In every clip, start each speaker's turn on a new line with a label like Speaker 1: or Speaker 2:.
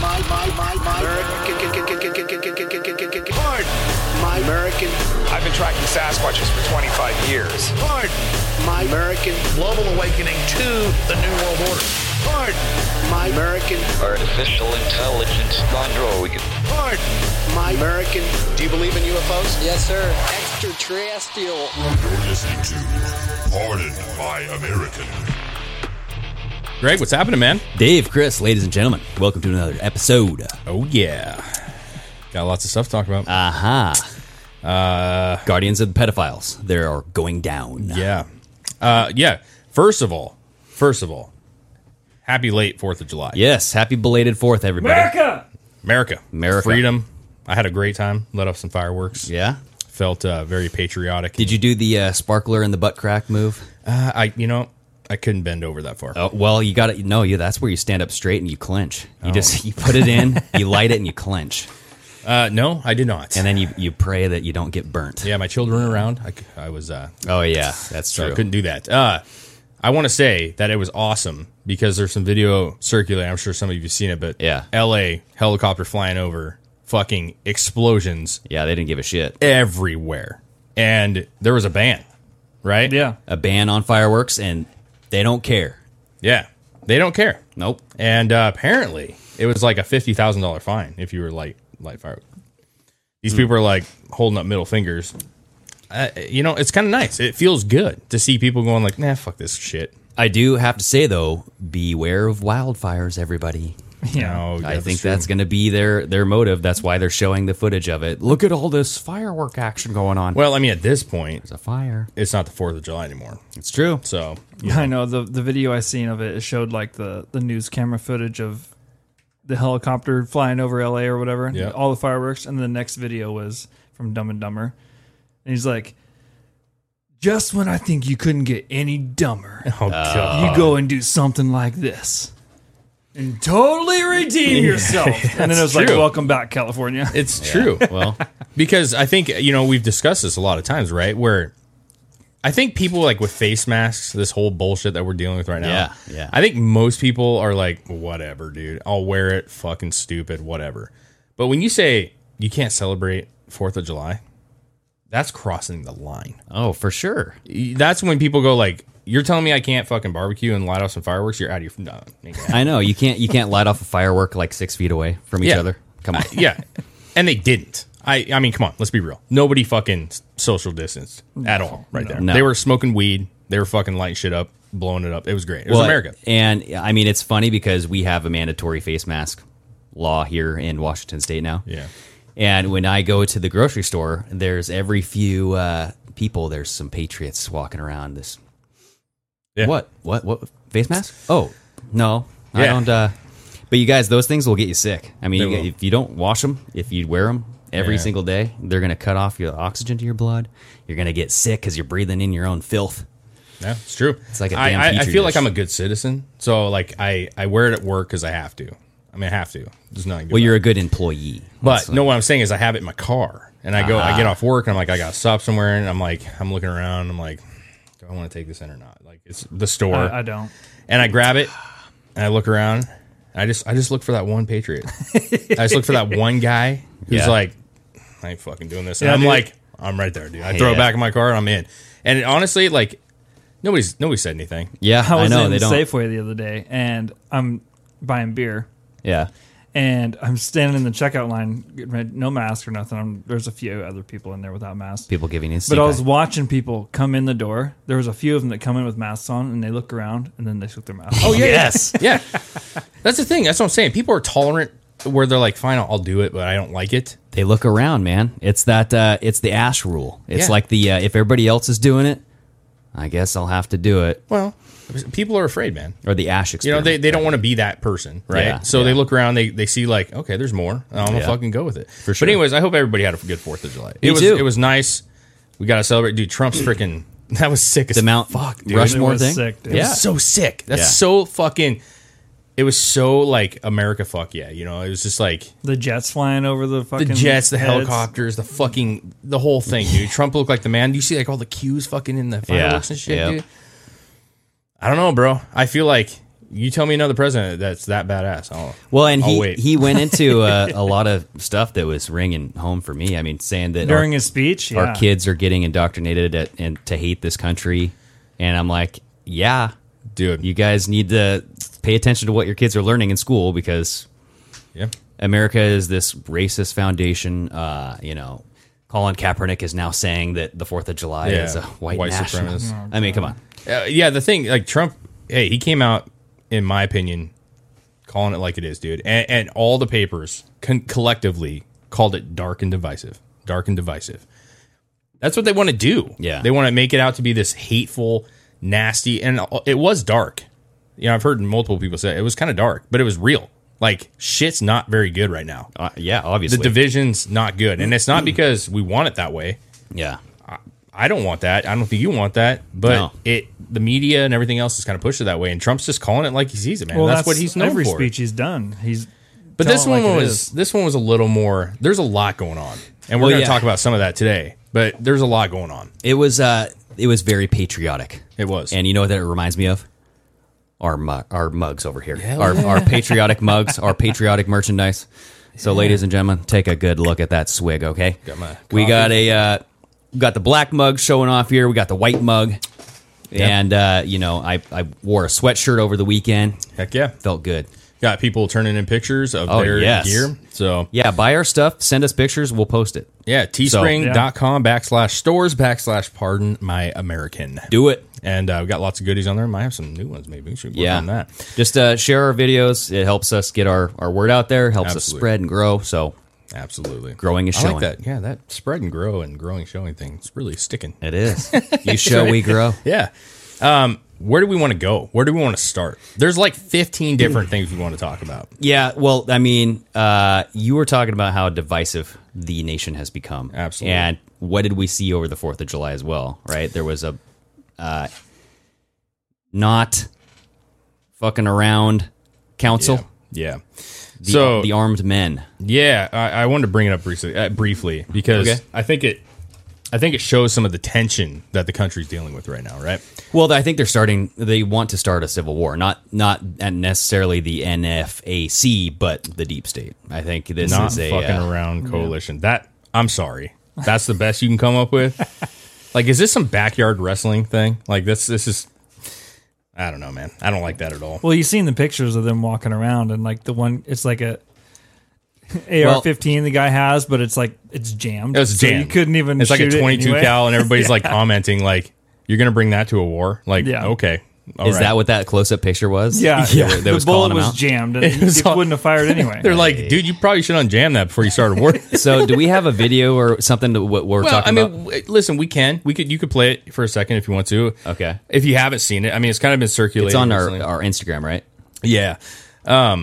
Speaker 1: My, my, my, my. American. Pardon. My American.
Speaker 2: I've been tracking Sasquatches for 25 years.
Speaker 1: Pardon. My American.
Speaker 3: Global awakening to the New World Order.
Speaker 1: Pardon. My American.
Speaker 4: Artificial intelligence android.
Speaker 1: Pardon. My American.
Speaker 3: Do you believe in UFOs?
Speaker 5: Yes, sir. Extraterrestrial.
Speaker 6: You're listening to Pardon My American.
Speaker 7: Greg, what's happening, man?
Speaker 8: Dave, Chris, ladies and gentlemen, welcome to another episode.
Speaker 7: Oh yeah, got lots of stuff to talk about.
Speaker 8: Aha! Uh-huh. Uh, Guardians of the pedophiles, they are going down.
Speaker 7: Yeah, uh, yeah. First of all, first of all, happy late Fourth of July.
Speaker 8: Yes, happy belated Fourth, everybody.
Speaker 7: America, America,
Speaker 8: America,
Speaker 7: freedom. I had a great time. Let off some fireworks.
Speaker 8: Yeah,
Speaker 7: felt uh, very patriotic.
Speaker 8: Did you do the uh, sparkler in the butt crack move?
Speaker 7: Uh, I, you know, I couldn't bend over that far.
Speaker 8: Oh, well, you got to no, you that's where you stand up straight and you clench. You just you put it in, you light it, and you clench,
Speaker 7: Oh. Uh, no, I did not.
Speaker 8: and then you you pray that you don't get burnt.
Speaker 7: yeah, my children were around. I, c- I was uh,
Speaker 8: Oh yeah, that's
Speaker 7: so I
Speaker 8: true.
Speaker 7: couldn't do that. Uh, I want to say that it was awesome because there's some video circulating. I'm sure some of you've seen it, but
Speaker 8: Yeah.
Speaker 7: L.A. helicopter flying over, fucking explosions
Speaker 8: yeah, they didn't give a shit.
Speaker 7: everywhere, and there was a ban, right?
Speaker 9: Yeah.
Speaker 8: A ban on fireworks, and they don't care.
Speaker 7: yeah. They don't care.
Speaker 8: Nope.
Speaker 7: And uh, apparently, it was like a fifty thousand dollar fine if you were light light fireworks.
Speaker 8: Hmm.
Speaker 7: These people are like holding up middle fingers. Uh, you know, it's kind of nice. It feels good to see people going like, "Nah, fuck this shit."
Speaker 8: I do have to say though, beware of wildfires, everybody.
Speaker 7: No, yeah,
Speaker 8: I think
Speaker 7: true.
Speaker 8: that's going to be their their motive. That's why they're showing the footage of it. Look at all this firework action going on.
Speaker 7: well. I mean, at this point,
Speaker 8: There's a fire.
Speaker 7: it's not the Fourth of July anymore.
Speaker 8: It's true.
Speaker 7: So
Speaker 9: I know the the video I seen of it, it showed like the the news camera footage of the helicopter flying over LA or whatever,
Speaker 7: Yeah.
Speaker 9: all the fireworks, and the next video was from Dumb and Dumber, and he's like, "Just when I think you couldn't get any dumber,
Speaker 7: oh god,
Speaker 9: you go and do something like this." And totally redeem yourself. and then it was like,
Speaker 7: true.
Speaker 9: "Welcome back, California."
Speaker 7: it's true.
Speaker 8: Well,
Speaker 7: because I think you know we've discussed this a lot of times, right? Where I think people like with face masks, this whole bullshit that we're dealing with right now.
Speaker 8: Yeah, yeah.
Speaker 7: I think most people are like, whatever, dude. I'll wear it. Fucking stupid. Whatever. But when you say you can't celebrate Fourth of July, that's crossing the line.
Speaker 8: oh, for sure.
Speaker 7: That's when people go like, "You're telling me I can't fucking barbecue and light off some fireworks? You're out of your no." ain't gonna happen."
Speaker 8: I know you can't you can't light off a firework like six feet away from each
Speaker 7: Yeah.
Speaker 8: other. Come on.
Speaker 7: yeah, and they didn't. I, I mean, come on, let's be real. Nobody fucking s- social distanced at all, right there.
Speaker 8: No.
Speaker 7: They were smoking weed. They were fucking lighting shit up, blowing it up. It was great. It was
Speaker 8: Well,
Speaker 7: America.
Speaker 8: And I mean, it's funny because we have a mandatory face mask law here in Washington State now.
Speaker 7: Yeah.
Speaker 8: And when I go to the grocery store, there's every few uh, people, there's some patriots walking around. This
Speaker 7: Yeah.
Speaker 8: what what what face mask? Oh no, I
Speaker 7: Yeah.
Speaker 8: don't. Uh, but you guys, those things will get you sick. I mean,
Speaker 7: They
Speaker 8: you,
Speaker 7: will.
Speaker 8: if you don't wash them, if you wear them every
Speaker 7: Yeah.
Speaker 8: single day, they're gonna cut off your oxygen to your blood. You're gonna get sick because you're breathing in your own filth.
Speaker 7: Yeah, it's true. It's
Speaker 8: like a damn
Speaker 7: I, I, I
Speaker 8: petri
Speaker 7: feel
Speaker 8: dish.
Speaker 7: like I'm a good citizen. So like I, I wear it at work because I have to. I mean, I have to. There's nothing. Good
Speaker 8: Well, you're
Speaker 7: about
Speaker 8: a
Speaker 7: it.
Speaker 8: good employee.
Speaker 7: But
Speaker 8: That's-
Speaker 7: no, what I'm saying is I have it in my car, and I go, I
Speaker 9: Ah.
Speaker 7: get off work, and I'm like, I gotta stop somewhere, and I'm like, I'm looking around, I'm like, do I want to take this in or not? Like it's the store.
Speaker 9: I, I don't.
Speaker 7: and I grab it and I look around. And I just I just look for that one patriot. I just look for that one guy who's
Speaker 8: Yeah.
Speaker 7: like, I ain't fucking doing this. And
Speaker 9: Yeah,
Speaker 7: I'm
Speaker 9: dude.
Speaker 7: like, I'm right there, dude. I throw
Speaker 8: Yeah.
Speaker 7: it back in my car and I'm in. And it- honestly, like nobody's nobody said anything.
Speaker 8: yeah,
Speaker 9: I
Speaker 8: I,
Speaker 9: was
Speaker 8: know
Speaker 9: in
Speaker 8: they don't.
Speaker 9: Safeway the other day, and I'm buying beer.
Speaker 8: Yeah,
Speaker 9: and I'm standing in the checkout line, getting ready- no mask or nothing. I'm, there's a few other people in there without masks.
Speaker 8: people giving you.
Speaker 9: but I was
Speaker 8: stink
Speaker 9: watching people come in the door. There was a few of them that come in with masks on, and they look around, and then they took their mask. Oh
Speaker 8: eye. yes.
Speaker 7: Yeah. That's the thing. That's what I'm saying. People are tolerant where they're like, fine, I'll, I'll do it, but I don't like it.
Speaker 8: they look around, man. It's that. Uh, it's the ash rule. It's
Speaker 7: Yeah.
Speaker 8: like the uh, if everybody else is doing it, I guess I'll have to do it.
Speaker 7: Well, people are afraid, man.
Speaker 8: Or the ash
Speaker 7: You know,
Speaker 8: experiment.
Speaker 7: they, they don't want to be that person, right?
Speaker 8: Yeah,
Speaker 7: so they look around, they, they see like, okay, there's more. I'm gonna
Speaker 8: Yeah.
Speaker 7: fucking go with it. For
Speaker 8: sure.
Speaker 7: But anyways, I hope everybody had a good Fourth of July.
Speaker 8: Me
Speaker 7: it was
Speaker 8: too. Mm.
Speaker 7: it was nice. We gotta celebrate, dude. Trump's freaking that was sick as
Speaker 8: the Mount
Speaker 7: fuck, dude.
Speaker 8: Rushmore
Speaker 9: It was
Speaker 8: thing.
Speaker 9: sick, dude.
Speaker 7: It
Speaker 8: yeah,
Speaker 7: was so sick. That's
Speaker 8: Yeah.
Speaker 7: so fucking. It was so like America, fuck yeah. You know, it was just like
Speaker 9: The jets flying over the
Speaker 7: the
Speaker 9: fucking
Speaker 7: jets, the
Speaker 9: heads.
Speaker 7: helicopters, the fucking the whole thing, dude. Trump looked like the man. Do you see like all the cues fucking in the
Speaker 8: Yeah,
Speaker 7: fireworks and shit,
Speaker 8: yep.
Speaker 7: dude? I don't know, bro. I feel like you tell me another president that's that badass. I'll,
Speaker 8: Well, and
Speaker 7: I'll
Speaker 8: he,
Speaker 7: Oh, wait.
Speaker 8: he went into uh, a lot of stuff that was ringing home for me. I mean, saying that
Speaker 9: during
Speaker 8: our,
Speaker 9: his speech.
Speaker 8: our
Speaker 9: yeah.
Speaker 8: kids are getting indoctrinated at, and to hate this country, and I'm like, yeah,
Speaker 7: dude.
Speaker 8: you guys need to pay attention to what your kids are learning in school because
Speaker 7: yeah,
Speaker 8: America is this racist foundation. Uh, you know, Colin Kaepernick is now saying that the Fourth of July
Speaker 7: Yeah,
Speaker 8: is a white,
Speaker 7: white
Speaker 8: national.
Speaker 7: supremacist.
Speaker 8: I mean, come on.
Speaker 7: Uh, yeah. The thing, like Trump, hey, he came out, in my opinion, calling it like it is, dude. And, and all the papers con- collectively called it dark and divisive. Dark and divisive. That's what they want to do.
Speaker 8: Yeah.
Speaker 7: They want to make it out to be this hateful, nasty, and it was dark. You know, I've heard multiple people say it was kind of dark, but it was real. Like shit's not very good right now.
Speaker 8: Uh, yeah,
Speaker 7: The
Speaker 8: obviously.
Speaker 7: division's not good, and it's not because we want it that way.
Speaker 8: yeah.
Speaker 7: I don't want that. I don't think you want that. But
Speaker 8: No.
Speaker 7: it, the media and everything else is kind of pushed it that way, and Trump's just calling it like he sees it, man.
Speaker 9: Well,
Speaker 7: that's, what he's known
Speaker 9: every
Speaker 7: for.
Speaker 9: speech he's done. He's
Speaker 7: But
Speaker 9: telling
Speaker 7: this
Speaker 9: it
Speaker 7: one
Speaker 9: like it
Speaker 7: was
Speaker 9: is.
Speaker 7: this one was a little more. There's a lot going on, and we're
Speaker 8: Well,
Speaker 7: going to
Speaker 8: yeah.
Speaker 7: talk about some of that today. But there's a lot going on.
Speaker 8: It was uh, it was very patriotic.
Speaker 7: It was.
Speaker 8: And you know what that it reminds me of? Our mu- our mugs over here. Our, our patriotic mugs, our patriotic merchandise. So, ladies and gentlemen, take a good look at that swig, okay?
Speaker 7: Got my
Speaker 8: we
Speaker 7: coffee.
Speaker 8: got a uh, we got the black mug showing off here. We got the white mug, and uh, you know, I I wore a sweatshirt over the weekend.
Speaker 7: Heck yeah,
Speaker 8: Felt good.
Speaker 7: got people turning in pictures of
Speaker 8: Oh,
Speaker 7: their
Speaker 8: yes.
Speaker 7: gear. So
Speaker 8: Yeah, buy our stuff. Send us pictures. We'll post it.
Speaker 7: yeah,
Speaker 9: Yeah.
Speaker 7: teespring.com backslash stores backslash pardon my American.
Speaker 8: Do it.
Speaker 7: And uh, we got lots of goodies on there. Might have some new ones. Maybe we should work
Speaker 8: yeah.
Speaker 7: on that.
Speaker 8: Just uh, share our videos. It helps us get our, our word out there. Helps us
Speaker 7: Absolutely.
Speaker 8: spread and grow. So
Speaker 7: Absolutely,
Speaker 8: Growing is
Speaker 7: I
Speaker 8: showing.
Speaker 7: Like that yeah, that spread and grow and growing showing thing. It's really sticking.
Speaker 8: It is. You show, we grow.
Speaker 7: Yeah. Um, where do we want to go? Where do we want to start? There's like 15 different things we want to talk about.
Speaker 8: Yeah. Well, I mean, uh, you were talking about how divisive the nation has become.
Speaker 7: Absolutely.
Speaker 8: And what did we see over the 4th of July as well, right? There was a uh, not fucking around council,
Speaker 7: Yeah.
Speaker 8: the,
Speaker 7: so
Speaker 8: the armed men.
Speaker 7: yeah, I, I wanted to bring it up briefly, uh, briefly because
Speaker 8: Okay.
Speaker 7: I think it, I think it shows some of the tension that the country's dealing with right now. Right.
Speaker 8: Well, I think they're starting. They want to start a civil war, not not necessarily the NFAC, but the deep state. I think this
Speaker 7: Not
Speaker 8: is a
Speaker 7: fucking
Speaker 8: uh,
Speaker 7: around coalition. That I'm sorry. That's the best you can come up with. like, is this some backyard wrestling thing? Like this, this is, I don't know, man. I don't like that at all.
Speaker 9: well, you've seen the pictures of them walking around, and like the one, it's like a AR-15 the guy has, but it's like it's jammed.
Speaker 7: It was
Speaker 9: So
Speaker 7: jammed.
Speaker 9: you couldn't even.
Speaker 7: It's like a
Speaker 9: shoot it
Speaker 7: 22
Speaker 9: anyway.
Speaker 7: cal, and everybody's like commenting, like, "You're gonna bring that to a war?" Like,
Speaker 9: Yeah.
Speaker 7: okay, all
Speaker 8: Is
Speaker 7: right.
Speaker 8: that what that close up picture was?
Speaker 9: Yeah,
Speaker 8: They were- They
Speaker 9: the
Speaker 8: was calling
Speaker 9: bullet
Speaker 8: them
Speaker 9: was
Speaker 8: out?
Speaker 9: jammed, and
Speaker 7: It
Speaker 9: it,
Speaker 7: was all-
Speaker 9: wouldn't have fired anyway.
Speaker 7: They're like, dude, you probably should unjam that before you start a war.
Speaker 8: So, do we have a video or something that what we're
Speaker 7: well,
Speaker 8: talking
Speaker 7: I mean,
Speaker 8: about?
Speaker 7: w- listen, we can, we could, you could play it for a second if you want to.
Speaker 8: Okay.
Speaker 7: If you haven't seen it, I mean, it's kind of been circulating.
Speaker 8: It's on our,
Speaker 7: recently.
Speaker 8: our Instagram, right?
Speaker 7: Yeah. Um,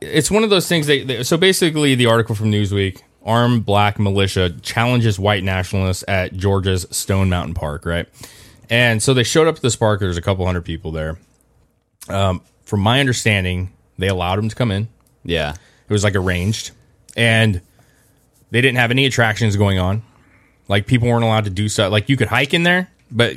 Speaker 7: it's one of those things that, that- so basically the article from Newsweek, armed black militia challenges white nationalists at Georgia's Stone Mountain Park, right? And so they showed up to this park. There's a couple hundred people there. Um, from my understanding, they allowed them to come in.
Speaker 8: Yeah.
Speaker 7: It was like arranged, and they didn't have any attractions going on. Like people weren't allowed to do stuff. Like you could hike in there, but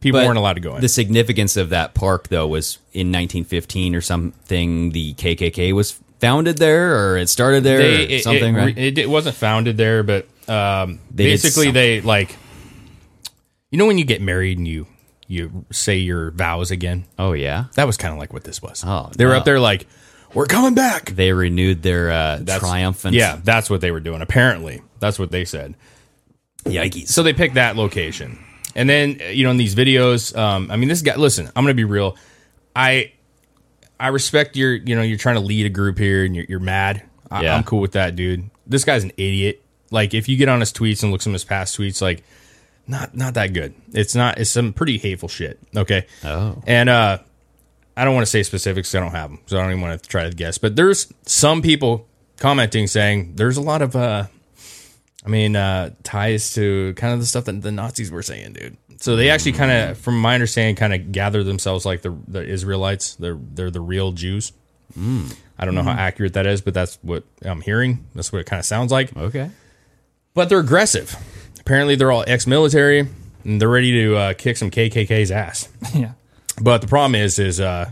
Speaker 7: people
Speaker 8: But
Speaker 7: weren't allowed to go in.
Speaker 8: The significance of that park, though, was in 1915 or something. The KKK was founded there, or it started there,
Speaker 7: They-
Speaker 8: or
Speaker 7: it-
Speaker 8: something,
Speaker 7: it,
Speaker 8: right?
Speaker 7: It, it wasn't founded there, but um,
Speaker 8: They did
Speaker 7: basically
Speaker 8: something.
Speaker 7: they like. You know when you get married and you you say your vows again.
Speaker 8: oh yeah,
Speaker 7: That was kind of like what this was.
Speaker 8: Oh,
Speaker 7: they were
Speaker 8: no.
Speaker 7: up there like, "We're coming back."
Speaker 8: they renewed their uh, triumphant.
Speaker 7: Yeah, that's what they were doing. Apparently, that's what they said.
Speaker 8: yikes.
Speaker 7: So they picked that location, and then uh, you know in these videos, um, I mean, this guy. Listen, I'm gonna be real. I I respect your you know you're trying to lead a group here, and you're, you're mad. I,
Speaker 8: Yeah.
Speaker 7: I'm cool with that, dude. This guy's an idiot. Like if you get on his tweets and look some of his past tweets, like not not that good. It's not. It's some pretty hateful shit. Okay. Oh. And uh, I don't want to say specifics. 'cause I don't have them, so I don't even want to try to guess. But there's some people commenting saying there's a lot of uh, I mean uh, ties to kind of the stuff that the Nazis were saying, dude. So they actually kind of, from my understanding, kind of gather themselves like the the Israelites. They're they're the real Jews. I don't know how accurate that is, but that's what I'm hearing. That's what it kind of sounds like.
Speaker 8: Okay.
Speaker 7: But they're aggressive. Apparently, they're all ex-military and they're ready to uh, kick some KKK's ass.
Speaker 9: Yeah.
Speaker 7: But the problem is, is uh,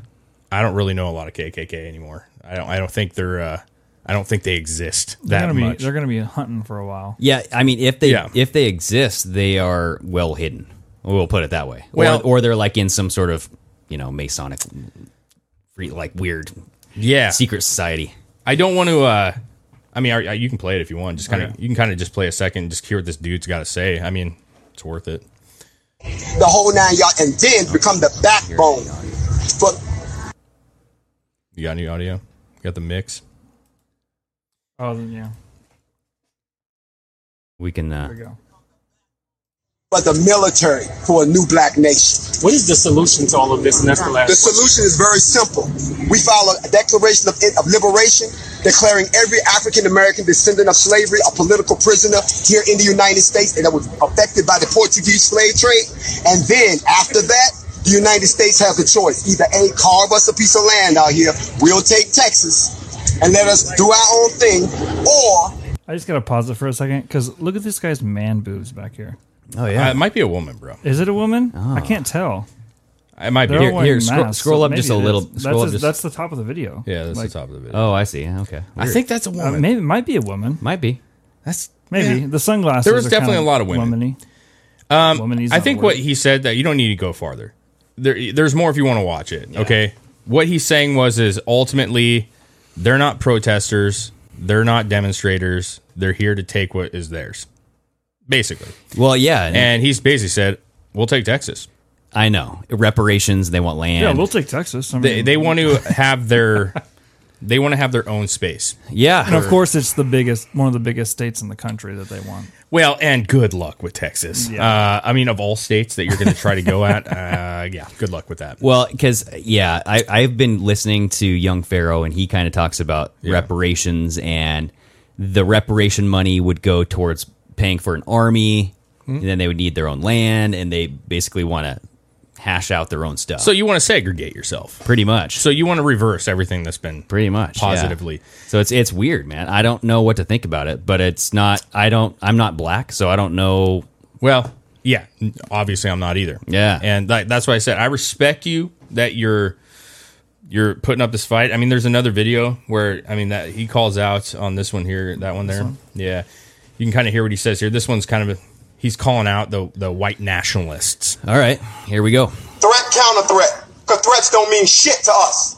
Speaker 7: I don't really know a lot of KKK anymore. I don't. I don't think they're. Uh, I don't think they exist
Speaker 9: They're
Speaker 7: that
Speaker 9: gonna be,
Speaker 7: much.
Speaker 9: They're going to be hunting for a while.
Speaker 8: Yeah, I mean, if they
Speaker 7: Yeah.
Speaker 8: if they exist, they are well hidden. We'll put it that way.
Speaker 7: Well-
Speaker 8: or, or they're like in some sort of you know Masonic, free, like weird
Speaker 7: yeah.
Speaker 8: secret society.
Speaker 7: I don't want to. Uh, I mean, are, you can play it if you want. Just kind of. You can kind of just play a second. And just hear what this dude's got to say. I mean, it's worth it.
Speaker 10: the whole nine yards, and then become the backbone for
Speaker 7: You got any audio? You got the mix.
Speaker 9: Oh, then, yeah.
Speaker 8: We can. Uh,
Speaker 10: for the military for a new black nation.
Speaker 11: What is the solution to all of this? And that's the last.
Speaker 10: The solution is very simple. We file a declaration of, of liberation, declaring every African American descendant of slavery a political prisoner here in the United States and that was affected by the Portuguese slave trade. And then after that, the United States has a choice. Either A, carve us a piece of land out here, we'll take Texas and let us do our own thing, or
Speaker 9: I just got to pause it for a second because look at this guy's man boobs back here.
Speaker 8: Oh yeah.
Speaker 7: Uh, it might be a woman, bro.
Speaker 9: Is it a woman? I
Speaker 7: Ah.
Speaker 9: can't tell.
Speaker 7: It might
Speaker 9: They're
Speaker 7: be
Speaker 9: all
Speaker 8: Here,
Speaker 9: wearing
Speaker 8: here scroll,
Speaker 9: masks,
Speaker 8: scroll
Speaker 9: so
Speaker 8: up just a
Speaker 9: maybe it
Speaker 8: little.
Speaker 9: is. That's,
Speaker 8: Scroll up
Speaker 9: his-
Speaker 8: just.
Speaker 9: that's the top of the video.
Speaker 7: Yeah, that's
Speaker 9: Like,
Speaker 7: the top of the video.
Speaker 8: oh, I see. Okay.
Speaker 7: I think that's a woman.
Speaker 9: Uh, maybe it might be a woman.
Speaker 8: might be.
Speaker 7: That's
Speaker 9: maybe
Speaker 7: yeah.
Speaker 9: the sunglasses.
Speaker 7: There was
Speaker 9: are
Speaker 7: definitely
Speaker 9: kinda
Speaker 7: a lot of women.
Speaker 9: womany.
Speaker 7: Um,
Speaker 9: Womany's
Speaker 7: I
Speaker 9: not
Speaker 7: think
Speaker 9: a word.
Speaker 7: what he said that you don't need to go farther. There, there's more if you want to watch it. Okay, what he's saying was is ultimately they're not protesters, they're not demonstrators. They're here to take what is theirs, basically.
Speaker 8: Well, yeah, and,
Speaker 7: And he's basically said, "We'll take Texas."
Speaker 8: I know reparations. They want land.
Speaker 9: Yeah, we'll take Texas. I mean,
Speaker 7: They they want to have their they want to have their own space.
Speaker 8: yeah.
Speaker 9: and of course, it's the biggest, one of the biggest states in the country that they want.
Speaker 7: Well, and good luck with Texas. Uh, I mean, of all states that you're going to try to go at, uh, yeah, good luck with that.
Speaker 8: Well, because yeah, I I've been listening to Young Pharaoh, and he kind of talks about reparations, and the reparation money would go towards paying for an army, and then they would need their own land, and they basically want to hash out their own stuff.
Speaker 7: So you want to segregate yourself?
Speaker 8: pretty much,
Speaker 7: So you want to reverse everything that's been
Speaker 8: pretty much, yeah.
Speaker 7: positively.
Speaker 8: So it's it's weird, man. I don't know what to think about it, but it's not. I don't. I'm not black, so I don't know.
Speaker 7: Well, yeah, n- obviously I'm not either.
Speaker 8: Yeah.
Speaker 7: and that, that's why I said I respect you that you're you're putting up this fight. I mean, there's another video where I mean that he calls out on this one here, that one there. Yeah, you can kind of hear what he says here. This one's kind of a, he's calling out the the white nationalists.
Speaker 8: All right, here we go.
Speaker 10: threat counter threat. Cause threats don't mean shit to us.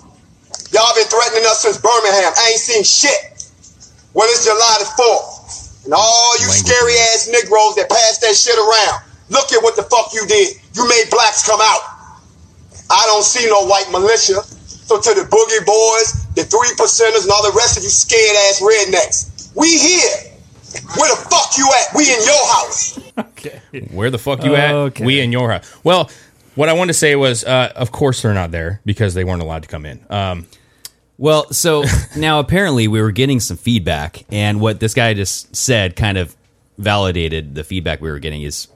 Speaker 10: Y'all been threatening us since Birmingham. I ain't seen shit. Well, it's July the 4th. And all you scary ass Negroes that pass that shit around, look at what the fuck you did. You made blacks come out. I don't see no white militia. So to the boogie boys, the three percenters, and all the rest of you scared ass rednecks, we here. Where the fuck you at? We in your house.
Speaker 7: Where the fuck you
Speaker 9: Okay.
Speaker 7: at? We in your house. Well, what I wanted to say was, uh, of course they're not there because they weren't allowed to come in. Um,
Speaker 8: Well, so now apparently we were getting some feedback, and what this guy just said kind of validated the feedback we were getting is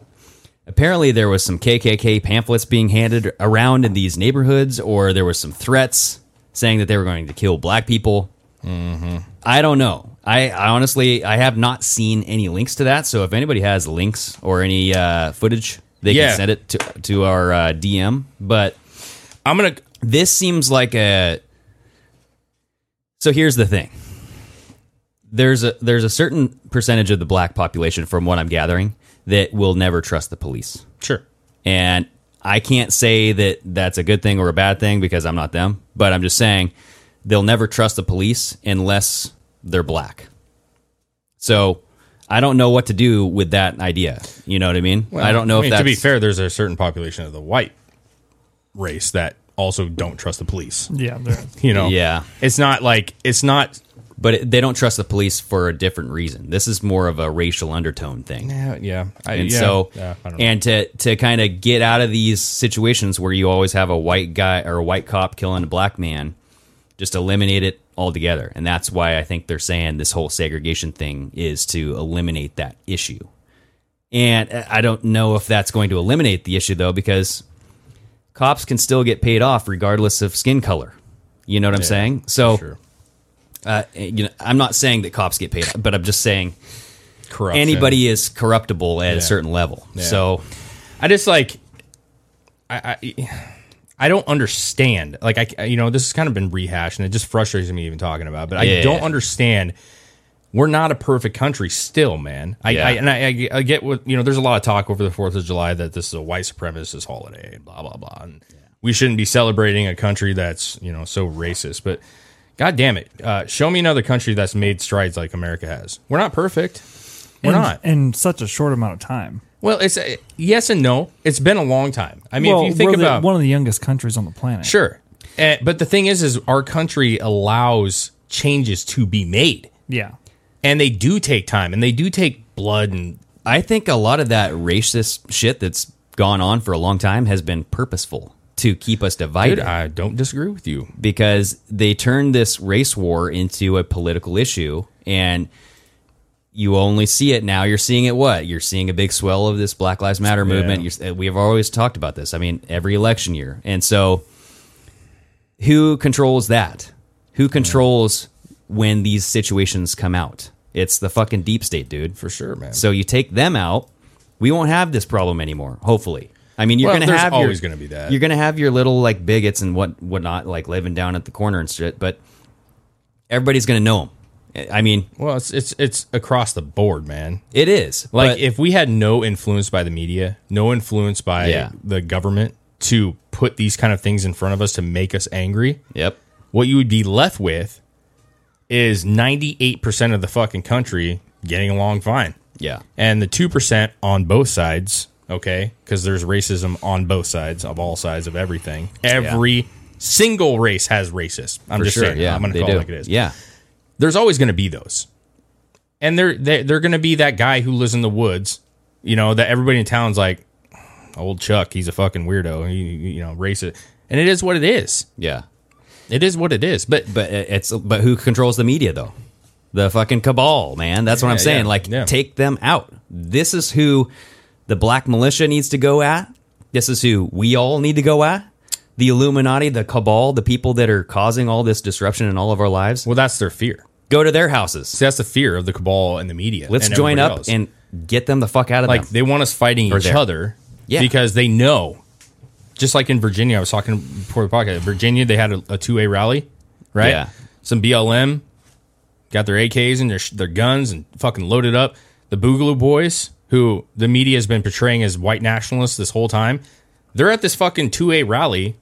Speaker 8: apparently there was some KKK pamphlets being handed around in these neighborhoods, or there was some threats saying that they were going to kill black people. I don't know. I, I honestly I have not seen any links to that. So if anybody has links or any uh, footage, they
Speaker 7: Yeah.
Speaker 8: can send it to to our uh, DM. But
Speaker 7: I'm gonna.
Speaker 8: this seems like a so here's the thing there's a there's a certain percentage of the black population from what i'm gathering that will never trust the police
Speaker 7: Sure.
Speaker 8: and i can't say that that's a good thing or a bad thing because i'm not them but i'm just saying they'll never trust the police unless they're black so i don't know what to do with that idea you know what i mean i don't know
Speaker 7: mean,
Speaker 8: if that's
Speaker 7: to be fair, there's a certain population of the white race that also don't trust the police.
Speaker 9: Yeah, they're-
Speaker 7: You know,
Speaker 8: Yeah.
Speaker 7: it's not like it's not
Speaker 8: But it, they don't trust the police for a different reason. This is more of a racial undertone thing.
Speaker 7: Yeah, yeah. I-
Speaker 8: and
Speaker 7: yeah,
Speaker 8: so,
Speaker 7: yeah, I don't know.
Speaker 8: and to to kind of get out of these situations where you always have a white guy or a white cop killing a black man, just eliminate it altogether. And that's why I think they're saying this whole segregation thing is to eliminate that issue. And uh, I don't know if that's going to eliminate the issue though, because cops can still get paid off regardless of skin color. You know what I'm
Speaker 7: Yeah,
Speaker 8: saying? So, uh, you know, I'm not saying that cops get paid, but I'm just saying
Speaker 7: Corruption.
Speaker 8: anybody is corruptible at
Speaker 7: Yeah.
Speaker 8: a certain level.
Speaker 7: Yeah.
Speaker 8: So,
Speaker 7: I just like I, I I don't understand. Like I I- you know this has kind of been rehashed and it just frustrates me even talking about. it, But I
Speaker 8: Yeah.
Speaker 7: don't understand. We're not a perfect country still, man. I,
Speaker 8: Yeah.
Speaker 7: I and I, I, I get what you know. There's a lot of talk over the Fourth of July that this is a white supremacist holiday and blah blah blah. And we shouldn't be celebrating a country that's you know so racist. But god damn it, uh, show me another country that's made strides like America has. We're not perfect. We're
Speaker 9: in,
Speaker 7: not.
Speaker 9: in such a short amount of time.
Speaker 7: Well, it's a, yes and no. It's been a long time. I mean,
Speaker 9: Well,
Speaker 7: if you think
Speaker 9: we're the-
Speaker 7: about
Speaker 9: one of the youngest countries on the planet,
Speaker 7: sure, Uh, but the thing is, is our country allows changes to be made,
Speaker 9: yeah,
Speaker 7: and they do take time, and they do take blood, and
Speaker 8: I think a lot of that racist shit that's gone on for a long time has been purposeful to keep us divided.
Speaker 7: Dude, I don't disagree with you.
Speaker 8: because they turned this race war into a political issue and you only see it now you're seeing it what you're seeing a big swell of this black lives matter movement You're- we have always talked about this i mean every election year and so who controls that who controls when these situations come out it's the fucking deep state dude
Speaker 7: for sure man
Speaker 8: so you take them out we won't have this problem anymore hopefully i mean you're
Speaker 7: Well,
Speaker 8: gonna
Speaker 7: there's
Speaker 8: have
Speaker 7: always
Speaker 8: your,
Speaker 7: gonna be that.
Speaker 8: you're gonna have your little like bigots and what whatnot like living down at the corner and shit but everybody's gonna know them i mean
Speaker 7: Well, it's it's it's across the board, man.
Speaker 8: it is
Speaker 7: Like
Speaker 8: but-
Speaker 7: if we had no influence by the media, no influence by
Speaker 8: Yeah.
Speaker 7: the government to put these kind of things in front of us to make us angry.
Speaker 8: Yep.
Speaker 7: What you would be left with is 98% of the fucking country getting along fine.
Speaker 8: yeah
Speaker 7: And the 2% on both sides, okay? Cuz there's racism on both sides of all sides of everything. Every single race has racists. I'm
Speaker 8: for
Speaker 7: just
Speaker 8: sure
Speaker 7: saying.
Speaker 8: yeah
Speaker 7: I'm going to
Speaker 8: they
Speaker 7: call
Speaker 8: do.
Speaker 7: it like it is
Speaker 8: yeah
Speaker 7: there's always going to be those. And they're they're, they're going to be that guy who lives in the woods, you know, that everybody in town's like, old Chuck, he's a fucking weirdo, he, you know, racist. And it is what it is.
Speaker 8: yeah
Speaker 7: It is what it is. But
Speaker 8: but it's but who controls the media though the fucking cabal man that's what
Speaker 7: Yeah,
Speaker 8: i'm saying
Speaker 7: yeah,
Speaker 8: like
Speaker 7: yeah.
Speaker 8: take them out this is who the black militia needs to go at this is who we all need to go at the illuminati the cabal the people that are causing all this disruption in all of our lives
Speaker 7: well, that's their fear.
Speaker 8: go to their houses
Speaker 7: See, that's the fear of the cabal and the media.
Speaker 8: let's
Speaker 7: and
Speaker 8: join
Speaker 7: everybody
Speaker 8: up
Speaker 7: else.
Speaker 8: and get them the fuck out of
Speaker 7: like
Speaker 8: them
Speaker 7: they want us fighting
Speaker 8: Or
Speaker 7: each
Speaker 8: there.
Speaker 7: other
Speaker 8: Yeah.
Speaker 7: because they know. Just like in Virginia, I was talking before the podcast. Virginia, they had a, a two-way rally, right?
Speaker 8: Yeah.
Speaker 7: Some BLM got their AKs and their sh- their guns and fucking loaded up. The Boogaloo Boys, who the media has been portraying as white nationalists this whole time, they're at this fucking two-way rally,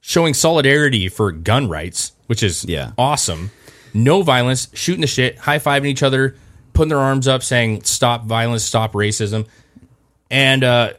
Speaker 7: showing solidarity for gun rights, which is
Speaker 8: Yeah.
Speaker 7: awesome. No violence, shooting the shit, high fiving each other, putting their arms up, saying "Stop violence, stop racism," and uh,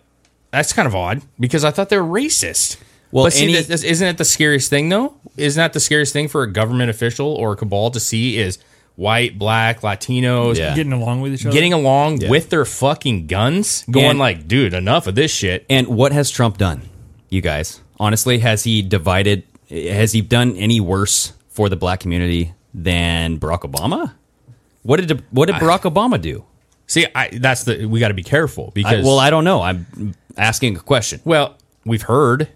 Speaker 7: that's kind of odd because I thought they were racist.
Speaker 8: Well,
Speaker 7: Well, but see,
Speaker 8: any-
Speaker 7: this- this- isn't it the scariest thing though? Isn't that the scariest thing for a government official or a cabal to see is white, black, Latinos
Speaker 8: Yeah.
Speaker 9: getting along with each other,
Speaker 7: getting along
Speaker 8: Yeah.
Speaker 7: with their fucking guns, going
Speaker 8: And-
Speaker 7: like, dude, enough of this shit.
Speaker 8: And what has Trump done, you guys? Honestly, has he divided? Has he done any worse for the black community than Barack Obama? What did what did Barack Obama do?
Speaker 7: See, I, that's the we got to be careful
Speaker 8: I-
Speaker 7: because
Speaker 8: well, I don't know. I'm asking a question.
Speaker 7: Well, we've heard,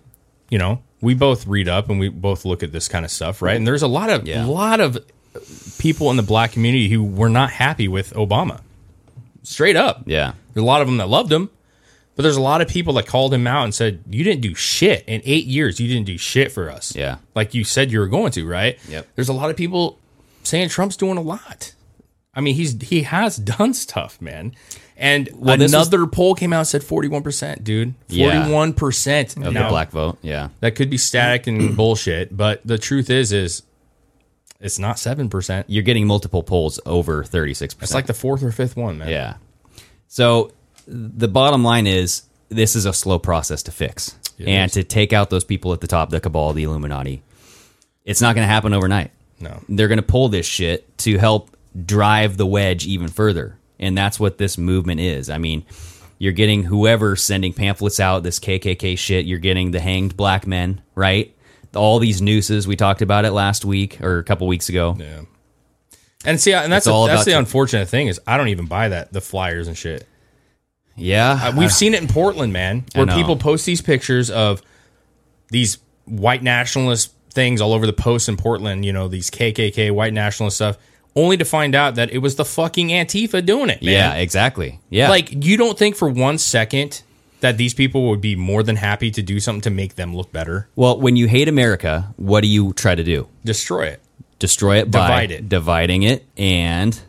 Speaker 7: you know, we both read up and we both look at this kind of stuff, right? And there's a lot of
Speaker 8: Yeah.
Speaker 7: lot of people in the black community who were not happy with Obama. Straight up.
Speaker 8: Yeah,
Speaker 7: There's a lot of them that loved him, but there's a lot of people that called him out and said, "You didn't do shit in 8 years. You didn't do shit for us."
Speaker 8: Yeah.
Speaker 7: Like you said you were going to, right?
Speaker 8: Yep.
Speaker 7: There's a lot of people saying Trump's doing a lot. I mean, he's he has done stuff, man. And
Speaker 8: Well, this was-
Speaker 7: another poll came out and said 41%, dude.
Speaker 8: Yeah.
Speaker 7: 41%
Speaker 8: of the
Speaker 7: Now,
Speaker 8: black vote. Yeah,
Speaker 7: That could be static and bullshit, but the truth is is it's not 7%.
Speaker 8: you're getting multiple polls over thirty six
Speaker 7: It's
Speaker 8: percent.
Speaker 7: like the fourth or fifth one, man.
Speaker 8: Yeah. So the bottom line is this is a slow process to fix
Speaker 7: It
Speaker 8: and
Speaker 7: is.
Speaker 8: to take out those people at the top, the cabal, the Illuminati. It's not going to happen overnight.
Speaker 7: No.
Speaker 8: They're going to pull this shit to help drive the wedge even further. And that's what this movement is. I mean, you're getting whoever sending pamphlets out, this KKK shit, you're getting the hanged black men, right? All these nooses, we talked about it last week or a couple weeks ago.
Speaker 7: Yeah. And see, and that's
Speaker 8: It's all
Speaker 7: the, that's
Speaker 8: about
Speaker 7: the
Speaker 8: to-
Speaker 7: unfortunate thing is I don't even buy that the flyers and shit.
Speaker 8: Yeah,
Speaker 7: Uh, we've seen it in Portland, man,
Speaker 8: I
Speaker 7: where
Speaker 8: know.
Speaker 7: people post these pictures of these white nationalist things all over the posts in Portland. You know, these KKK white nationalist stuff, only to find out that it was the fucking Antifa doing it. Man.
Speaker 8: Yeah, exactly. Yeah.
Speaker 7: like you don't think for one second that these people would be more than happy to do something to make them look better.
Speaker 8: Well, when you hate America, what do you try to do?
Speaker 7: Destroy it.
Speaker 8: Destroy it
Speaker 7: Divide
Speaker 8: by
Speaker 7: it.
Speaker 8: dividing it and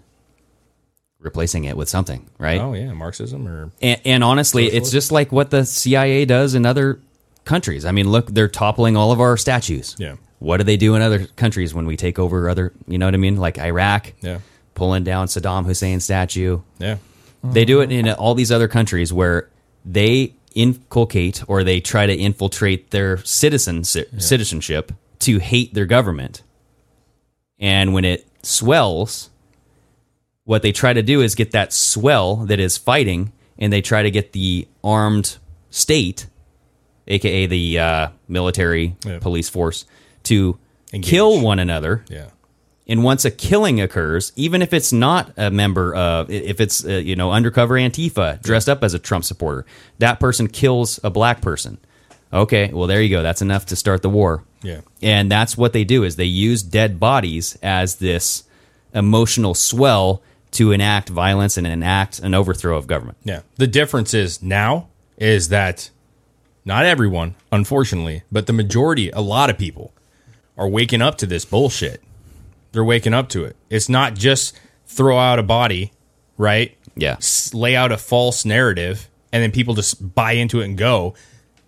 Speaker 8: replacing it with something, right?
Speaker 7: Oh yeah, Marxism or
Speaker 8: And, and honestly, it's just like what the CIA does in other countries. I mean, look, they're toppling all of our statues.
Speaker 7: Yeah.
Speaker 8: What do they do in other countries when we take over other, you know what I mean? Like Iraq,
Speaker 7: Yeah.
Speaker 8: pulling down Saddam Hussein's statue.
Speaker 7: yeah.
Speaker 8: They do it in all these other countries where they inculcate or they try to infiltrate their citizen citizenship to hate their government. And when it swells, what they try to do is get that swell that is fighting, and they try to get the armed state, aka the uh, military
Speaker 7: Yeah.
Speaker 8: police force, to kill one another.
Speaker 7: Yeah.
Speaker 8: And once a killing occurs, even if it's not a member of, if it's uh, you know undercover Antifa dressed up as a Trump supporter, that person kills a black person. Okay, well there you go. That's enough to start the war.
Speaker 7: Yeah.
Speaker 8: And that's what they do is they use dead bodies as this emotional swell to enact violence and enact an overthrow of government.
Speaker 7: Yeah. The difference is now is that not everyone, unfortunately, but the majority, a lot of people are waking up to this bullshit. They're waking up to it. It's not just throw out a body, right?
Speaker 8: Yeah.
Speaker 7: S- Lay out a false narrative and then people just buy into it and go.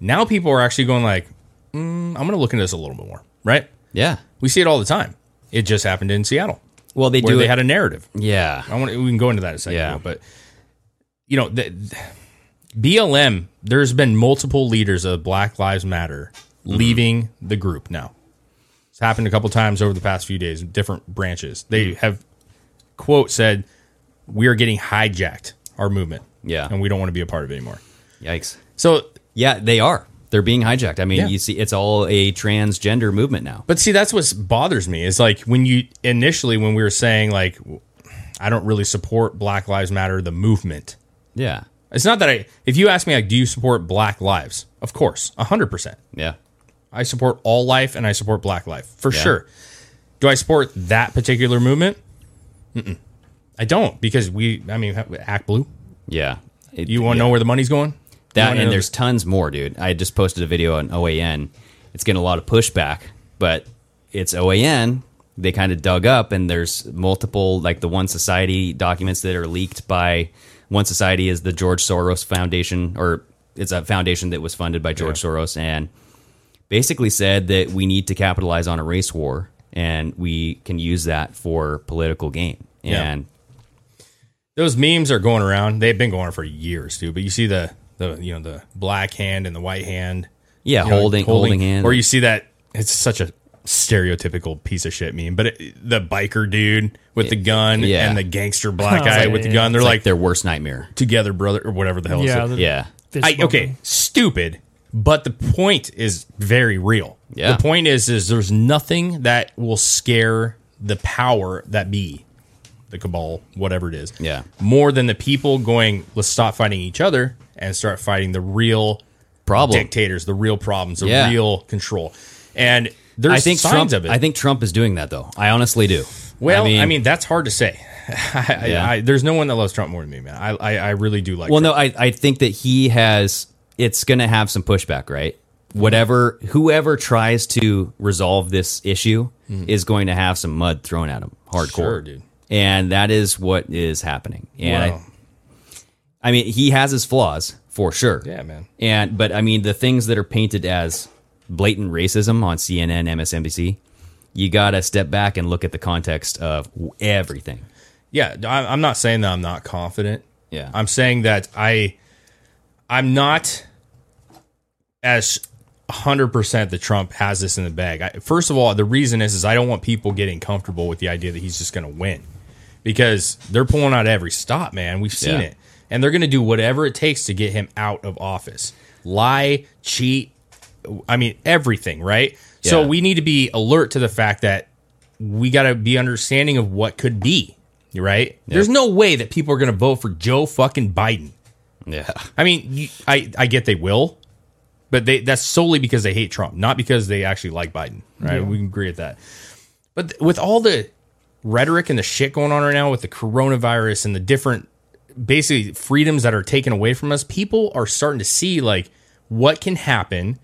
Speaker 7: Now people are actually going like, mm, I'm going to look into this a little bit more, right?
Speaker 8: Yeah.
Speaker 7: We see it all the time. It just happened in Seattle.
Speaker 8: Well, they
Speaker 7: where
Speaker 8: do
Speaker 7: they
Speaker 8: it-
Speaker 7: had Oh. a narrative.
Speaker 8: Yeah.
Speaker 7: I want to, we can go into that in a second.
Speaker 8: Yeah.
Speaker 7: But you know, the, BLM. There's been multiple leaders of Black Lives Matter
Speaker 8: Mm-hmm.
Speaker 7: leaving the group now. It's happened a couple times over the past few days. Different branches. They
Speaker 8: Mm-hmm.
Speaker 7: have quote said, "We are getting hijacked. Our movement.
Speaker 8: Yeah.
Speaker 7: and we don't want to be a part of it anymore."
Speaker 8: Yikes.
Speaker 7: So
Speaker 8: Yeah, they are. They're being hijacked. I mean,
Speaker 7: Yeah.
Speaker 8: you see it's all a transgender movement now.
Speaker 7: But see, that's what bothers me is like when you initially when we were saying like I don't really support Black Lives Matter the movement.
Speaker 8: Yeah.
Speaker 7: It's not that I if you ask me like do you support black lives? Of course, 100%.
Speaker 8: Yeah.
Speaker 7: I support all life and I support black life for
Speaker 8: Yeah.
Speaker 7: sure. Do I support that particular movement? Mm-mm. I don't because we I mean Act Blue.
Speaker 8: Yeah. It-
Speaker 7: You want to know where the money's going? You
Speaker 8: That
Speaker 7: wanna
Speaker 8: and
Speaker 7: know
Speaker 8: there's tons more, dude. I just posted a video on OAN. It's getting a lot of pushback, but it's OAN. They kind of dug up, and there's multiple like the One Society documents that are leaked by One Society is the George Soros Foundation, or it's a foundation that was funded by George Soros, and basically said that we need to capitalize on a race war, and we can use that for political gain.
Speaker 7: Yeah.
Speaker 8: And
Speaker 7: those memes are going around. They've been going on for years, dude. But you see the the you know the black hand and the white hand.
Speaker 8: Yeah,
Speaker 7: You know,
Speaker 8: holding- holding hand.
Speaker 7: Or you see that it's such a stereotypical piece of shit meme. But it, the biker dude with the gun
Speaker 8: Yeah.
Speaker 7: and the gangster black
Speaker 9: Oh,
Speaker 7: guy
Speaker 9: yeah,
Speaker 7: with the
Speaker 9: yeah.
Speaker 7: gun, they're
Speaker 8: it's like,
Speaker 7: like,
Speaker 8: their worst nightmare.
Speaker 7: together, brother, or whatever the hell.
Speaker 9: Yeah,
Speaker 7: it's
Speaker 9: the-
Speaker 8: Yeah.
Speaker 9: Fist
Speaker 7: I, okay,
Speaker 9: bumping.
Speaker 7: stupid. But the point is very real.
Speaker 8: Yeah.
Speaker 7: The point is, is there's nothing that will scare the power that be, the cabal, whatever it is.
Speaker 8: Yeah.
Speaker 7: More than the people going, let's stop fighting each other and start fighting the real
Speaker 8: Problem.
Speaker 7: dictators, the real problems, the
Speaker 8: Yeah.
Speaker 7: real control. And there's
Speaker 8: I think Trump,
Speaker 7: signs of it.
Speaker 8: I think Trump is doing that though. I honestly do.
Speaker 7: well, I mean, that's hard to say. I,
Speaker 8: Yeah.
Speaker 7: I, I, there's no one that loves Trump more than me, man. I, I, I really do like.
Speaker 8: well,
Speaker 7: Trump.
Speaker 8: no, I, I think that he has. It's going to have some pushback, right? Whatever, whoever tries to resolve this issue is going to have some mud thrown at him, hardcore,
Speaker 7: Hmm. Sure, dude.
Speaker 8: And that is what is happening. And
Speaker 7: Wow.
Speaker 8: I, I mean, he has his flaws for sure.
Speaker 7: Yeah, man.
Speaker 8: And but I mean, the things that are painted as blatant racism on CNN, MSNBC, you got to step back and look at the context of everything.
Speaker 7: yeah I- i'm not saying that i'm not confident
Speaker 8: Yeah.
Speaker 7: i'm saying that i i'm not as hundred percent that Trump has this in the bag. I, first of all, the reason is is I don't want people getting comfortable with the idea that he's just going to win because they're pulling out every stop, man. We've seen
Speaker 8: Yeah.
Speaker 7: it, and they're going to do whatever it takes to get him out of office. Lie, cheat, I mean everything, right? So
Speaker 8: Yeah.
Speaker 7: we need to be alert to the fact that we got to be understanding of what could be, right? There's no way that people are going to vote for Joe fucking Biden.
Speaker 8: Yeah.
Speaker 7: I mean, you, I I get they will, but they that's solely because they hate Trump, not because they actually like Biden. Right?
Speaker 8: Yeah.
Speaker 7: We can agree with that. But th- with all the rhetoric and the shit going on right now with the coronavirus and the different basically freedoms that are taken away from us, people are starting to see like what can happen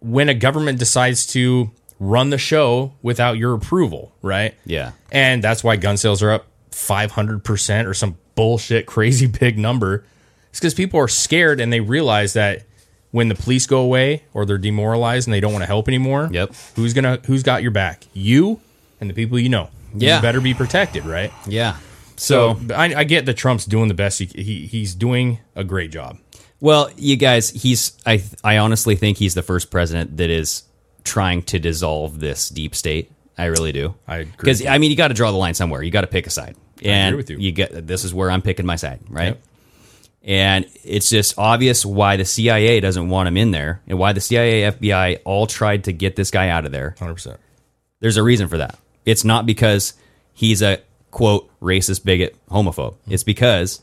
Speaker 7: when a government decides to run the show without your approval, right?
Speaker 8: Yeah.
Speaker 7: And that's why gun sales are up 500% or some bullshit, crazy big number. It's because people are scared and they realize that when the police go away or they're demoralized and they don't want to help anymore, yep. who's gonna who's got your back? You and the people you know.
Speaker 8: Yeah.
Speaker 7: You better be protected, right?
Speaker 8: Yeah.
Speaker 7: So,
Speaker 8: So-
Speaker 7: but I, I get that Trump's doing the best he, he he's doing a great job.
Speaker 8: Well, you guys, he's I I honestly think he's the first president that is trying to dissolve this deep state. I really do. I agree. Because
Speaker 7: with
Speaker 8: I mean, you got to draw the line somewhere. You got to pick a side.
Speaker 7: I agree
Speaker 8: And
Speaker 7: with you.
Speaker 8: get this is where I'm picking my side, right? And it's just obvious why the CIA doesn't want him in there, and why the CIA, FBI all tried to get this guy out of there.
Speaker 7: Hundred percent.
Speaker 8: There's a reason for that. It's not because he's a quote racist, bigot, homophobe. It's because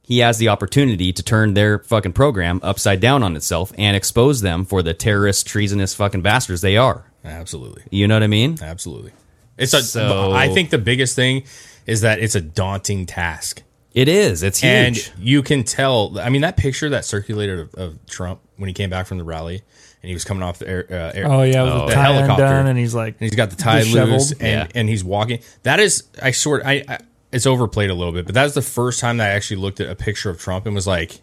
Speaker 8: he has the opportunity to turn their fucking program upside down on itself and expose them for the terrorist, treasonous fucking bastards they are.
Speaker 7: Absolutely.
Speaker 8: You know what I mean?
Speaker 7: Absolutely. It's a. I think the biggest thing is that it's a daunting task.
Speaker 8: It is. It's huge.
Speaker 7: And you can tell. I mean, that picture that circulated of, of Trump when he came back from the rally and he was coming off the air. Uh, air
Speaker 9: Oh, yeah, with the tie undone and he's, like,
Speaker 7: and he's got the tie
Speaker 9: disheveled.
Speaker 7: loose, and
Speaker 9: Yeah.
Speaker 7: and he's walking. That is, I sort, I, I it's overplayed a little bit, but that was the first time that I actually looked at a picture of Trump and was like,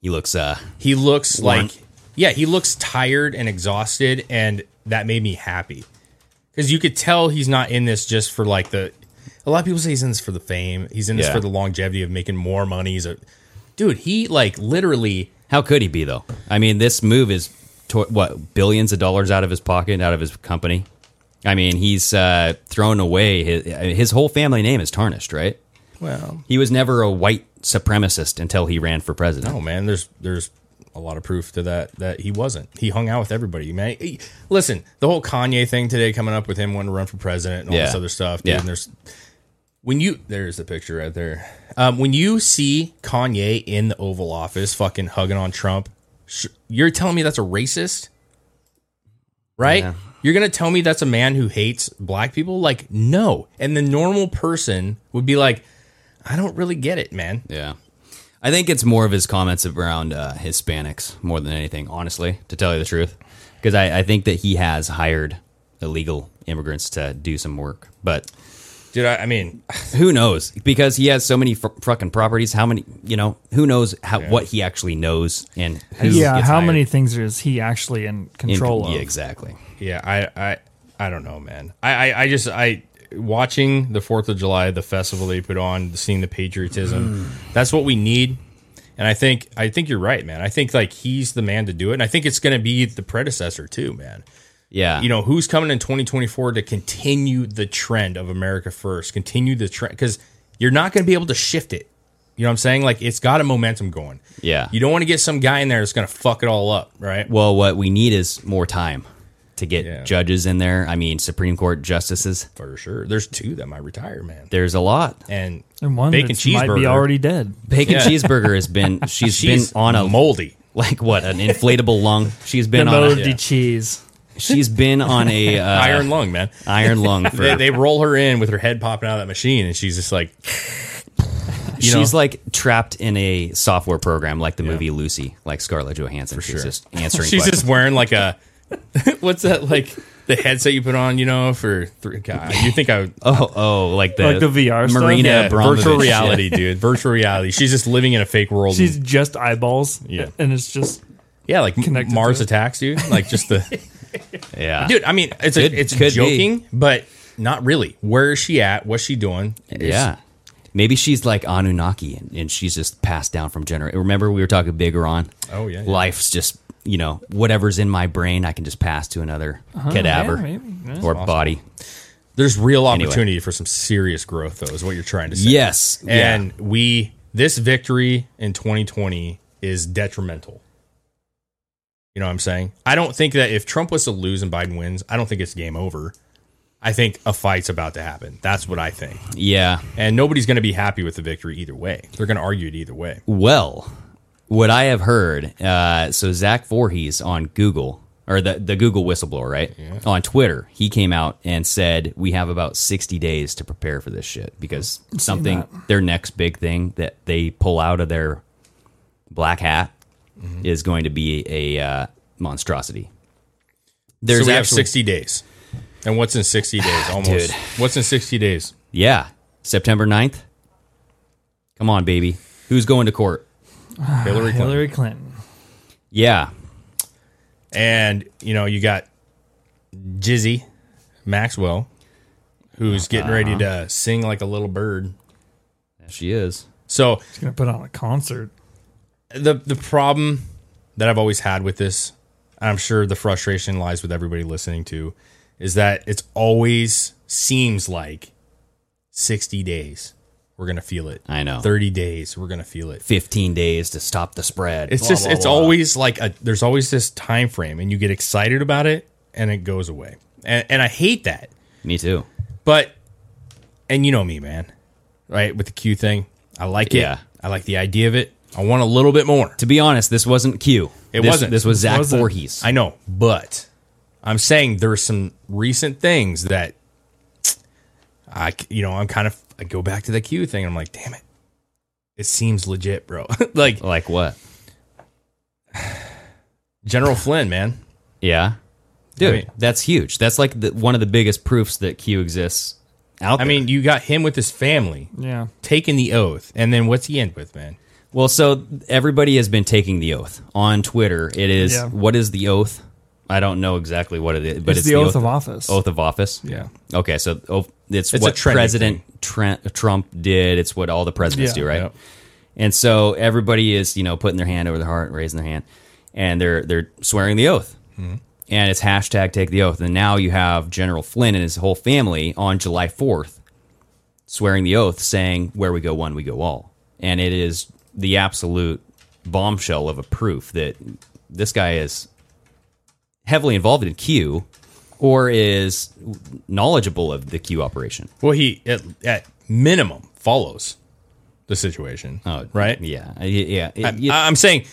Speaker 8: he looks, uh,
Speaker 7: he looks
Speaker 8: want-
Speaker 7: like, yeah, he looks tired and exhausted, and that made me happy because you could tell he's not in this just for like the. A lot of people say he's in this for the fame. He's in this
Speaker 8: Yeah.
Speaker 7: for the longevity of making more money. He's a dude. He like literally.
Speaker 8: How could he be though? I mean, this move is to- what billions of dollars out of his pocket, out of his company. I mean, he's uh, thrown away his his whole family name is tarnished, right?
Speaker 7: Well,
Speaker 8: He was never a white supremacist until he ran for president.
Speaker 7: no Oh, man. There's there's a lot of proof to that that he wasn't. He hung out with everybody. Man, He- listen, the whole Kanye thing today coming up with him wanting to run for president and all this
Speaker 8: Yeah.
Speaker 7: other stuff. Dude,
Speaker 8: Yeah.
Speaker 7: and there's when you there's the picture right there. Um, when you see Kanye in the Oval Office, fucking hugging on Trump, sh- you're telling me that's a racist, right?
Speaker 8: Yeah.
Speaker 7: You're gonna tell me that's a man who hates black people? Like, no. And the normal person would be like, I don't really get it, man.
Speaker 8: Yeah. I think it's more of his comments around uh, Hispanics more than anything, honestly, to tell you the truth. Because I, I think that he has hired illegal immigrants to do some work. But,
Speaker 7: dude, I, I mean,
Speaker 8: who knows? Because he has so many fr- fucking properties. How many, you know, who knows how, what he actually knows and who
Speaker 9: yeah,
Speaker 8: gets
Speaker 9: how
Speaker 8: hired.
Speaker 9: many things is he actually in control
Speaker 8: yeah,
Speaker 9: of?
Speaker 8: exactly.
Speaker 7: Yeah, I, I, I don't know, man. I, I, I just, I watching the Fourth of July, the festival they put on, seeing the patriotism.
Speaker 8: Mm.
Speaker 7: That's what we need, and I think, I think you're right, man. I think like he's the man to do it, and I think it's going to be the predecessor too, man.
Speaker 8: Yeah.
Speaker 7: You know who's coming in 2024 to continue the trend of America first, continue the trend because you're not going to be able to shift it. You know what I'm saying? Like it's got a momentum going.
Speaker 8: Yeah.
Speaker 7: You don't want to get some guy in there that's going to fuck it all up, right?
Speaker 8: Well, what we need is more time to get
Speaker 7: Yeah.
Speaker 8: judges in there. I mean, Supreme Court justices.
Speaker 7: For sure. There's two that might retire, man.
Speaker 8: There's a lot.
Speaker 7: and,
Speaker 9: And one
Speaker 7: bacon
Speaker 9: that's- might
Speaker 7: cheeseburger
Speaker 9: be already dead.
Speaker 8: Bacon
Speaker 7: Yeah.
Speaker 8: cheeseburger has been she's,
Speaker 7: She's
Speaker 8: been on a
Speaker 7: moldy
Speaker 8: like what an inflatable lung. She's been
Speaker 9: the
Speaker 8: on
Speaker 9: moldy
Speaker 8: a,
Speaker 9: cheese.
Speaker 8: she's been on a uh,
Speaker 7: iron lung, man.
Speaker 8: Iron lung. For,
Speaker 7: they, they roll her in with her head popping out of that machine, and she's just like, you
Speaker 8: she's
Speaker 7: know.
Speaker 8: like trapped in a software program like the movie Lucy, like Scarlett Johansson. she's
Speaker 7: sure.
Speaker 8: just answering.
Speaker 7: she's
Speaker 8: questions.
Speaker 7: just wearing like a what's that like the headset you put on, you know, for three. God, you think I would
Speaker 8: oh oh like the
Speaker 9: Like the VR stuff?
Speaker 8: Marina
Speaker 7: yeah,
Speaker 8: Abramovich,
Speaker 7: virtual
Speaker 8: yeah.
Speaker 7: reality, dude, virtual reality. She's just living in a fake world.
Speaker 9: She's just eyeballs.
Speaker 7: Yeah.
Speaker 9: And it's just
Speaker 7: yeah, like
Speaker 9: connected
Speaker 7: Mars
Speaker 9: to it.
Speaker 7: attacks, dude. Like just the
Speaker 8: Yeah,
Speaker 7: dude. I mean, it's
Speaker 8: Could-
Speaker 7: a, it's
Speaker 8: could be.
Speaker 7: joking, but not really. Where is she at? What's she doing? It's-
Speaker 8: Yeah. Maybe she's like Anunnaki and, and she's just passed down from generation. Remember we were talking bigger on?
Speaker 7: Oh, yeah, yeah.
Speaker 8: Life's just you know, whatever's in my brain, I can just pass to another
Speaker 7: Oh,
Speaker 8: cadaver
Speaker 7: yeah, maybe. That's
Speaker 8: or
Speaker 7: awesome.
Speaker 8: body.
Speaker 7: There's real
Speaker 8: Anyway.
Speaker 7: opportunity for some serious growth, though, is what you're trying to say.
Speaker 8: Yes, yeah.
Speaker 7: And we, this victory in 2020 is detrimental. You know what I'm saying? I don't think that if Trump was to lose and Biden wins, I don't think it's game over. I think a fight's about to happen. That's what I think.
Speaker 8: Yeah.
Speaker 7: And nobody's going to be happy with the victory either way. They're going to argue it either way.
Speaker 8: Well, what I have heard, uh, so Zach Voorhees on Google or the the Google whistleblower, right? On Twitter, he came out and said we have about sixty days to prepare for this shit because
Speaker 9: I've seen
Speaker 8: something
Speaker 9: that.
Speaker 8: their next big thing that they pull out of their black hat
Speaker 9: Mm-hmm.
Speaker 8: is going to be a uh, monstrosity.
Speaker 7: so we have
Speaker 8: actually-
Speaker 7: 60 days. And what's in 60 days? Almost.
Speaker 8: Dude.
Speaker 7: What's in 60 days?
Speaker 8: Yeah. September 9th. Come on, baby. Who's going to court?
Speaker 7: Hillary Clinton.
Speaker 9: Hillary Clinton.
Speaker 8: Yeah.
Speaker 7: And, you know, you got Jizzy Maxwell, who's getting ready
Speaker 8: Uh-huh.
Speaker 7: to sing like a little bird.
Speaker 8: She is.
Speaker 7: So
Speaker 9: She's gonna put on a concert.
Speaker 7: the the problem that I've always had with this, and I'm sure the frustration lies with everybody listening to, is that it's always seems like 60 days we're gonna feel it.
Speaker 8: I know.
Speaker 7: 30 days we're gonna feel it.
Speaker 8: 15 days to stop the spread.
Speaker 7: It's
Speaker 8: Blah,
Speaker 7: just
Speaker 8: blah,
Speaker 7: it's
Speaker 8: blah.
Speaker 7: always like a there's always this time frame, and you get excited about it, and it goes away, and, and I hate that.
Speaker 8: Me too.
Speaker 7: But and you know me, man, right? With the Q thing, I like it.
Speaker 8: Yeah.
Speaker 7: I like the idea of it. I want a little bit more.
Speaker 8: To be honest, this wasn't Q.
Speaker 7: It
Speaker 8: This-
Speaker 7: wasn't.
Speaker 8: This was Zach
Speaker 7: Wasn't.
Speaker 8: Voorhees.
Speaker 7: I know, but I'm saying there's some recent things that I, c- you know, I'm kind of I go back to the Q thing. And I'm like, damn it, it seems legit, bro. like
Speaker 8: like what?
Speaker 7: General Flynn, man.
Speaker 8: Yeah. Dude,
Speaker 7: I mean-
Speaker 8: that's huge. That's like the, one of the biggest proofs that Q exists out
Speaker 7: I
Speaker 8: there.
Speaker 7: mean, you got him with his family
Speaker 9: Yeah.
Speaker 7: taking the oath, and then what's he end with, man?
Speaker 8: Well, so everybody has been taking the oath on Twitter. It is
Speaker 9: Yeah.
Speaker 8: what is the oath? I don't know exactly what it is, but
Speaker 9: It's
Speaker 8: it's,
Speaker 9: the oath of office.
Speaker 8: Oath of office.
Speaker 9: Yeah.
Speaker 8: Okay, so oath- it's,
Speaker 7: It's a
Speaker 8: what
Speaker 7: trending
Speaker 8: President Trent, Trump did. It's what all the presidents
Speaker 9: Yeah.
Speaker 8: do, right? And so everybody is you know putting their hand over their heart, raising their hand, and they're they're swearing the oath.
Speaker 9: Mm-hmm.
Speaker 8: And it's hashtag take the oath. And now you have General Flynn and his whole family on July 4th swearing the oath, saying, Where we go one, we go all. And it is the absolute bombshell of a proof that this guy is heavily involved in Q or is knowledgeable of the Q operation.
Speaker 7: Well, he at, at minimum follows the situation, right?
Speaker 8: Oh, Yeah. y- Yeah. It-
Speaker 7: I,
Speaker 8: it-
Speaker 7: I'm uh, saying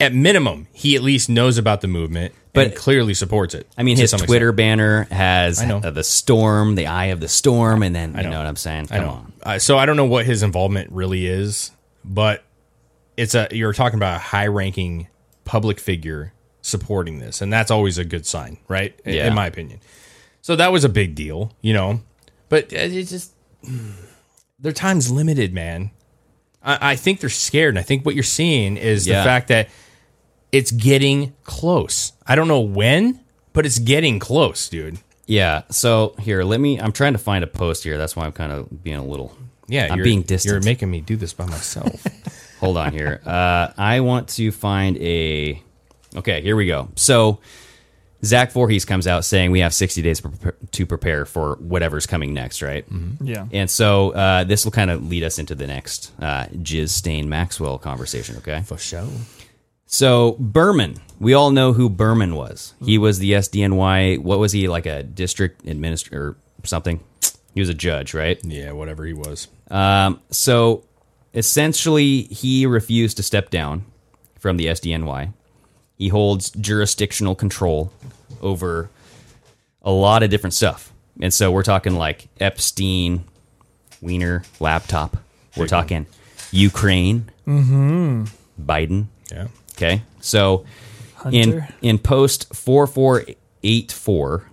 Speaker 7: at minimum, he at least knows about the movement, but
Speaker 8: But-
Speaker 7: clearly supports it.
Speaker 8: I mean,
Speaker 7: to
Speaker 8: his
Speaker 7: some extent.
Speaker 8: Twitter banner has
Speaker 7: I know.
Speaker 8: uh, the storm, the eye of the storm, and then you know, what I'm saying. Come
Speaker 7: I know.
Speaker 8: on,
Speaker 7: Uh, so I don't know what his involvement really is, but it's a you're talking about a high-ranking public figure supporting this, and that's always a good sign, right? In-
Speaker 8: Yeah.
Speaker 7: In my opinion. So that was a big deal, you know. But it it's just their time's limited, man. I, I think they're scared, and I think what you're seeing is
Speaker 8: Yeah.
Speaker 7: the fact that it's getting close. I don't know when, but it's getting close, dude.
Speaker 8: yeah. So here, let me. I'm trying to find a post here. That's why I'm kind of being a little.
Speaker 7: Yeah,
Speaker 8: I'm
Speaker 7: you're,
Speaker 8: being distant.
Speaker 7: You're making me do this by myself.
Speaker 8: Hold on here. Uh, I want to find a. Okay, here we go. So Zach Voorhees comes out saying we have 60 days prep- to prepare for whatever's coming next, right?
Speaker 7: Mm-hmm.
Speaker 9: Yeah.
Speaker 8: And so uh, this will kind of lead us into the next uh, Jizz Stain Maxwell conversation, okay?
Speaker 7: For sure.
Speaker 8: So Berman, we all know who Berman was. He was the SDNY. What was he like a district administrator or something? He was a judge, right?
Speaker 7: Yeah, whatever he was.
Speaker 8: Um, so essentially, he refused to step down from the SDNY. He holds jurisdictional control over a lot of different stuff. And so we're talking like Epstein, Wiener, laptop. We're talking Ukraine, Biden.
Speaker 7: Yeah.
Speaker 8: Okay. So in
Speaker 9: Hunter.
Speaker 8: in post 4484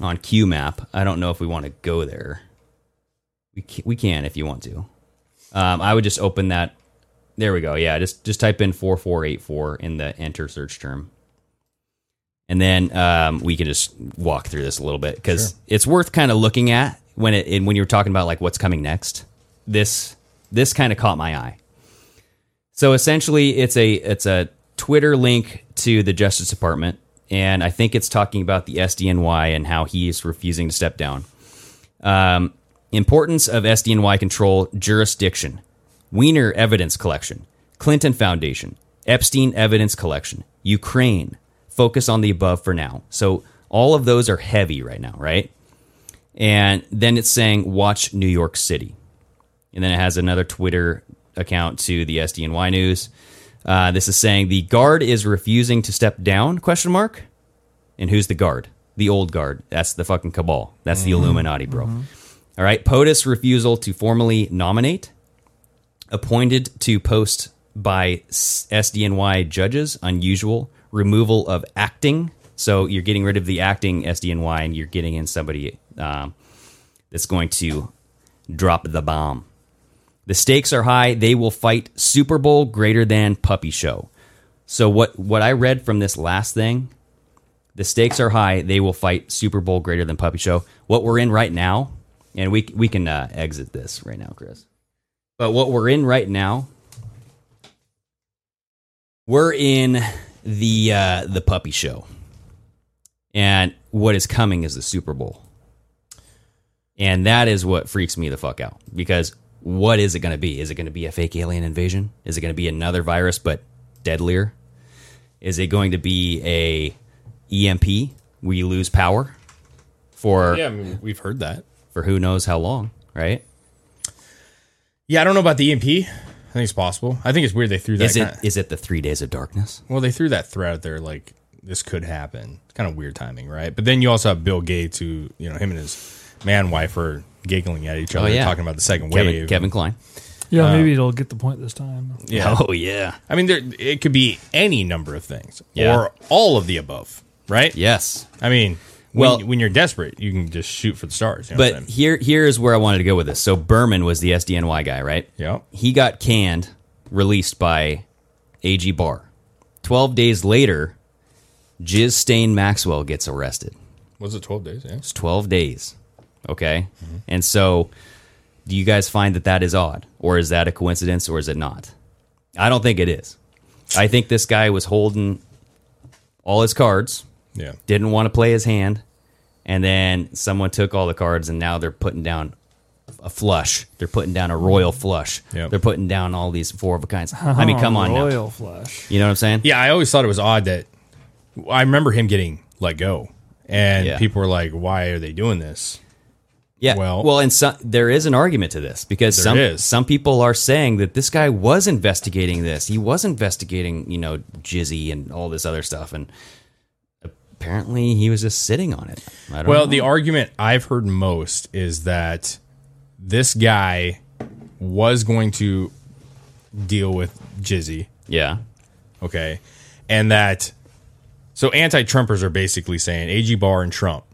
Speaker 8: on QMap, I don't know if we want to go there. We can, we can if you want to. Um, I would just open that. There we go. Yeah, just just type in 4484 in the enter search term. And then um, we can just walk through this a little bit because it's worth kind of looking at when it and when you're talking about like what's coming next. This this kind of caught my eye. So essentially, it's a it's a Twitter link to the Justice Department, and I think it's talking about the SDNY and how he is refusing to step down. Um, importance of SDNY control jurisdiction, Wiener evidence collection, Clinton Foundation, Epstein evidence collection, Ukraine. Focus on the above for now. So all of those are heavy right now, right? And then it's saying watch New York City, and then it has another Twitter account to the SDNY news. Uh, this is saying the guard is refusing to step down? Question mark. And who's the guard? The old guard. That's the fucking cabal. That's the
Speaker 12: Mhm.
Speaker 8: Illuminati, bro.
Speaker 12: Mhm.
Speaker 8: All right. POTUS refusal to formally nominate. Appointed to post by S- SDNY judges. Unusual. Removal of acting. So you're getting rid of the acting SDNY and you're getting in somebody um, that's going to drop the bomb. The stakes are high. They will fight Super Bowl greater than puppy show. So what what I read from this last thing, the stakes are high. They will fight Super Bowl greater than puppy show. What we're in right now, and we we can uh, exit this right now, Chris. But what we're in right now, we're in the uh, the puppy show, and what is coming is the Super Bowl. And that is what freaks me the fuck out because what is it going to be? Is it going to be a fake alien invasion? Is it going to be another virus but deadlier? Is it going to be a E EMP where you lose power for
Speaker 7: Yeah, I mean, we've heard that.
Speaker 8: for who knows how long, right?
Speaker 7: Yeah, I don't know about the EMP. I think it's possible. I think it's weird they threw that.
Speaker 8: Is it is
Speaker 7: kinda-
Speaker 8: it the 3 days of darkness?
Speaker 7: well, they threw that threat out there like this could happen. It's kind of weird timing, right? But then you also have Bill Gates, who you know him and his man wife are giggling at each
Speaker 8: Oh,
Speaker 7: other,
Speaker 8: yeah.
Speaker 7: talking about the second
Speaker 8: Kevin-
Speaker 7: wave.
Speaker 8: Kevin Klein.
Speaker 9: Yeah,
Speaker 7: Um,
Speaker 9: maybe it'll get the point this time.
Speaker 7: Yeah.
Speaker 8: Oh, yeah.
Speaker 7: I mean, there it could be any number of things,
Speaker 8: Yeah.
Speaker 7: or all of the above, right?
Speaker 8: Yes.
Speaker 7: I mean,
Speaker 8: Well-
Speaker 7: when, when you're desperate, you can just shoot for the stars. You know what I'm
Speaker 8: But here here is where I wanted to go with this. So Berman was the SDNY guy, right?
Speaker 7: Yeah.
Speaker 8: He got canned, released by AG Barr. Twelve days later, Jiz Stain Maxwell gets arrested.
Speaker 7: was it 12 days? Yeah.
Speaker 8: It's twelve days. Okay.
Speaker 7: Mm-hmm.
Speaker 8: And so do you guys find that that is odd? Or is that a coincidence or is it not? I don't think it is. I think this guy was holding all his cards.
Speaker 7: Yeah.
Speaker 8: Didn't want to play his hand. And then someone took all the cards and now they're putting down a flush. They're putting down a royal flush. They're putting down all these four of a kinds. I mean, come on now.
Speaker 9: Oh, Royal flush.
Speaker 8: You know what I'm saying?
Speaker 7: Oh, Yeah, I always thought it was odd that I remember him getting let go, and
Speaker 8: Yeah.
Speaker 7: people were like, "Why are they doing this?"
Speaker 8: Yeah. Well, and some, there is an argument to this because
Speaker 7: There
Speaker 8: some
Speaker 7: is.
Speaker 8: some people are saying that this guy was investigating this. He was investigating, you know, Jizzy and all this other stuff, and apparently he was just sitting on it. I don't
Speaker 7: Well,
Speaker 8: know.
Speaker 7: the argument I've heard most is that this guy was going to deal with Jizzy.
Speaker 8: Yeah.
Speaker 7: Okay. And that so anti-Trumpers are basically saying AG Barr and Trump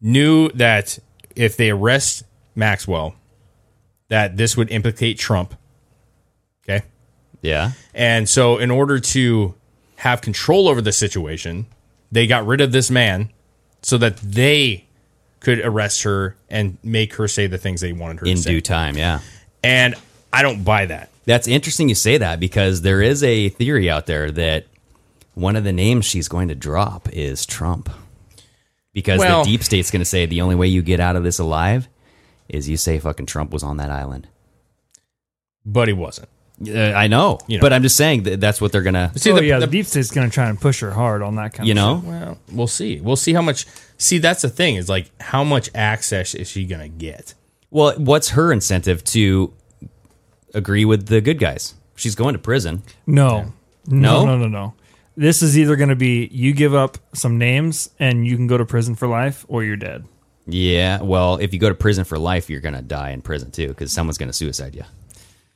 Speaker 7: knew that if they arrest Maxwell, that this would implicate Trump. Okay.
Speaker 8: Yeah.
Speaker 7: And so, in order to have control over the situation, they got rid of this man so that they could arrest her and make her say the things they wanted her
Speaker 8: in
Speaker 7: to say.
Speaker 8: due time. Yeah.
Speaker 7: And I don't buy that.
Speaker 8: That's interesting you say that because there is a theory out there that one of the names she's going to drop is Trump. Because
Speaker 7: Well-
Speaker 8: the deep state's going to say the only way you get out of this alive is you say fucking Trump was on that island.
Speaker 7: But he wasn't.
Speaker 8: Uh, I know,
Speaker 7: You know.
Speaker 8: but I'm just saying that that's what they're gonna.
Speaker 9: oh, yeah, the, deep state's going to try and push her hard on that kind
Speaker 8: You
Speaker 9: of
Speaker 8: know?
Speaker 9: shit.
Speaker 7: Well, we'll see. We'll see how much. See, that's the thing is like, how much access is she going to get?
Speaker 8: Well, what's her incentive to agree with the good guys? She's going to prison.
Speaker 9: No.
Speaker 8: No?
Speaker 9: No, no, no, no. This is either going to be you give up some names and you can go to prison for life or you're dead.
Speaker 8: Yeah. Well, if you go to prison for life, you're gonna die in prison too, because someone's gonna suicide you.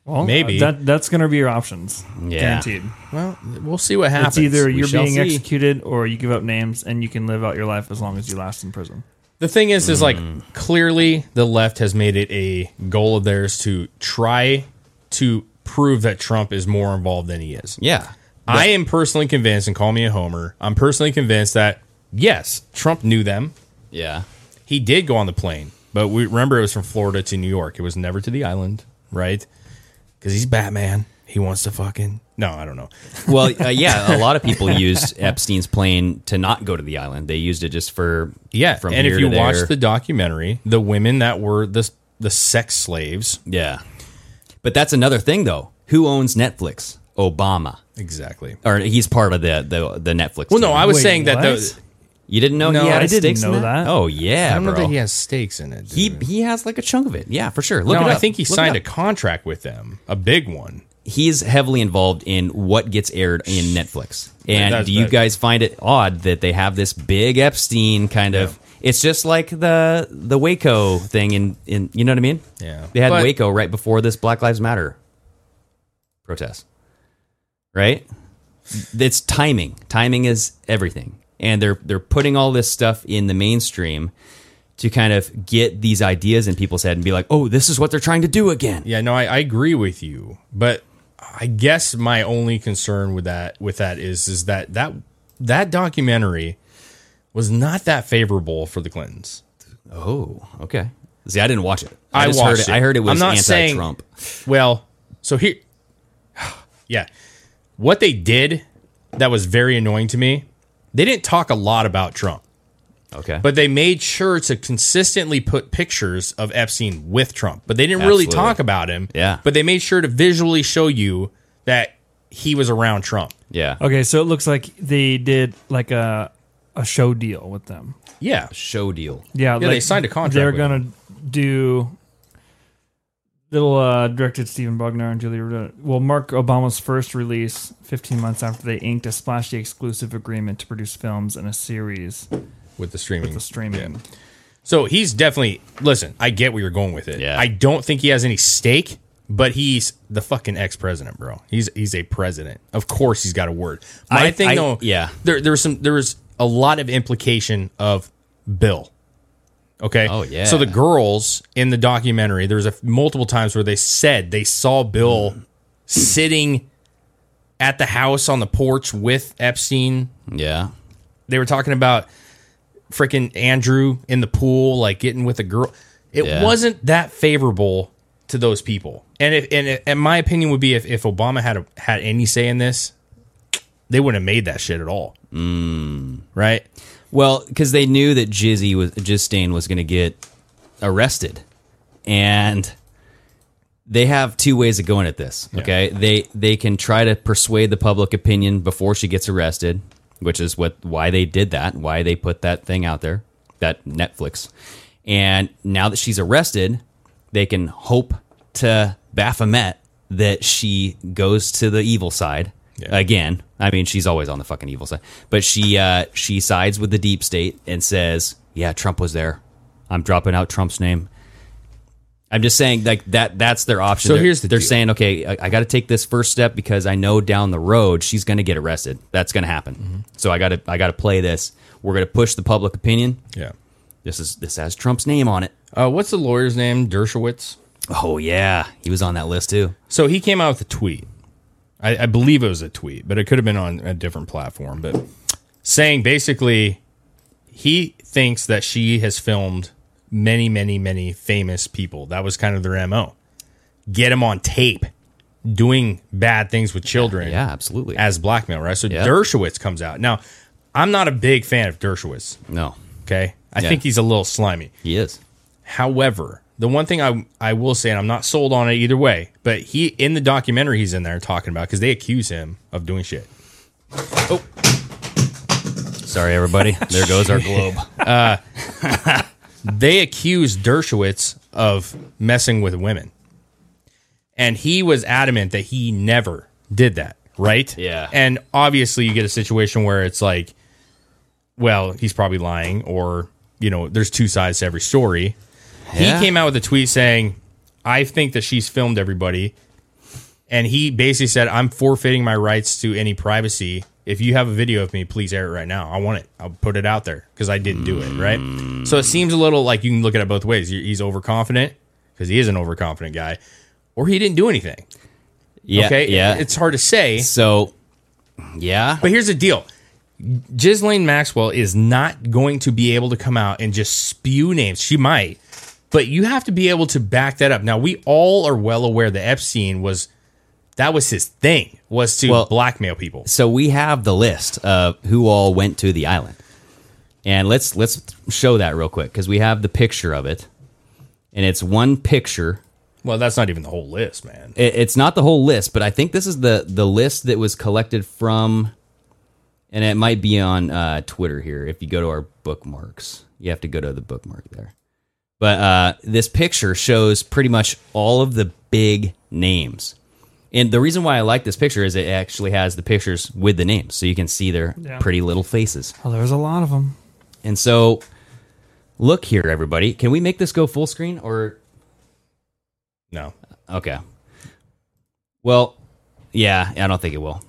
Speaker 9: Well, uh,
Speaker 8: Maybe.
Speaker 9: that that's going to be your options.
Speaker 8: Yeah.
Speaker 9: Guaranteed.
Speaker 7: Well, we'll see what happens.
Speaker 9: It's either
Speaker 7: We
Speaker 9: you're
Speaker 7: shall
Speaker 9: being
Speaker 7: see.
Speaker 9: executed or you give up names and you can live out your life as long as you last in prison.
Speaker 7: The thing is, is like
Speaker 8: Mm.
Speaker 7: clearly the left has made it a goal of theirs to try to prove that Trump is more involved than he is.
Speaker 8: Yeah.
Speaker 7: I am personally convinced, and call me a homer, I'm personally convinced that yes, Trump knew them.
Speaker 8: Yeah.
Speaker 7: He did go on the plane, but we remember it was from Florida to New York. It was never to the island, right? Because he's Batman. He wants to fucking. No, I don't know.
Speaker 8: Well, uh, yeah, a lot of people used Epstein's plane to not go to the island. They used it just for
Speaker 7: yeah.
Speaker 8: From
Speaker 7: and
Speaker 8: here
Speaker 7: if you
Speaker 8: to
Speaker 7: watch
Speaker 8: there.
Speaker 7: the documentary, the women that were the the sex slaves,
Speaker 8: yeah. But that's another thing, though. Who owns Netflix? Obama,
Speaker 7: exactly.
Speaker 8: or he's part of the the, the Netflix.
Speaker 7: Well, no,
Speaker 8: team.
Speaker 7: I was Wait, saying that the- what?
Speaker 8: you didn't know
Speaker 7: No,
Speaker 8: he had
Speaker 7: I didn't
Speaker 8: stakes
Speaker 7: know
Speaker 8: in that?
Speaker 7: that.
Speaker 8: Oh yeah,
Speaker 7: I don't know
Speaker 8: bro.
Speaker 7: that he has stakes in it.
Speaker 8: he he has like a chunk of it. Yeah, for sure. Look
Speaker 7: no,
Speaker 8: it
Speaker 7: I
Speaker 8: up.
Speaker 7: think he
Speaker 8: Look it
Speaker 7: signed a
Speaker 8: up.
Speaker 7: contract with them, a big one.
Speaker 8: He's heavily involved in what gets aired in Netflix. And
Speaker 7: That's
Speaker 8: do you
Speaker 7: big.
Speaker 8: guys find it odd that they have this big Epstein kind of? It's just like the the Waco thing in in you know what I mean?
Speaker 7: Yeah.
Speaker 8: They had
Speaker 7: But-
Speaker 8: Waco right before this Black Lives Matter protest. Right? It's timing. Timing is everything. And they're they're putting all this stuff in the mainstream to kind of get these ideas in people's head and be like, "Oh, this is what they're trying to do again."
Speaker 7: Yeah, no, I, I agree with you, but I guess my only concern with that with that is is that that that documentary was not that favorable for the Clintons.
Speaker 8: Oh, okay. See, I didn't watch it.
Speaker 7: I,
Speaker 8: just
Speaker 7: watched
Speaker 8: heard I heard it was
Speaker 7: I'm not saying-
Speaker 8: anti-Trump.
Speaker 7: well, so here, yeah, what they did that was very annoying to me. They didn't talk a lot about Trump,
Speaker 8: okay,
Speaker 7: but they made sure to consistently put pictures of Epstein with Trump, but they didn't really
Speaker 8: Absolutely.
Speaker 7: talk about him.
Speaker 8: Yeah.
Speaker 7: but they made sure to visually show you that he was around Trump.
Speaker 8: yeah.
Speaker 9: Okay, so it looks like they did like a a show deal with them.
Speaker 7: Yeah,
Speaker 8: Show deal.
Speaker 9: Yeah,
Speaker 7: Yeah,
Speaker 9: like
Speaker 7: they signed a contract
Speaker 9: They're
Speaker 7: with
Speaker 9: gonna do little uh, directed Stephen Bugner and Julia. Roberts. Well, Mark Obama's first release, 15 months after they inked a splashy exclusive agreement to produce films and a series
Speaker 7: with the streaming.
Speaker 9: with the streaming.
Speaker 7: So he's definitely listen. I get where you're going with it.
Speaker 8: Yeah.
Speaker 7: I don't think he has any stake, but he's the fucking ex president, bro. He's he's a president. Of course, he's got a word. My
Speaker 8: I-
Speaker 7: thing
Speaker 8: I-
Speaker 7: though,
Speaker 8: yeah.
Speaker 7: There there was some there was a lot of implication of Bill. Okay.
Speaker 8: Oh, yeah.
Speaker 7: So the girls in the documentary, there was a f- multiple times where they said they saw Bill sitting at the house on the porch with Epstein
Speaker 8: Yeah.
Speaker 7: they were talking about freaking Andrew in the pool, like getting with a girl. It
Speaker 8: Yeah.
Speaker 7: wasn't that favorable to those people. And if, and, and my opinion would be if, if Obama had a, had any say in this, they wouldn't have made that shit at all, mm. right?
Speaker 8: Well, because they knew that Jizzy was Jizstain was going to get arrested, and they have two ways of going at this. Okay, they they can try to persuade the public opinion before she gets arrested, which is what why they did that, why they put that thing out there, that Netflix, and now that she's arrested, they can hope to Baphomet that she goes to the evil side
Speaker 7: Yeah.
Speaker 8: again. I mean, she's always on the fucking evil side, but she uh, she sides with the deep state and says, "Yeah, Trump was there. I'm dropping out Trump's name." I'm just saying, like that. That's their option.
Speaker 7: So
Speaker 8: They're-
Speaker 7: here's the
Speaker 8: they're
Speaker 7: deal.
Speaker 8: saying, okay, I, I got to take this first step because I know down the road she's going to get arrested. That's going to happen.
Speaker 7: Mm-hmm.
Speaker 8: So I got to I got to play this. We're going to push the public opinion.
Speaker 7: Yeah.
Speaker 8: This is this has Trump's name on it.
Speaker 7: Uh, what's the lawyer's name? Dershowitz.
Speaker 8: Oh yeah, he was on that list too.
Speaker 7: So he came out with a tweet. I, I believe it was a tweet, but it could have been on a different platform. But saying basically, he thinks that she has filmed many, many, many famous people. That was kind of their mo. Get him on tape doing bad things with children.
Speaker 8: Yeah, absolutely.
Speaker 7: As blackmail, right? So
Speaker 8: Yeah.
Speaker 7: Dershowitz comes out. Now, I'm not a big fan of Dershowitz.
Speaker 8: No,
Speaker 7: Okay, I
Speaker 8: Yeah.
Speaker 7: think he's a little slimy.
Speaker 8: he is.
Speaker 7: However, the one thing I I will say, and I'm not sold on it either way, but he in the documentary he's in there talking about because they accuse him of doing shit.
Speaker 8: Sorry, everybody. There goes our globe.
Speaker 7: They accused Dershowitz of messing with women, and he was adamant that he never did that. Right?
Speaker 8: Yeah.
Speaker 7: And obviously, you get a situation where it's like, well, he's probably lying, or you know, there's two sides to every story.
Speaker 8: Yeah.
Speaker 7: He came out with a tweet saying, I think that she's filmed everybody. And he basically said, I'm forfeiting my rights to any privacy. If you have a video of me, please air it right now. I want it. I'll put it out there because I didn't do it. Right. So it seems a little like you can look at it both ways. You- He's overconfident because he is an overconfident guy, or he didn't do anything.
Speaker 8: Yeah,
Speaker 7: okay.
Speaker 8: yeah.
Speaker 7: It's hard to say.
Speaker 8: so, yeah,
Speaker 7: But here's the deal. Ghislaine Maxwell is not going to be able to come out and just spew names. She might, but you have to be able to back that up. Now, we all are well aware that Epstein was That was his thing was to blackmail people.
Speaker 8: So we have the list of who all went to the island, and let's let's show that real quick because we have the picture of it, and it's one picture.
Speaker 7: Well, that's not even the whole list, man.
Speaker 8: It, it's not the whole list, but I think this is the the list that was collected from, and it might be on uh, Twitter here. If you go to our bookmarks, you have to go to the bookmark there. But uh, this picture shows pretty much all of the big names. And the reason why I like this picture is it actually has the pictures with the names, so you can see their
Speaker 9: Yeah.
Speaker 8: pretty little faces.
Speaker 9: Well, Oh, there's a lot of them.
Speaker 8: And so, look here, everybody. Can we make this go full screen or
Speaker 7: no?
Speaker 8: Okay. Well, yeah, I don't think it will.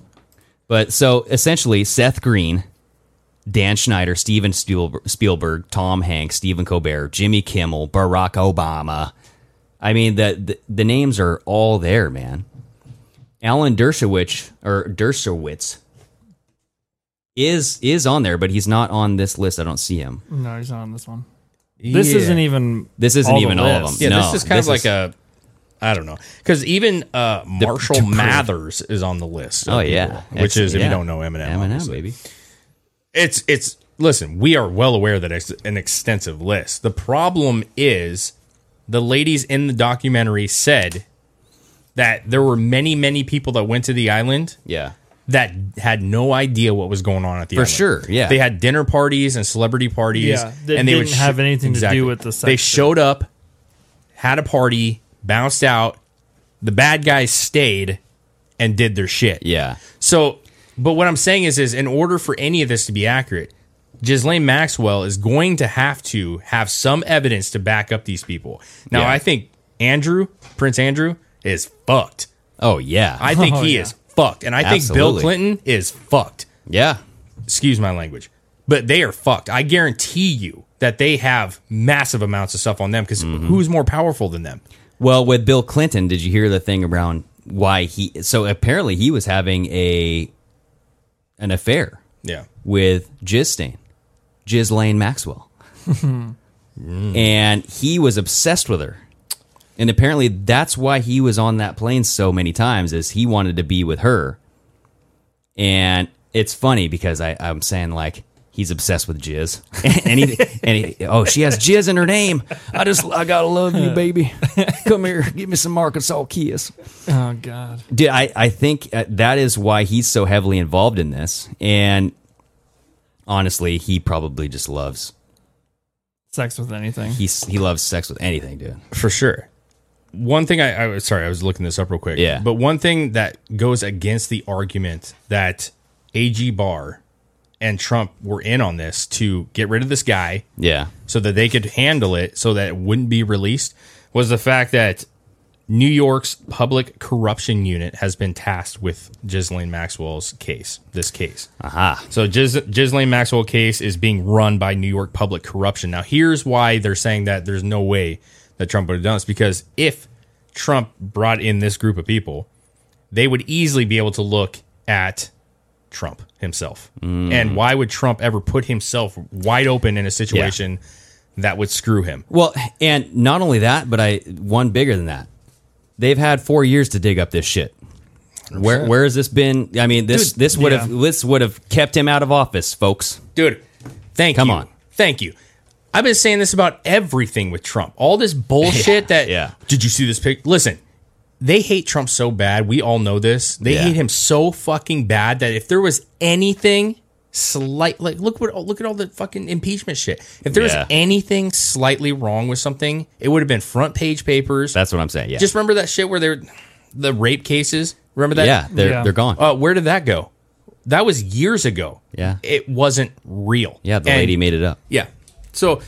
Speaker 8: But so essentially, Seth Green, Dan Schneider, Steven Spielberg, Spielberg, Tom Hanks, Stephen Colbert, Jimmy Kimmel, Barack Obama. I mean, the, the the names are all there, man. Alan Dershowitz or Dershowitz is is on there, but he's not on this list. I don't see him.
Speaker 9: No, he's not on this one. This
Speaker 7: Yeah.
Speaker 9: isn't even.
Speaker 8: This isn't
Speaker 9: all the
Speaker 8: even all of them.
Speaker 9: list.
Speaker 7: Yeah,
Speaker 8: no,
Speaker 7: this is kind of like a I don't know because even uh,
Speaker 8: The-
Speaker 7: Marshall Mathers is on the list. of
Speaker 8: Oh, yeah.
Speaker 7: people, which is if
Speaker 8: Yeah.
Speaker 7: you don't know Eminem,
Speaker 8: Eminem,
Speaker 7: obviously. It's it's listen. We are well aware that it's an extensive list. The problem is the ladies in the documentary said that there were many many people that went to the island.
Speaker 8: Yeah.
Speaker 7: That had no idea what was going on at the
Speaker 8: For
Speaker 7: island.
Speaker 8: sure, yeah.
Speaker 7: They had dinner parties and celebrity parties.
Speaker 9: Yeah, that
Speaker 7: and they would
Speaker 9: didn't have anything to do
Speaker 7: Exactly.
Speaker 9: with the
Speaker 7: They
Speaker 9: sex
Speaker 7: showed up, had a party, bounced out. The bad guys stayed and did their shit.
Speaker 8: Yeah.
Speaker 7: So, but what I'm saying is, is in order for any of this to be accurate, Ghislaine Maxwell is going to have to have some evidence to back up these people. Now,
Speaker 8: Yeah.
Speaker 7: I think Andrew, Prince Andrew, is fucked.
Speaker 8: Oh yeah,
Speaker 7: I think
Speaker 8: Oh,
Speaker 7: he
Speaker 8: yeah.
Speaker 7: is fucked. And I think Bill
Speaker 8: Absolutely.
Speaker 7: Clinton is fucked.
Speaker 8: Yeah.
Speaker 7: Excuse my language. But they are fucked. I guarantee you that they have massive amounts of stuff on them because
Speaker 8: Mm-hmm.
Speaker 7: who's more powerful than them?
Speaker 8: Well, with Bill Clinton, did you hear the thing around why he? So apparently, he was having a an affair.
Speaker 7: Yeah.
Speaker 8: With Ghislaine, Ghislaine Maxwell, and he was obsessed with her. And apparently, that's why he was on that plane so many times, is he wanted to be with her. And it's funny because I, I'm saying like he's obsessed with jizz, and he, and he, oh, she has jizz in her name. I just, I gotta love you, baby. Come here, give me some Arkansas kiss.
Speaker 9: Oh God.
Speaker 8: Dude, I, I think uh, that is why he's so heavily involved in this. And honestly, he probably just loves
Speaker 9: Sex with anything.
Speaker 8: he's he loves sex with anything, dude.
Speaker 7: For sure. One thing I, I was sorry, I was looking this up real quick.
Speaker 8: Yeah.
Speaker 7: But one thing that goes against the argument that AG Barr and Trump were in on this to get rid of this guy
Speaker 8: Yeah.
Speaker 7: so that they could handle it so that it wouldn't be released was the fact that New York's public corruption unit has been tasked with Ghislaine Maxwell's case, this case.
Speaker 8: Aha.
Speaker 7: So Gis- Ghislaine Maxwell case is being run by New York public corruption. Now, here's why they're saying that there's no way that Trump would have done this because if Trump brought in this group of people, they would easily be able to look at Trump himself. And why would Trump ever put himself wide open in a situation that would screw him?
Speaker 8: Well, and not only that, but I one bigger than that. They've had four years to dig up this shit. Where where has this been? I mean this
Speaker 7: Dude,
Speaker 8: this would have
Speaker 7: yeah.
Speaker 8: this would have kept him out of office, folks.
Speaker 7: Dude, thank
Speaker 8: Come
Speaker 7: you.
Speaker 8: on.
Speaker 7: Thank you. I've been saying this about everything with Trump. All this bullshit that
Speaker 8: yeah.
Speaker 7: Did you see this pic? Listen, they hate Trump so bad. We all know this. They
Speaker 8: Yeah.
Speaker 7: hate him so fucking bad that if there was anything slight, like look what look at all the fucking impeachment shit. If there
Speaker 8: Yeah.
Speaker 7: was anything slightly wrong with something, it would have been front page papers.
Speaker 8: That's what I'm saying. Yeah.
Speaker 7: Just remember that shit where they're the rape cases. Remember that?
Speaker 8: yeah, they're
Speaker 9: Yeah.
Speaker 8: they're gone.
Speaker 7: Uh, where did that go? That was years ago.
Speaker 8: Yeah.
Speaker 7: It wasn't real.
Speaker 8: yeah, the
Speaker 7: And-
Speaker 8: lady made it up.
Speaker 7: Yeah. So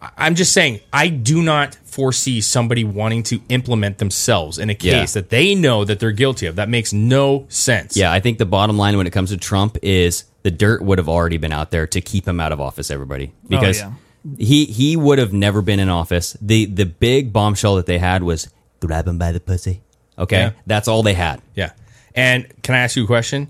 Speaker 7: I- I'm just saying, I do not foresee somebody wanting to implement themselves in a case
Speaker 8: Yeah.
Speaker 7: that they know that they're guilty of. That makes no sense.
Speaker 8: Yeah, I think the bottom line when it comes to Trump is the dirt would have already been out there to keep him out of office, everybody.
Speaker 7: Oh,
Speaker 8: Because
Speaker 9: yeah.
Speaker 8: he he would have never been in office. The the big bombshell that they had was grab him by the pussy. Okay.
Speaker 7: Yeah.
Speaker 8: That's all they had.
Speaker 7: Yeah. And can I ask you a question?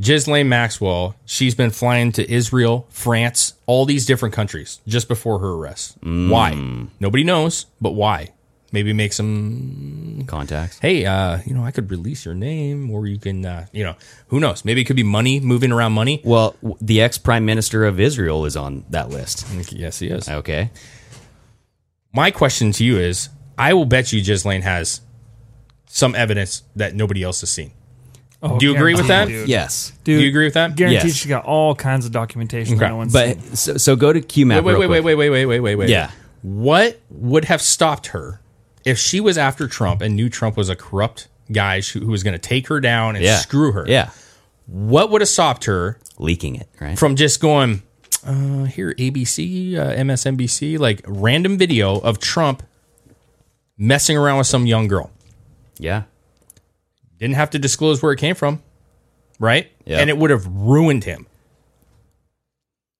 Speaker 7: Ghislaine Maxwell, she's been flying to Israel, France,
Speaker 8: Mm.
Speaker 7: all these different countries just before her arrest. Why? Nobody knows, but why? Maybe make some
Speaker 8: contacts.
Speaker 7: Hey, uh, you know, I could release your name, or you can, uh, you know, who knows? Maybe it could be money moving around money.
Speaker 8: Well, w- the ex prime minister of Israel is on that list.
Speaker 7: Yes, he is.
Speaker 8: Okay.
Speaker 7: My question to you is: I will bet you Ghislaine has some evidence that nobody else has seen.
Speaker 9: Oh,
Speaker 7: Do you agree with that?
Speaker 9: guaranteed, dude.
Speaker 8: Yes.
Speaker 9: Dude,
Speaker 7: Do you agree with that?
Speaker 9: Guaranteed,
Speaker 8: Yes.
Speaker 9: she got all kinds of documentation that no one's seen.
Speaker 8: But so, so go to QMAP. real
Speaker 7: Wait, wait, wait,
Speaker 8: quick.
Speaker 7: wait, wait, wait, wait, wait, wait, wait.
Speaker 8: Yeah.
Speaker 7: What would have stopped her if she was after Trump and knew Trump was a corrupt guy who who was going to take her down and
Speaker 8: Yeah.
Speaker 7: screw her?
Speaker 8: Yeah.
Speaker 7: What would have stopped her
Speaker 8: Leaking it, right?
Speaker 7: from just going uh, here ABC, uh, MSNBC, like random video of Trump messing around with some young girl?
Speaker 8: yeah.
Speaker 7: Didn't have to disclose where it came from, right?
Speaker 8: Yeah.
Speaker 7: And it would have ruined him.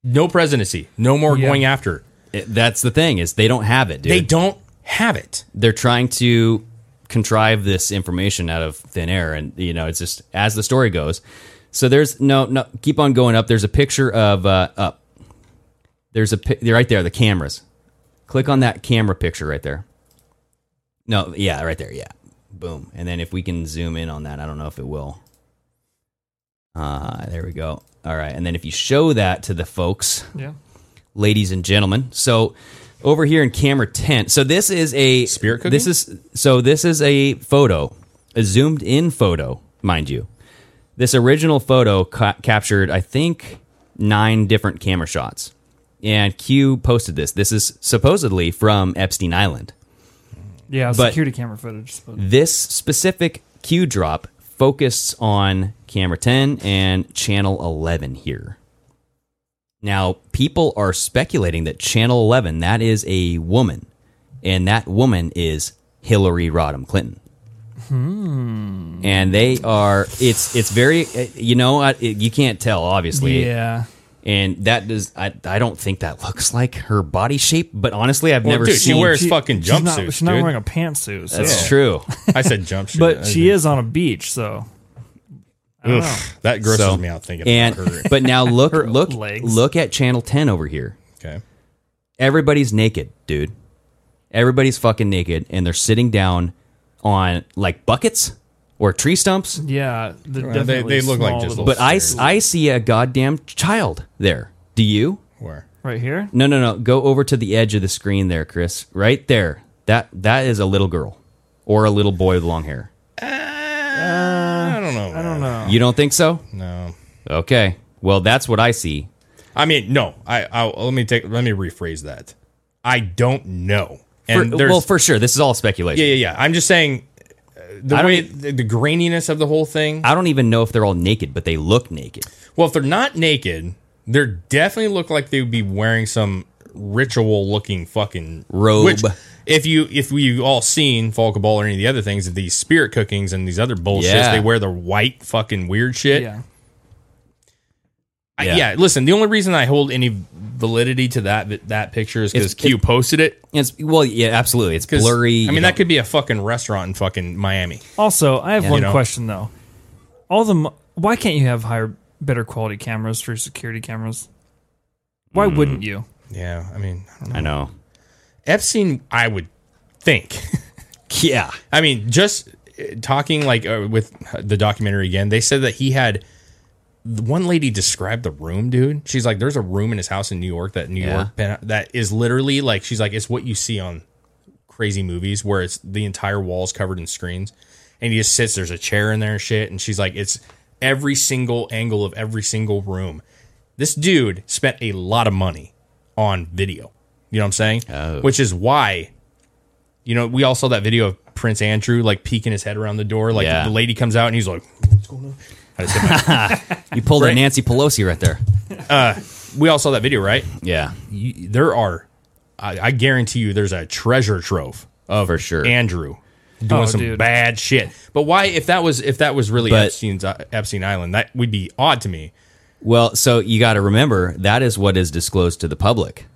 Speaker 7: No presidency, no more
Speaker 8: Yeah.
Speaker 7: going after.
Speaker 8: It- that's the thing is they don't have it, dude.
Speaker 7: They don't have it.
Speaker 8: they're trying to contrive this information out of thin air and you know it's just as the story goes so there's no no keep on going up there's a picture of uh up there's a pi- they're right there the cameras click on that camera picture right there no yeah right there yeah boom and then if we can zoom in on that i don't know if it will uh there we go all right and then if you show that to the folks
Speaker 9: Yeah.
Speaker 8: ladies and gentlemen. So over here in camera 10. So this is a
Speaker 7: Spirit cooking?
Speaker 8: This is so this is a photo, a zoomed in photo, mind you. This original photo ca- captured I think 9 different camera shots. And Q posted this. This is supposedly from Epstein Island.
Speaker 9: Yeah,
Speaker 8: but-
Speaker 9: security camera footage. But
Speaker 8: This specific Q drop focused on camera 10 and channel 11 here. Now, people are speculating that channel 11 that is a woman and that woman is Hillary Rodham Clinton.
Speaker 7: Hmm.
Speaker 8: And they are it's it's very uh, you know I- you can't tell obviously
Speaker 9: yeah.
Speaker 8: and that does I, I don't think that looks like her body shape but honestly I've
Speaker 7: Well,
Speaker 8: never
Speaker 7: dude, she
Speaker 8: seen
Speaker 7: wears fucking
Speaker 9: she's not-
Speaker 7: jumpsuits,
Speaker 9: She's not
Speaker 7: dude.
Speaker 9: wearing a pantsuit. So.
Speaker 8: that's true
Speaker 7: I said jumpsuit,
Speaker 9: But she is on a beach, so I don't know.
Speaker 7: That grosses
Speaker 8: So-
Speaker 7: me out thinking
Speaker 8: and
Speaker 7: about her.
Speaker 8: but now look
Speaker 9: Her
Speaker 8: look
Speaker 9: legs.
Speaker 8: look at channel 10 over here
Speaker 7: okay.
Speaker 8: everybody's naked dude everybody's fucking naked and they're sitting down on like buckets or tree stumps
Speaker 9: Yeah, the
Speaker 7: Well, they-
Speaker 9: definitely
Speaker 7: they look like
Speaker 9: small
Speaker 7: just
Speaker 9: little-
Speaker 8: but I, I see a goddamn child there do you
Speaker 7: Where?
Speaker 9: right here.
Speaker 8: no no no go over to the edge of the screen there chris right there that that is a little girl or a little boy with long hair
Speaker 7: Uh, I don't know.
Speaker 9: I don't know.
Speaker 8: you don't think so
Speaker 7: No.
Speaker 8: okay well that's what i see
Speaker 7: I mean, no. I, I let me take let me rephrase that. I don't know.
Speaker 8: for,
Speaker 7: And there's
Speaker 8: well for sure this is all speculation
Speaker 7: yeah, yeah, yeah. I'm just saying uh, the
Speaker 8: I don't
Speaker 7: way
Speaker 8: e-
Speaker 7: the, the graininess of the whole thing.
Speaker 8: i don't even know if they're all naked but they look naked
Speaker 7: Well, if they're not naked, they definitely look like they would be wearing some ritual looking fucking
Speaker 8: Robe.
Speaker 7: if you if we've all seen Falcaball or any of the other things, these spirit cookings and these other bullshits,
Speaker 8: Yeah.
Speaker 7: they wear the white fucking weird shit.
Speaker 9: Yeah,
Speaker 7: I-
Speaker 8: Yeah.
Speaker 7: yeah. listen, the only reason I hold any validity to that that picture is because
Speaker 8: It's-
Speaker 7: Q posted it.
Speaker 8: It's well, yeah, absolutely. It's
Speaker 7: 'Cause,
Speaker 8: blurry.
Speaker 7: I
Speaker 8: you
Speaker 7: mean, that
Speaker 8: know.
Speaker 7: could be a fucking restaurant in fucking Miami.
Speaker 9: Also, I have
Speaker 8: Yeah.
Speaker 9: one
Speaker 8: You
Speaker 7: know.
Speaker 9: question though. All the mo- why can't you have higher, better quality cameras for security cameras? Why wouldn't you?
Speaker 7: Yeah, I mean, I don't know.
Speaker 8: I know.
Speaker 7: Epstein, I would think.
Speaker 8: Yeah,
Speaker 7: I mean, just uh, talking like uh, with the documentary again, they said that he had one lady described the room, dude. She's like, "There's a room in his house in New York that New
Speaker 8: Yeah.
Speaker 7: York pen- that is literally like she's like it's what you see on crazy movies where it's the entire walls covered in screens, and he just sits. There's a chair in there and shit, and she's like, it's every single angle of every single room. This dude spent a lot of money on video. You know what I'm saying? Which is why you know, we all saw that video of Prince Andrew like peeking his head around the door. Like
Speaker 8: Yeah.
Speaker 7: the lady comes out and he's like, "What's going on?" I just hit my-
Speaker 8: you pulled a
Speaker 7: Right.
Speaker 8: Nancy Pelosi right there.
Speaker 7: we all saw that video, right?
Speaker 8: Yeah,
Speaker 7: You, there are, I, I guarantee you, there's a treasure trove of
Speaker 8: Oh, For sure.
Speaker 7: Andrew doing
Speaker 9: Oh,
Speaker 7: some
Speaker 9: dude.
Speaker 7: bad shit. But why, if that was if that was really
Speaker 8: But-
Speaker 7: Epstein's uh, Epstein Island, that would be odd to me.
Speaker 8: Well, so you got to remember that is what is disclosed to the public.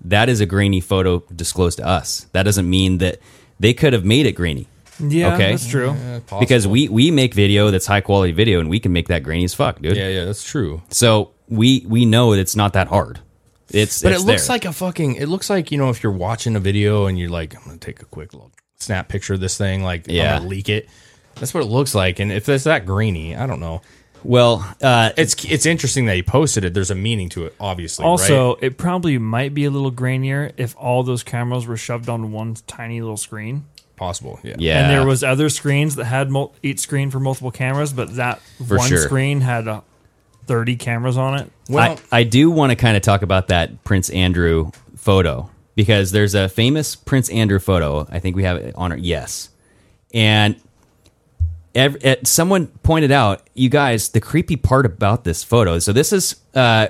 Speaker 8: That is a grainy photo disclosed to us. That doesn't mean that they could have made it grainy
Speaker 9: Yeah,
Speaker 8: Okay.
Speaker 9: that's true.
Speaker 7: Uh,
Speaker 8: because we we make video that's high quality video and we can make that grainy as fuck, dude.
Speaker 7: yeah, that's true.
Speaker 8: So we we know it's not that hard. It's
Speaker 7: But
Speaker 8: it's
Speaker 7: it looks
Speaker 8: there.
Speaker 7: like a fucking. It looks like you know if you're watching a video and you're like, I'm gonna take a quick look. snap picture of this thing, like yeah.
Speaker 8: Yeah.
Speaker 7: I'm gonna leak it. That's what it looks like. And if it's that grainy, I don't know.
Speaker 8: Well, uh,
Speaker 7: it's it's interesting that he posted it. There's a meaning to it, obviously.
Speaker 9: Also,
Speaker 7: right?
Speaker 9: it probably might be a little grainier if all those cameras were shoved on one tiny little screen.
Speaker 7: Possible, yeah.
Speaker 8: Yeah.
Speaker 9: And there was other screens that had mul- each screen for multiple cameras, but that
Speaker 8: For
Speaker 9: one
Speaker 8: sure.
Speaker 9: screen had uh, thirty cameras on it.
Speaker 8: I, I do want to kind of talk about that Prince Andrew photo because there's a famous Prince Andrew photo. I think we have it on our yes, and ev eh, someone pointed out, you guys, the creepy part about this photo. So this is uh,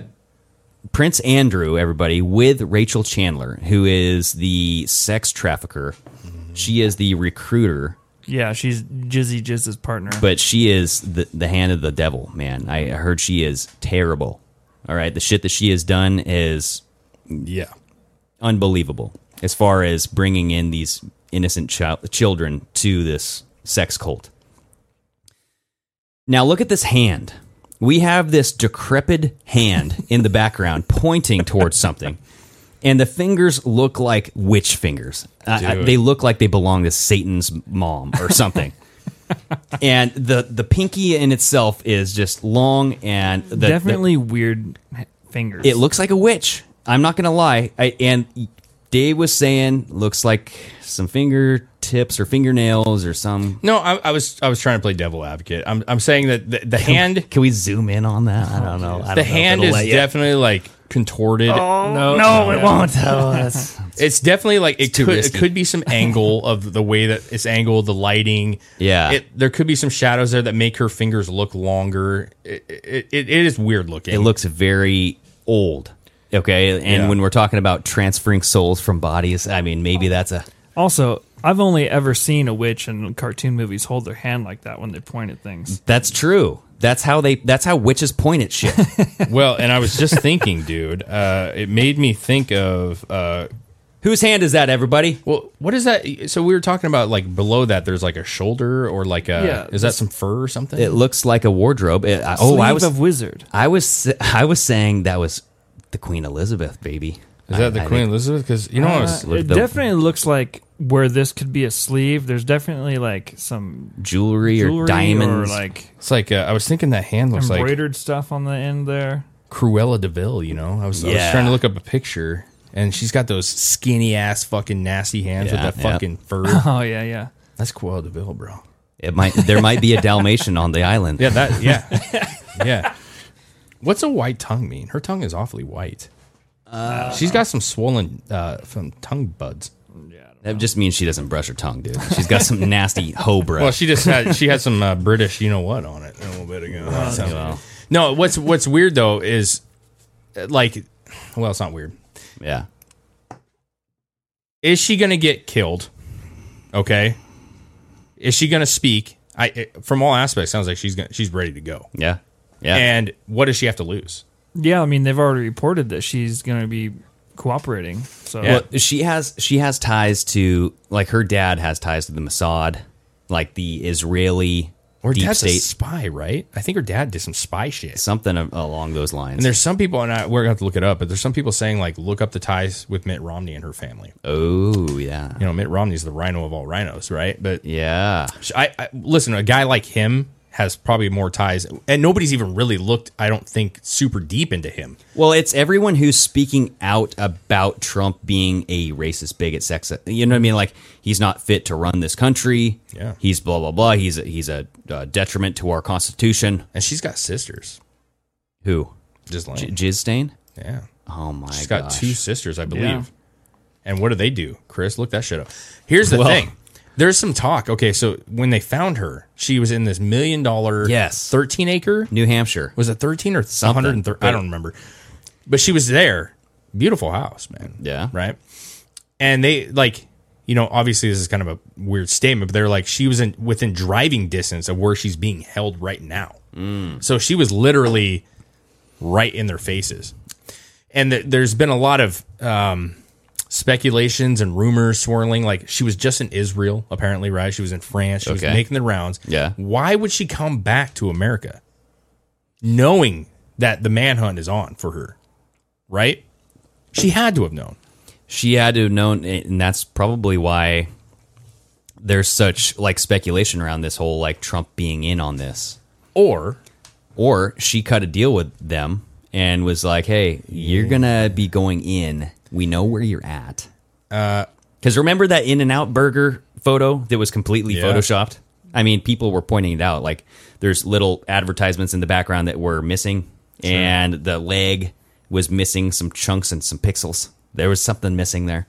Speaker 8: Prince Andrew, everybody, with Rachel Chandler, who is the sex trafficker. She is the recruiter
Speaker 9: yeah, she's Jizzy Jizz's partner.
Speaker 8: but she is the, the hand of the devil, man. I heard she is terrible. All right. The shit that she has done is,
Speaker 7: yeah,
Speaker 8: unbelievable as far as bringing in these innocent child, children to this sex cult. Now, look at this hand. We have this decrepit hand in the background pointing towards something. And the fingers look like witch fingers. I- I-
Speaker 7: Dude.
Speaker 8: they look like they belong to Satan's mom or something. and the, the pinky in itself is just long and the, the-
Speaker 9: Definitely weird fingers.
Speaker 8: uh, it looks like a witch. I'm not gonna lie. I, and Dave was saying looks like some fingertips or fingernails or some.
Speaker 7: No, I, I was I was trying to play devil advocate. I'm I'm saying that the, the hand.
Speaker 8: Can we zoom in on that? I don't know. I don't know
Speaker 7: the
Speaker 8: if
Speaker 7: hand
Speaker 8: it'll
Speaker 7: is
Speaker 8: let you.
Speaker 7: definitely like contorted.
Speaker 8: Oh, No, no, it won't. Oh, that's-
Speaker 7: it's definitely like it
Speaker 8: too
Speaker 7: could it
Speaker 8: risky.
Speaker 7: could be some angle of the way that it's angled, the lighting.
Speaker 8: Yeah.
Speaker 7: it, there could be some shadows there that make her fingers look longer. It it, it, it is weird looking.
Speaker 8: It looks very old. Okay, and
Speaker 7: Yeah.
Speaker 8: when we're talking about transferring souls from bodies, I mean maybe that's a
Speaker 9: Also, I've only ever seen a witch in cartoon movies hold their hand like that when they point at things.
Speaker 8: that's true. That's how they. That's how witches point at shit.
Speaker 7: well, and I was just thinking, dude. Uh, it made me think of uh,
Speaker 8: whose hand is that, everybody?
Speaker 7: Well, what is that? So we were talking about like below that. There's like a shoulder or like
Speaker 9: Yeah,
Speaker 7: a is that some fur or something?
Speaker 8: It looks like a wardrobe. It, I, oh, I
Speaker 9: Sleeve
Speaker 8: was
Speaker 9: of wizard.
Speaker 8: I was I was saying that was the Queen Elizabeth, baby.
Speaker 7: Is that the Queen Elizabeth? Because you know, I
Speaker 9: Uh,
Speaker 7: was,
Speaker 9: it definitely looks like where this could be a sleeve. There's definitely like some
Speaker 8: jewelry,
Speaker 9: jewelry
Speaker 8: or diamonds?
Speaker 9: or like
Speaker 7: it's like uh, I was thinking that hand looks like
Speaker 9: embroidered stuff on the end there.
Speaker 7: Cruella Deville. You know, I was, I was
Speaker 8: Yeah.
Speaker 7: trying to look up a picture, and she's got those skinny ass fucking nasty hands
Speaker 8: Yeah,
Speaker 7: with that
Speaker 8: yeah.
Speaker 7: fucking fur.
Speaker 9: Oh yeah, yeah.
Speaker 7: That's Cruella Deville, bro.
Speaker 8: It might there might be a Dalmatian on the island.
Speaker 7: Yeah, that yeah, yeah. What's a white tongue mean? Her tongue is awfully white. she's got some swollen uh, from tongue buds.
Speaker 8: That just means she doesn't brush her tongue, dude. She's got some nasty hoe brush.
Speaker 7: Well, she just had she had some uh, British, you know what, on it a little bit ago. So- No, what's what's weird though is uh, like, well, it's not weird.
Speaker 8: yeah.
Speaker 7: Is she gonna get killed? Okay, is she gonna speak? I it, from all aspects sounds like she's gonna, she's ready to go.
Speaker 8: Yeah. Yeah.
Speaker 7: And what does she have to lose?
Speaker 9: Yeah, I mean they've already reported that she's going to be cooperating. So
Speaker 8: Well, she has she has ties to like her dad has ties to the Mossad, like the Israeli
Speaker 7: Her
Speaker 8: deep
Speaker 7: dad's a
Speaker 8: state,
Speaker 7: spy, right? I think her dad did some spy shit.
Speaker 8: something a- along those lines.
Speaker 7: And there's some people, and I, we're gonna have to look it up, but there's some people saying like, look up the ties with Mitt Romney and her family.
Speaker 8: oh yeah,
Speaker 7: You know, Mitt Romney's the rhino of all rhinos, right? But
Speaker 8: yeah.
Speaker 7: I, I listen. A guy like him has probably more ties, and nobody's even really looked. I don't think super deep into him.
Speaker 8: Well, it's everyone who's speaking out about Trump being a racist bigot, sex. You know what I mean? Like he's not fit to run this country.
Speaker 7: Yeah.
Speaker 8: he's blah blah blah. He's a, he's a uh, detriment to our constitution.
Speaker 7: And she's got sisters.
Speaker 8: Who?
Speaker 7: Just like
Speaker 8: J- Jizz stain?
Speaker 7: yeah,
Speaker 8: Oh my
Speaker 7: she's got
Speaker 8: god!
Speaker 7: two sisters, I believe.
Speaker 9: Yeah.
Speaker 7: And what do they do, Chris? Look that shit up. Here's the
Speaker 8: Well-
Speaker 7: thing. There's some talk. Okay, so when they found her, she was in this million dollar,
Speaker 8: Yes.
Speaker 7: thirteen acre.
Speaker 8: New Hampshire.
Speaker 7: Was it thirteen or
Speaker 8: Something.
Speaker 7: hundred and thirty? I don't remember. But she was there. Beautiful house, man.
Speaker 8: Yeah.
Speaker 7: Right. And they like, you know, obviously this is kind of a weird statement, but they're like, she was in within driving distance of where she's being held right now.
Speaker 8: Mm.
Speaker 7: So she was literally right in their faces. And th- there's been a lot of um, speculations and rumors swirling. Like she was just in Israel, apparently, right? She was in France. She
Speaker 8: Okay.
Speaker 7: was making the rounds.
Speaker 8: Yeah.
Speaker 7: Why would she come back to America knowing that the manhunt is on for her? Right? She had to have known.
Speaker 8: She had to have known, and that's probably why there's such like speculation around this whole like Trump being in on this,
Speaker 7: or
Speaker 8: or she cut a deal with them and was like, "Hey, you're gonna be going in. We know where you're at." Because remember that In and Out Burger photo that was completely
Speaker 7: Yeah.
Speaker 8: photoshopped. I mean, people were pointing it out. Like, there's little advertisements in the background that were missing, and the leg was missing some chunks and some pixels. There was something missing there.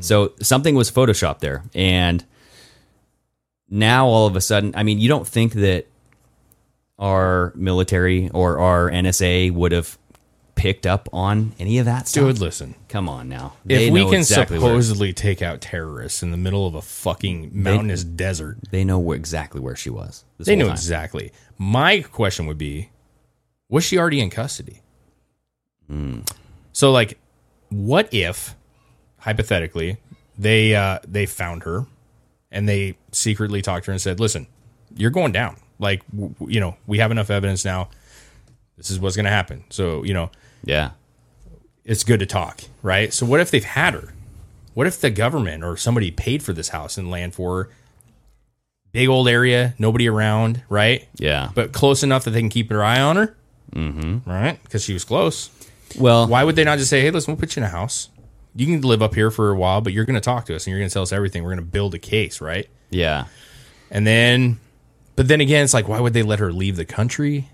Speaker 8: So something was photoshopped there, and now all of a sudden, I mean, you don't think that our military or our NSA would have picked up on any of that stuff.
Speaker 7: Dude, listen.
Speaker 8: Come on now. They
Speaker 7: if we
Speaker 8: know
Speaker 7: can
Speaker 8: exactly where-
Speaker 7: supposedly take out terrorists in the middle of a fucking mountainous desert,
Speaker 8: they know where, exactly where she was. this
Speaker 7: they
Speaker 8: whole
Speaker 7: know
Speaker 8: time.
Speaker 7: exactly. My question would be, was she already in custody?
Speaker 8: Hmm.
Speaker 7: So, like, what if, hypothetically, they uh, they found her and they secretly talked to her and said, "Listen, you're going down. Like, w- w- you know, we have enough evidence now. This is what's going to happen. So, you know,
Speaker 8: yeah,
Speaker 7: it's good to talk, right? So, what if they've had her? What if the government or somebody paid for this house and land for her? Big old area, nobody around, right?
Speaker 8: Yeah.
Speaker 7: but close enough that they can keep their eye on her, mm-hmm. right? Because she was close.
Speaker 8: Well,
Speaker 7: why would they not just say, "Hey, listen, we'll put you in a house. You can live up here for a while, but you're going to talk to us and you're going to tell us everything. We're going to build a case, right?"
Speaker 8: Yeah.
Speaker 7: And then, but then again, it's like, why would they let her leave the country?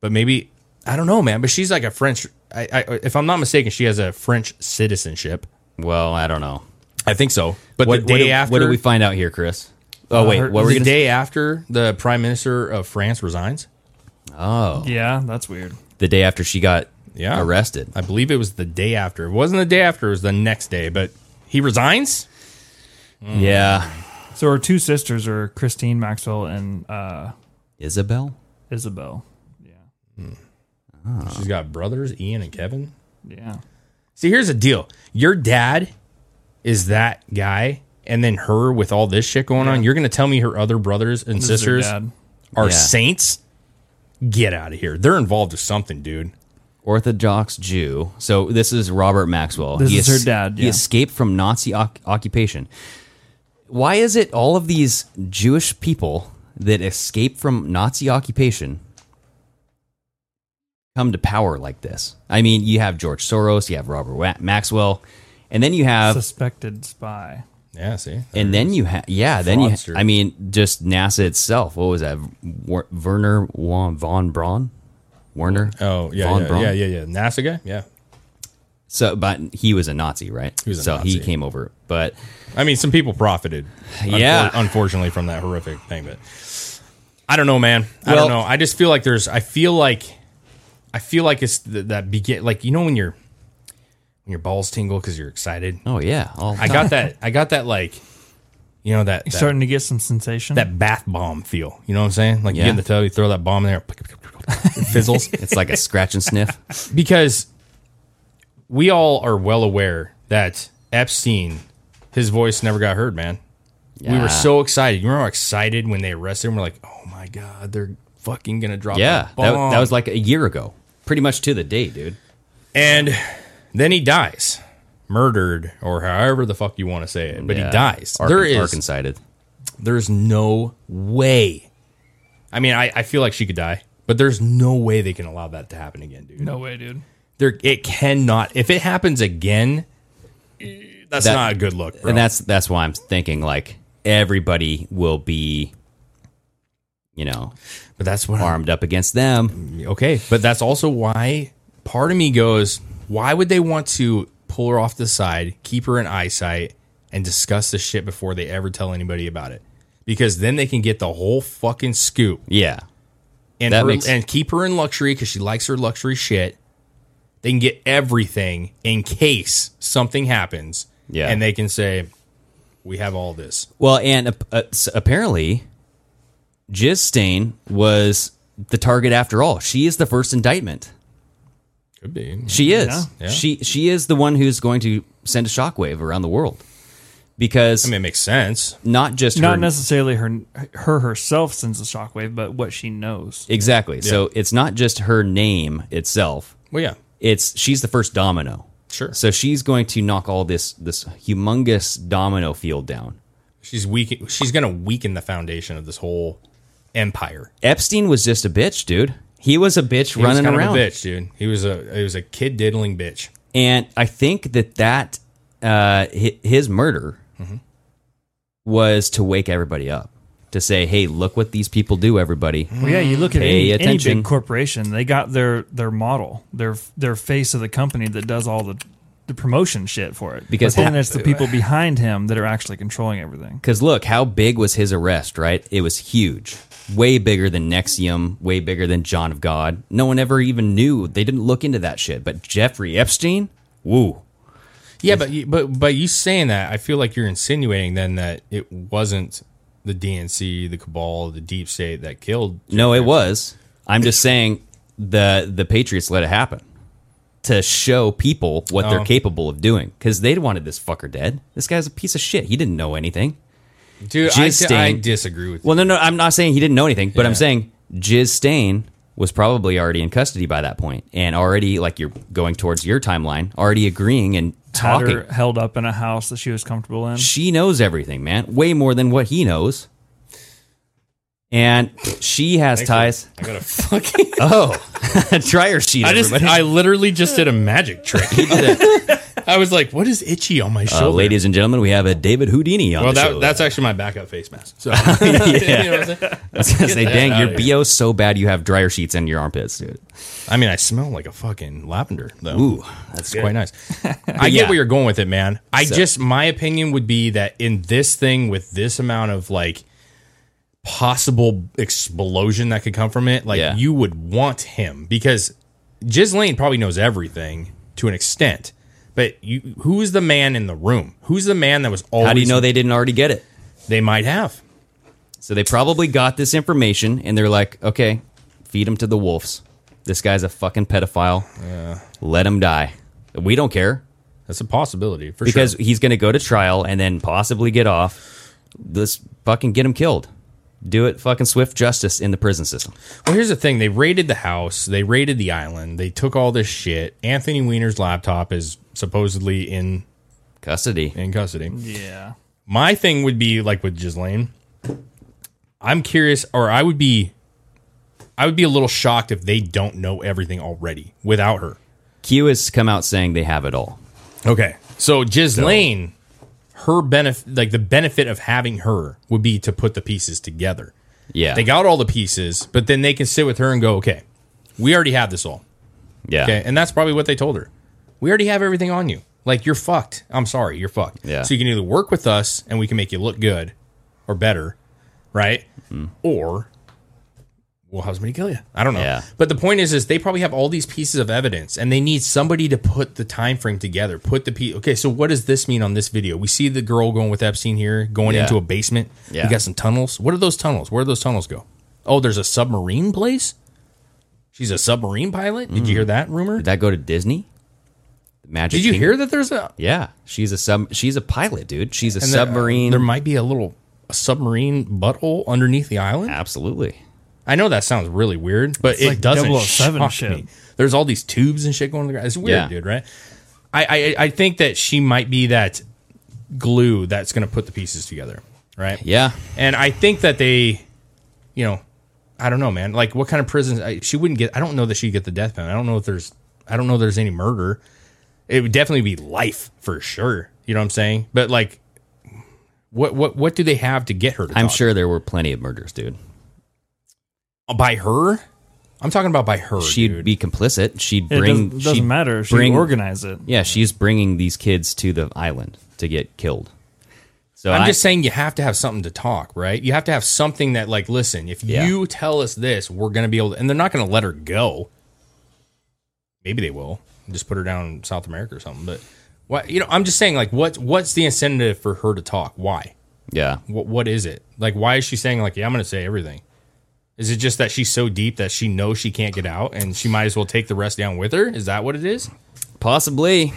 Speaker 7: But maybe I don't know, man. But she's like a French. I, I, if I'm not mistaken, she has a French citizenship.
Speaker 8: Well, I don't know.
Speaker 7: I think so. But
Speaker 8: what,
Speaker 7: the
Speaker 8: what
Speaker 7: day
Speaker 8: do-
Speaker 7: after,
Speaker 8: what do we find out here, Chris? Oh wait, what were we
Speaker 7: the
Speaker 8: gonna
Speaker 7: day after the prime minister of France resigns?
Speaker 8: Oh,
Speaker 9: Yeah, that's weird.
Speaker 8: the day after she got
Speaker 7: yeah,
Speaker 8: arrested.
Speaker 7: I believe it was the day after. It wasn't the day after. It was the next day. But he resigns.
Speaker 8: Yeah,
Speaker 9: So her two sisters are Christine Maxwell and uh,
Speaker 8: Isabel.
Speaker 9: Isabel.
Speaker 8: Uh-huh.
Speaker 7: She's got brothers, Ian and Kevin.
Speaker 9: Yeah.
Speaker 7: See, here's the deal. Your dad is that guy, and then her with all this shit going on. You're gonna tell me her other brothers and
Speaker 9: This is her
Speaker 7: sisters
Speaker 9: dad.
Speaker 7: are
Speaker 8: Yeah.
Speaker 7: saints? Get out of here. They're involved with something, dude.
Speaker 8: Orthodox Jew. So this is Robert Maxwell.
Speaker 9: This is her dad,
Speaker 8: He
Speaker 9: yeah.
Speaker 8: escaped from Nazi oc- occupation. Why is it all of these Jewish people that escape from Nazi occupation come to power like this? I mean, you have George Soros, you have Robert Wa- Maxwell, and then you have
Speaker 9: Suspected spy.
Speaker 7: Yeah, see.
Speaker 8: and then you have yeah, then you
Speaker 7: Fraudster.
Speaker 8: I mean, just NASA itself. What was that? Wer- Werner Wa- von Braun. Werner.
Speaker 7: Oh, yeah,
Speaker 8: von
Speaker 7: yeah,
Speaker 8: Braun?
Speaker 7: yeah, yeah, yeah. NASA guy? Yeah.
Speaker 8: So, but he was a Nazi, right?
Speaker 7: He was a
Speaker 8: so he
Speaker 7: Nazi.
Speaker 8: came over, but
Speaker 7: I mean, some people profited.
Speaker 8: Yeah.
Speaker 7: unfor- unfortunately, from that horrific thing, but I don't know, man. I
Speaker 8: Well-
Speaker 7: don't know. I just feel like there's. I feel like, I feel like it's th- that begin. Like you know when you're, when your balls tingle because you're excited.
Speaker 8: oh yeah, all the
Speaker 7: I
Speaker 8: time.
Speaker 7: got that. I got that. Like, you know that
Speaker 9: You're
Speaker 7: that,
Speaker 9: starting to get some sensation.
Speaker 7: that bath bomb feel. You know what I'm saying? Like you
Speaker 8: Yeah.
Speaker 7: get in the tub, you throw that bomb in there, it fizzles.
Speaker 8: It's like a scratch and sniff.
Speaker 7: because we all are well aware that Epstein, his voice never got heard, man. We
Speaker 8: Yeah.
Speaker 7: were so excited. You remember how excited when they arrested him? We're like, oh my god, they're fucking gonna drop.
Speaker 8: Yeah,
Speaker 7: that,
Speaker 8: that,
Speaker 7: bomb."
Speaker 8: that was like a year ago, pretty much to the day, dude.
Speaker 7: and then he dies, murdered or however the fuck you want to say it, but
Speaker 8: Yeah.
Speaker 7: he dies.
Speaker 8: Arkan-
Speaker 7: there is
Speaker 8: Arkansided.
Speaker 7: there's no way. I mean, I, I feel like she could die, but there's no way they can allow that to happen again, dude.
Speaker 9: no way, dude.
Speaker 7: There, it cannot. If it happens again, that's
Speaker 8: That-
Speaker 7: not a good look, bro.
Speaker 8: and that's that's why I'm thinking like everybody will be, you know,
Speaker 7: but that's what. I'm,
Speaker 8: armed up against them.
Speaker 7: okay, but that's also why part of me goes, why would they want to pull her off the side, keep her in eyesight, and discuss the shit before they ever tell anybody about it? Because then they can get the whole fucking scoop.
Speaker 8: Yeah,
Speaker 7: and
Speaker 8: That
Speaker 7: her,
Speaker 8: makes-
Speaker 7: and keep her in luxury because she likes her luxury shit. They can get everything in case something happens.
Speaker 8: Yeah.
Speaker 7: and they can say, "We have all this."
Speaker 8: Well, and ap- uh, s- apparently, Jiz Stain was the target after all. She is the first indictment.
Speaker 7: Could be.
Speaker 8: She is.
Speaker 7: Yeah.
Speaker 8: She she is the one who's going to send a shockwave around the world because
Speaker 7: I mean, it makes sense.
Speaker 8: not just
Speaker 9: Not
Speaker 8: her,
Speaker 9: necessarily her her herself sends the shockwave, but what she knows.
Speaker 8: exactly. So it's not just her name itself.
Speaker 7: Well, yeah,
Speaker 8: It's she's the first domino.
Speaker 7: Sure.
Speaker 8: So she's going to knock all this this humongous domino field down.
Speaker 7: She's weak. She's gonna weaken the foundation of this whole empire.
Speaker 8: Epstein was just a bitch, dude. He was a bitch
Speaker 7: He was
Speaker 8: running
Speaker 7: kind of
Speaker 8: around.
Speaker 7: a bitch, dude. He was a he was a kid diddling bitch.
Speaker 8: And I think that that uh, hi- his murder
Speaker 7: Mhm.
Speaker 8: was to wake everybody up to say, "Hey, look what these people do, everybody."
Speaker 7: Mm-hmm.
Speaker 9: Well, yeah, you look at
Speaker 8: Pay
Speaker 9: any, any
Speaker 8: attention.
Speaker 9: big corporation; they got their their model, their their face of the company that does all the the promotion shit for it.
Speaker 8: Because-
Speaker 9: but then it's the people behind him that are actually controlling everything.
Speaker 8: Because look, how big was his arrest, right? It was huge. Way bigger than Nexium, way bigger than John of God. No one ever even knew. They didn't look into that shit. But Jeffrey Epstein, woo.
Speaker 7: Yeah, but you- but but you saying that, I feel like you're insinuating then that it wasn't the DNC, the cabal, the deep state that killed.
Speaker 8: No, it was. I'm just saying the the Patriots let it happen to show people what
Speaker 7: Oh.
Speaker 8: they're capable of doing because they wanted this fucker dead. This guy's a piece of shit. He didn't know anything.
Speaker 7: Dude, I,
Speaker 8: Jizz
Speaker 7: di- I
Speaker 8: stain-
Speaker 7: disagree with.
Speaker 8: Well, no, no, I'm not saying he didn't know anything, but
Speaker 7: Yeah.
Speaker 8: I'm saying Jiz Stain was probably already in custody by that point and already like you're going towards your timeline, already agreeing and
Speaker 9: Had
Speaker 8: talking.
Speaker 9: her held up in a house that she was comfortable in.
Speaker 8: She knows everything, man, way more than what he knows. And she has
Speaker 7: Thanks for-
Speaker 8: ties.
Speaker 7: I got a fucking
Speaker 8: Oh, dryer sheet.
Speaker 7: I just
Speaker 8: everybody.
Speaker 7: I literally just did a magic trick. I was like, what is itchy on my
Speaker 8: Uh,
Speaker 7: shoulder?
Speaker 8: ladies and gentlemen, we have a David Houdini on
Speaker 7: well,
Speaker 8: the
Speaker 7: that,
Speaker 8: show. uh,
Speaker 7: that's actually my backup face mask. So
Speaker 8: yeah.
Speaker 7: You know what I'm saying?
Speaker 8: I was gonna
Speaker 7: Get
Speaker 8: say,
Speaker 7: that
Speaker 8: dang,
Speaker 7: outta
Speaker 8: your
Speaker 7: here.
Speaker 8: bo so bad you have dryer sheets in your armpits, dude.
Speaker 7: I mean, I smell like a fucking lavender, though.
Speaker 8: Ooh, that's
Speaker 7: quite
Speaker 8: good.
Speaker 7: nice. I
Speaker 8: But yeah.
Speaker 7: get where you're going with it, man. I
Speaker 8: So-
Speaker 7: just, my opinion would be that in this thing with this amount of like possible explosion that could come from it, like
Speaker 8: Yeah.
Speaker 7: you would want him because Jiz Lane probably knows everything to an extent. But you, who's the man in the room? Who's the man that was always?
Speaker 8: How do you know they didn't already get it?
Speaker 7: They might have.
Speaker 8: So they probably got this information and they're like, okay, feed him to the wolves. This guy's a fucking pedophile. Let him die. We don't care.
Speaker 7: That's a possibility for
Speaker 8: because
Speaker 7: sure.
Speaker 8: he's going to go to trial and then possibly get off. Let's fucking get him killed. Do it fucking swift justice in the prison system.
Speaker 7: Well, here's the thing: they raided the house, they raided the island, they took all this shit. Anthony Weiner's laptop is supposedly in
Speaker 8: custody.
Speaker 7: In custody.
Speaker 9: Yeah.
Speaker 7: My thing would be like with Ghislaine. I'm curious, or I would be, I would be a little shocked if they don't know everything already without her.
Speaker 8: Q has come out saying they have it all.
Speaker 7: Okay. So Ghislaine, her benefit, like the benefit of having her would be to put the pieces together.
Speaker 8: Yeah.
Speaker 7: They got all the pieces, but then they can sit with her and go, okay, we already have this all.
Speaker 8: Yeah.
Speaker 7: Okay. And that's probably what they told her. We already have everything on you. Like you're fucked. I'm sorry, you're fucked.
Speaker 8: Yeah.
Speaker 7: So you can either work with us and we can make you look good or better, right?
Speaker 8: Mm-hmm.
Speaker 7: Or we'll have somebody kill you. I don't know.
Speaker 8: Yeah.
Speaker 7: But the point is, is they probably have all these pieces of evidence, and they need somebody to put the time frame together. Put the piece. Okay, so what does this mean on this video? We see the girl going with Epstein here, going
Speaker 8: Yeah.
Speaker 7: into a basement.
Speaker 8: Yeah.
Speaker 7: We got some tunnels. What are those tunnels? Where do those tunnels go? Oh, there's a submarine place. She's a submarine pilot. Did you hear that rumor?
Speaker 8: Did that go to Disney? Magic.
Speaker 7: Did you
Speaker 8: Kingdom?
Speaker 7: hear that there's a
Speaker 8: Yeah, she's a sub. She's a pilot, dude. She's a
Speaker 7: and there-
Speaker 8: submarine.
Speaker 7: There, might be a little a submarine butthole underneath the island.
Speaker 8: Absolutely.
Speaker 7: I know that sounds really weird, but
Speaker 9: It's
Speaker 7: it
Speaker 9: like
Speaker 7: doesn't
Speaker 9: 007
Speaker 7: shock
Speaker 9: shit.
Speaker 7: me. There's all these tubes and shit going to the ground. It's weird,
Speaker 8: Yeah.
Speaker 7: dude. Right? I, I I think that she might be that glue that's going to put the pieces together. Right?
Speaker 8: Yeah.
Speaker 7: And I think that they, you know, I don't know, man. Like, what kind of prison? I, she wouldn't get. I don't know that she'd get the death penalty. I don't know if there's. I don't know if there's any murder. It would definitely be life for sure. You know what I'm saying? But like, what what what do they have to get her? To
Speaker 8: I'm
Speaker 7: talk?
Speaker 8: sure there were plenty of murders, dude.
Speaker 7: by her. I'm talking about by her.
Speaker 8: She'd
Speaker 7: dude.
Speaker 8: be complicit. She'd
Speaker 9: It
Speaker 8: bring.
Speaker 9: doesn't- doesn't
Speaker 8: she'd
Speaker 9: matter. She'd organize it.
Speaker 8: Yeah, she's bringing these kids to the island to get killed. So
Speaker 7: I'm
Speaker 8: I-
Speaker 7: just saying you have to have something to talk, right? You have to have something that like, listen, if
Speaker 8: Yeah.
Speaker 7: you tell us this, we're gonna be able to and they're not gonna let her go. Maybe they will. Just put her down in South America or something. But what you know, I'm just saying like what what's the incentive for her to talk? Why?
Speaker 8: Yeah.
Speaker 7: What what is it? Like why is she saying like, yeah, I'm gonna say everything? Is it just that she's so deep that she knows she can't get out and she might as well take the rest down with her? Is that what it is?
Speaker 8: Possibly.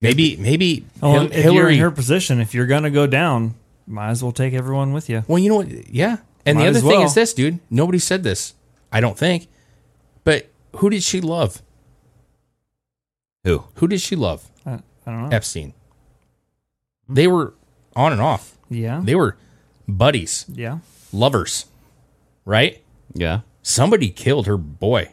Speaker 7: Maybe maybe
Speaker 9: Oh,
Speaker 7: Hil-
Speaker 9: if you're in her position, if you're gonna go down, might as well take everyone with you.
Speaker 7: Well, you know what? Yeah. And
Speaker 9: Might
Speaker 7: the other
Speaker 9: as
Speaker 7: thing
Speaker 9: well.
Speaker 7: is this, dude. Nobody said this, I don't think. But who did she love?
Speaker 8: Who?
Speaker 7: Who did she love?
Speaker 9: I, I don't know.
Speaker 7: Epstein. They were on and off.
Speaker 9: Yeah.
Speaker 7: They were buddies.
Speaker 9: Yeah.
Speaker 7: Lovers. Right?
Speaker 8: Yeah.
Speaker 7: Somebody killed her boy.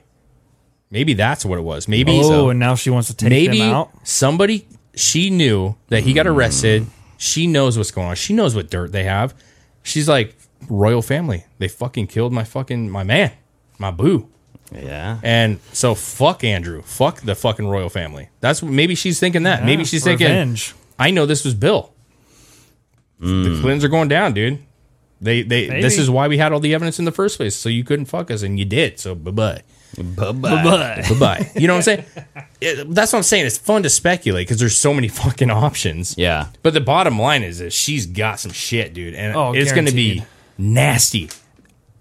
Speaker 7: Maybe that's what it was. Maybe
Speaker 9: oh, and now she wants to take
Speaker 7: maybe
Speaker 9: them out.
Speaker 7: somebody she knew that he got arrested. She knows what's going on. She knows what dirt they have. She's like royal family. They fucking killed my fucking my man, my boo.
Speaker 8: Yeah.
Speaker 7: And so fuck Andrew. Fuck the fucking royal family. That's what- maybe she's thinking that. maybe
Speaker 9: Yeah,
Speaker 7: she's
Speaker 9: revenge.
Speaker 7: thinking I know this was Bill. The Clintons are going down, dude. They they this
Speaker 9: Maybe.
Speaker 7: is why we had all the evidence in the first place. So you couldn't fuck us and you did. So bye-bye.
Speaker 8: Bye-bye.
Speaker 9: Bye-bye.
Speaker 7: Bye-bye. You know what I'm saying? It- that's what I'm saying. It's fun to speculate because there's so many fucking options.
Speaker 8: Yeah.
Speaker 7: But the bottom line is that she's got some shit, dude, and
Speaker 9: Oh,
Speaker 7: it's going to be
Speaker 9: guaranteed.
Speaker 7: nasty.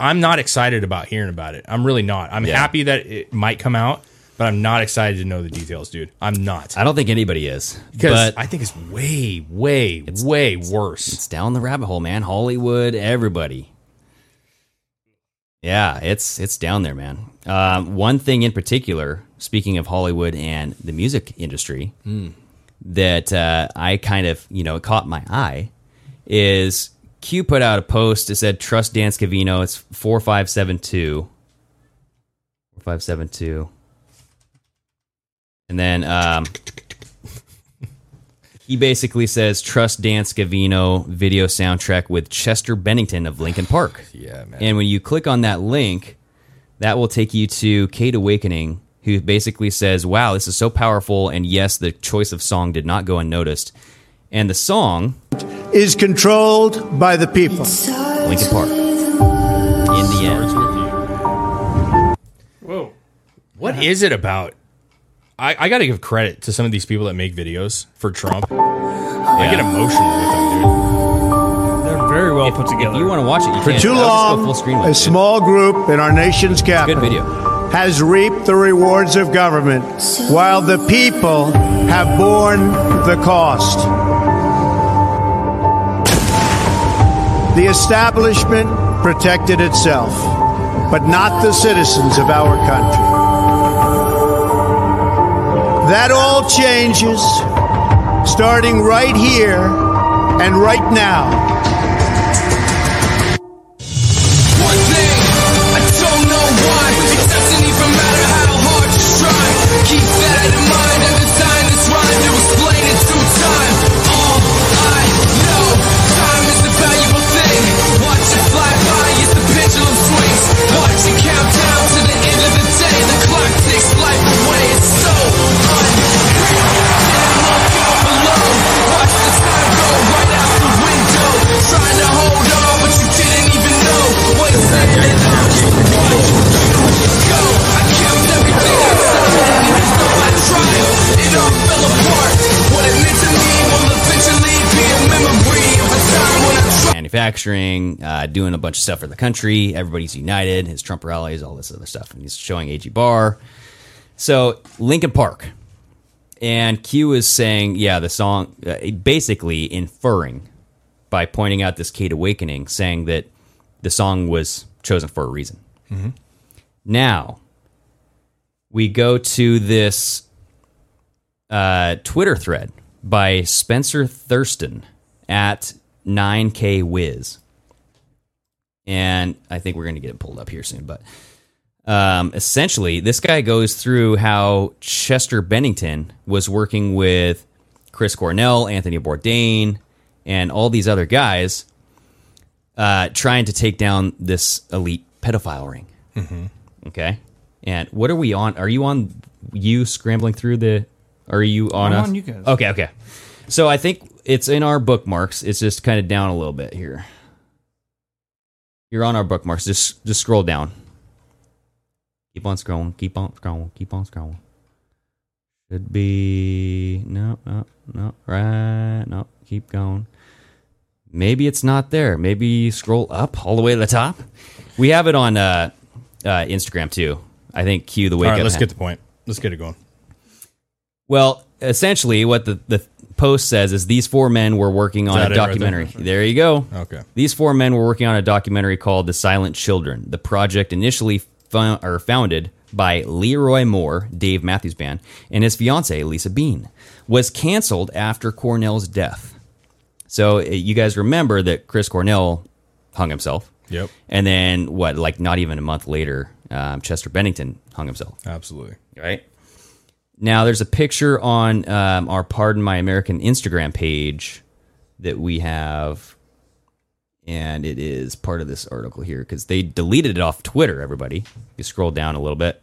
Speaker 7: I'm not excited about hearing about it. I'm really not. I'm
Speaker 8: Yeah.
Speaker 7: happy that it might come out, but I'm not excited to know the details, dude. I'm not
Speaker 8: I don't think anybody is.
Speaker 7: because
Speaker 8: But
Speaker 7: I think it's way, way, way worse.
Speaker 8: it's down the rabbit hole, man. Hollywood, everybody. Yeah, it's it's down there, man. Um, one thing in particular, speaking of Hollywood and the music industry, that uh, I kind of you know caught my eye is Q put out a post that said "Trust Dan Scavino." It's four five seven two. Four five seven two. And then um, he basically says trust Dan Scavino video soundtrack with Chester Bennington of Lincoln Park.
Speaker 7: Yeah, man.
Speaker 8: And when you click on that link, that will take you to Kate Awakening, who basically says, Wow, this is so powerful. And yes, the choice of song did not go unnoticed. And the song,
Speaker 1: Is controlled by the people.
Speaker 8: Lincoln Park, in the end.
Speaker 9: Whoa.
Speaker 7: What
Speaker 9: Uh-huh.
Speaker 7: is it about? I, I got to give credit to some of these people that make videos for Trump. I get emotional with them, dude.
Speaker 9: They're very well put together.
Speaker 8: If you want to watch it, you
Speaker 1: For
Speaker 8: can.
Speaker 1: too
Speaker 8: I'll just go
Speaker 1: long,
Speaker 8: full screen with
Speaker 1: a
Speaker 8: it.
Speaker 1: small group in our nation's
Speaker 8: Good
Speaker 1: capital
Speaker 8: video.
Speaker 1: has reaped the rewards of government, while the people have borne the cost. The establishment protected itself, but not the citizens of our country. That all changes starting right here and right now.
Speaker 8: manufacturing, uh, doing a bunch of stuff for the country. Everybody's united. His Trump rallies, all this other stuff, and he's showing AG Barr. So Lincoln Park, and Q is saying, yeah, the song, uh, basically inferring by pointing out this Kate Awakening, saying that the song was chosen for a reason. Now we go to this uh, Twitter thread by Spencer Thurston at 9K Wiz. And I think we're going to get it pulled up here soon. But um, essentially, this guy goes through how Chester Bennington was working with Chris Cornell, Anthony Bourdain, and all these other guys uh, trying to take down this elite pedophile ring.
Speaker 9: Mm-hmm.
Speaker 8: Okay. And what are we on? Are you on you scrambling through the? Are you on
Speaker 9: I'm
Speaker 8: us?
Speaker 9: on you guys.
Speaker 8: Okay. Okay. So I think it's in our bookmarks. It's just kind of down a little bit here. You're on our bookmarks. Just just scroll down. Keep on scrolling. Keep on scrolling. Keep on scrolling. Should be no, no, no, right, no. Keep going. Maybe it's not there. Maybe scroll up all the way to the top. We have it on uh, uh, Instagram too. I think cue the wake
Speaker 7: All right,
Speaker 8: up.
Speaker 7: let's
Speaker 8: hand.
Speaker 7: get the point. Let's get it going.
Speaker 8: Well, essentially, what the, the post says is these four men were working on
Speaker 7: that
Speaker 8: a
Speaker 7: it right
Speaker 8: documentary. there you go.
Speaker 7: Okay.
Speaker 8: These four men were working on a documentary called The Silent Children. The project initially fo- or founded by Leroy Moore, Dave Matthews Band, and his fiancee, Lisa Bean, was canceled after Cornell's death. So uh, you guys remember that Chris Cornell hung himself.
Speaker 7: Yep.
Speaker 8: And then what? Like not even a month later, um, Chester Bennington hung himself.
Speaker 7: Absolutely.
Speaker 8: Right. Now there's a picture on um, our Pardon My American Instagram page that we have, and it is part of this article here because they deleted it off Twitter. Everybody, If you scroll down a little bit,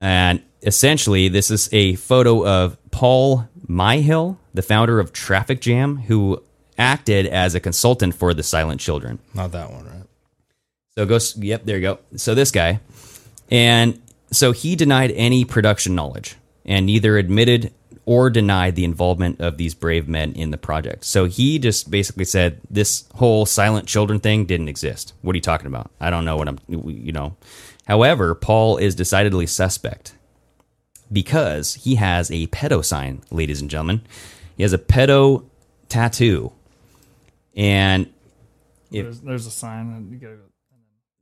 Speaker 8: and essentially this is a photo of Paul Myhill, the founder of Traffic Jam, who acted as a consultant for the Silent Children.
Speaker 7: Not that one, right?
Speaker 8: So go. s- Yep, there you go. So this guy, and so he denied any production knowledge, and neither admitted or denied the involvement of these brave men in the project. So he just basically said this whole silent children thing didn't exist. What are you talking about? I don't know what I'm. You know. However, Paul is decidedly suspect because he has a pedo sign, ladies and gentlemen. He has a pedo tattoo, and if-
Speaker 9: There's, there's a sign. that You gotta,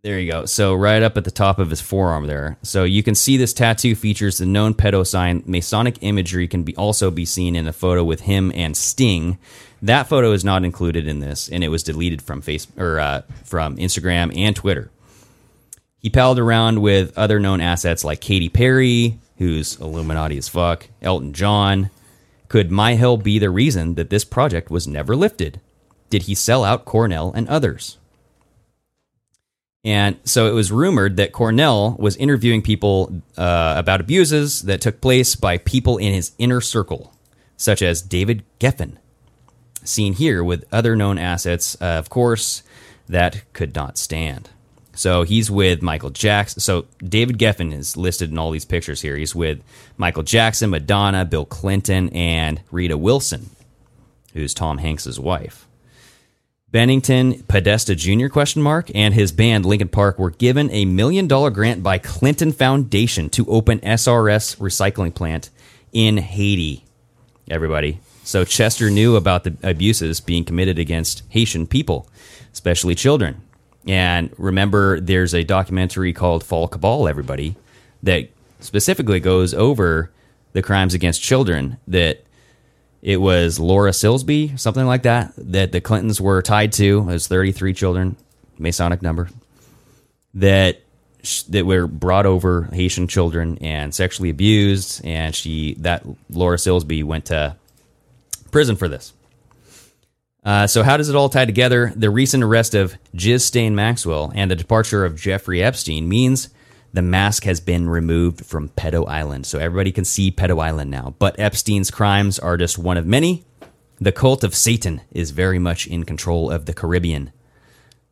Speaker 8: there you go. So right up at the top of his forearm there. So you can see this tattoo features the known pedo sign. Masonic imagery can be also be seen in a photo with him and Sting. That photo is not included in this, and it was deleted from face or uh, from Instagram and Twitter. He palled around with other known assets like Katy Perry, who's Illuminati as fuck, Elton John. Could My Hill be the reason that this project was never lifted? Did he sell out Cornell and others? And so it was rumored that Cornell was interviewing people uh, about abuses that took place by people in his inner circle, such as David Geffen, seen here with other known assets, uh, of course, that could not stand. So he's with Michael Jackson. So David Geffen is listed in all these pictures here. He's with Michael Jackson, Madonna, Bill Clinton, and Rita Wilson, who's Tom Hanks's wife. Bennington Podesta Jr. question mark and his band Lincoln Park were given a million dollar grant by Clinton Foundation to open SRS recycling plant in Haiti. Everybody. So Chester knew about the abuses being committed against Haitian people, especially children. And remember there's a documentary called Fall Cabal everybody that specifically goes over the crimes against children that it was Laura Silsby, something like that, that the Clintons were tied to. It was 33 children, Masonic number, that sh- that were brought over Haitian children and sexually abused. And she that Laura Silsby went to prison for this. Uh, so how does it all tie together? The recent arrest of Jiz Stain Maxwell and the departure of Jeffrey Epstein means the mask has been removed from Pedo Island, so everybody can see Pedo Island now. But Epstein's crimes are just one of many. The cult of Satan is very much in control of the Caribbean.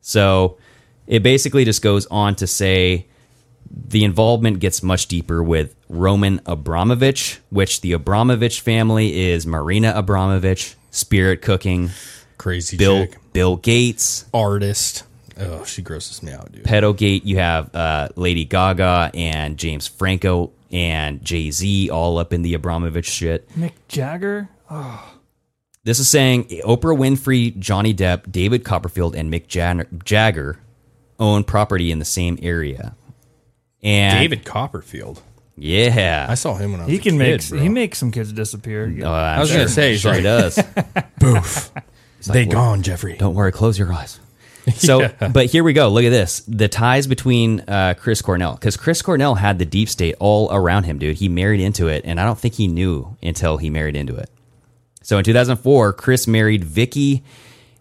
Speaker 8: So it basically just goes on to say the involvement gets much deeper with Roman Abramovich, which the Abramovich family is Marina Abramovich, Spirit Cooking,
Speaker 7: Crazy
Speaker 8: Bill
Speaker 7: chick.
Speaker 8: Bill Gates,
Speaker 7: artist. Oh, she grosses me out, dude.
Speaker 8: Pedogate. You have uh, Lady Gaga and James Franco and Jay Z all up in the Abramovich shit.
Speaker 9: Mick Jagger. Oh,
Speaker 8: This is saying Oprah Winfrey, Johnny Depp, David Copperfield, and Mick Jag- Jagger own property in the same area. And
Speaker 7: David Copperfield.
Speaker 8: yeah,
Speaker 7: I saw him when I was
Speaker 9: he
Speaker 7: a
Speaker 9: can
Speaker 7: kid,
Speaker 9: make
Speaker 7: bro.
Speaker 9: he makes some kids disappear.
Speaker 8: Uh, I'm
Speaker 7: I was gonna say, he's
Speaker 8: sure he
Speaker 7: like-
Speaker 8: does.
Speaker 7: Boof.
Speaker 8: It's
Speaker 7: they
Speaker 8: like, well,
Speaker 7: gone, Jeffrey.
Speaker 8: Don't worry, close your eyes. So,
Speaker 7: Yeah.
Speaker 8: but here we go. Look at this. The ties between uh, Chris Cornell, because Chris Cornell had the deep state all around him, dude. He married into it, and I don't think he knew until he married into it. So in 2004, Chris married Vicky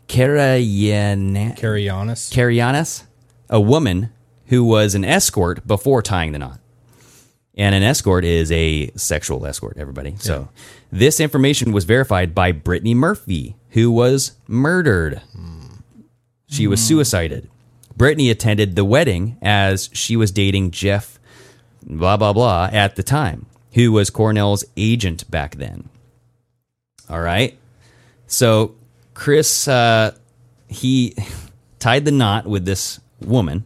Speaker 8: Karayan-
Speaker 7: Carianis.
Speaker 8: Carianis, a woman who was an escort before tying the knot. And an escort is a sexual escort, everybody. So this information was verified by Brittany Murphy, who was murdered. She was suicided. Brittany attended the wedding as she was dating Jeff, blah, blah, blah, at the time, who was Cornell's agent back then. All right. So Chris, uh, he tied the knot with this woman.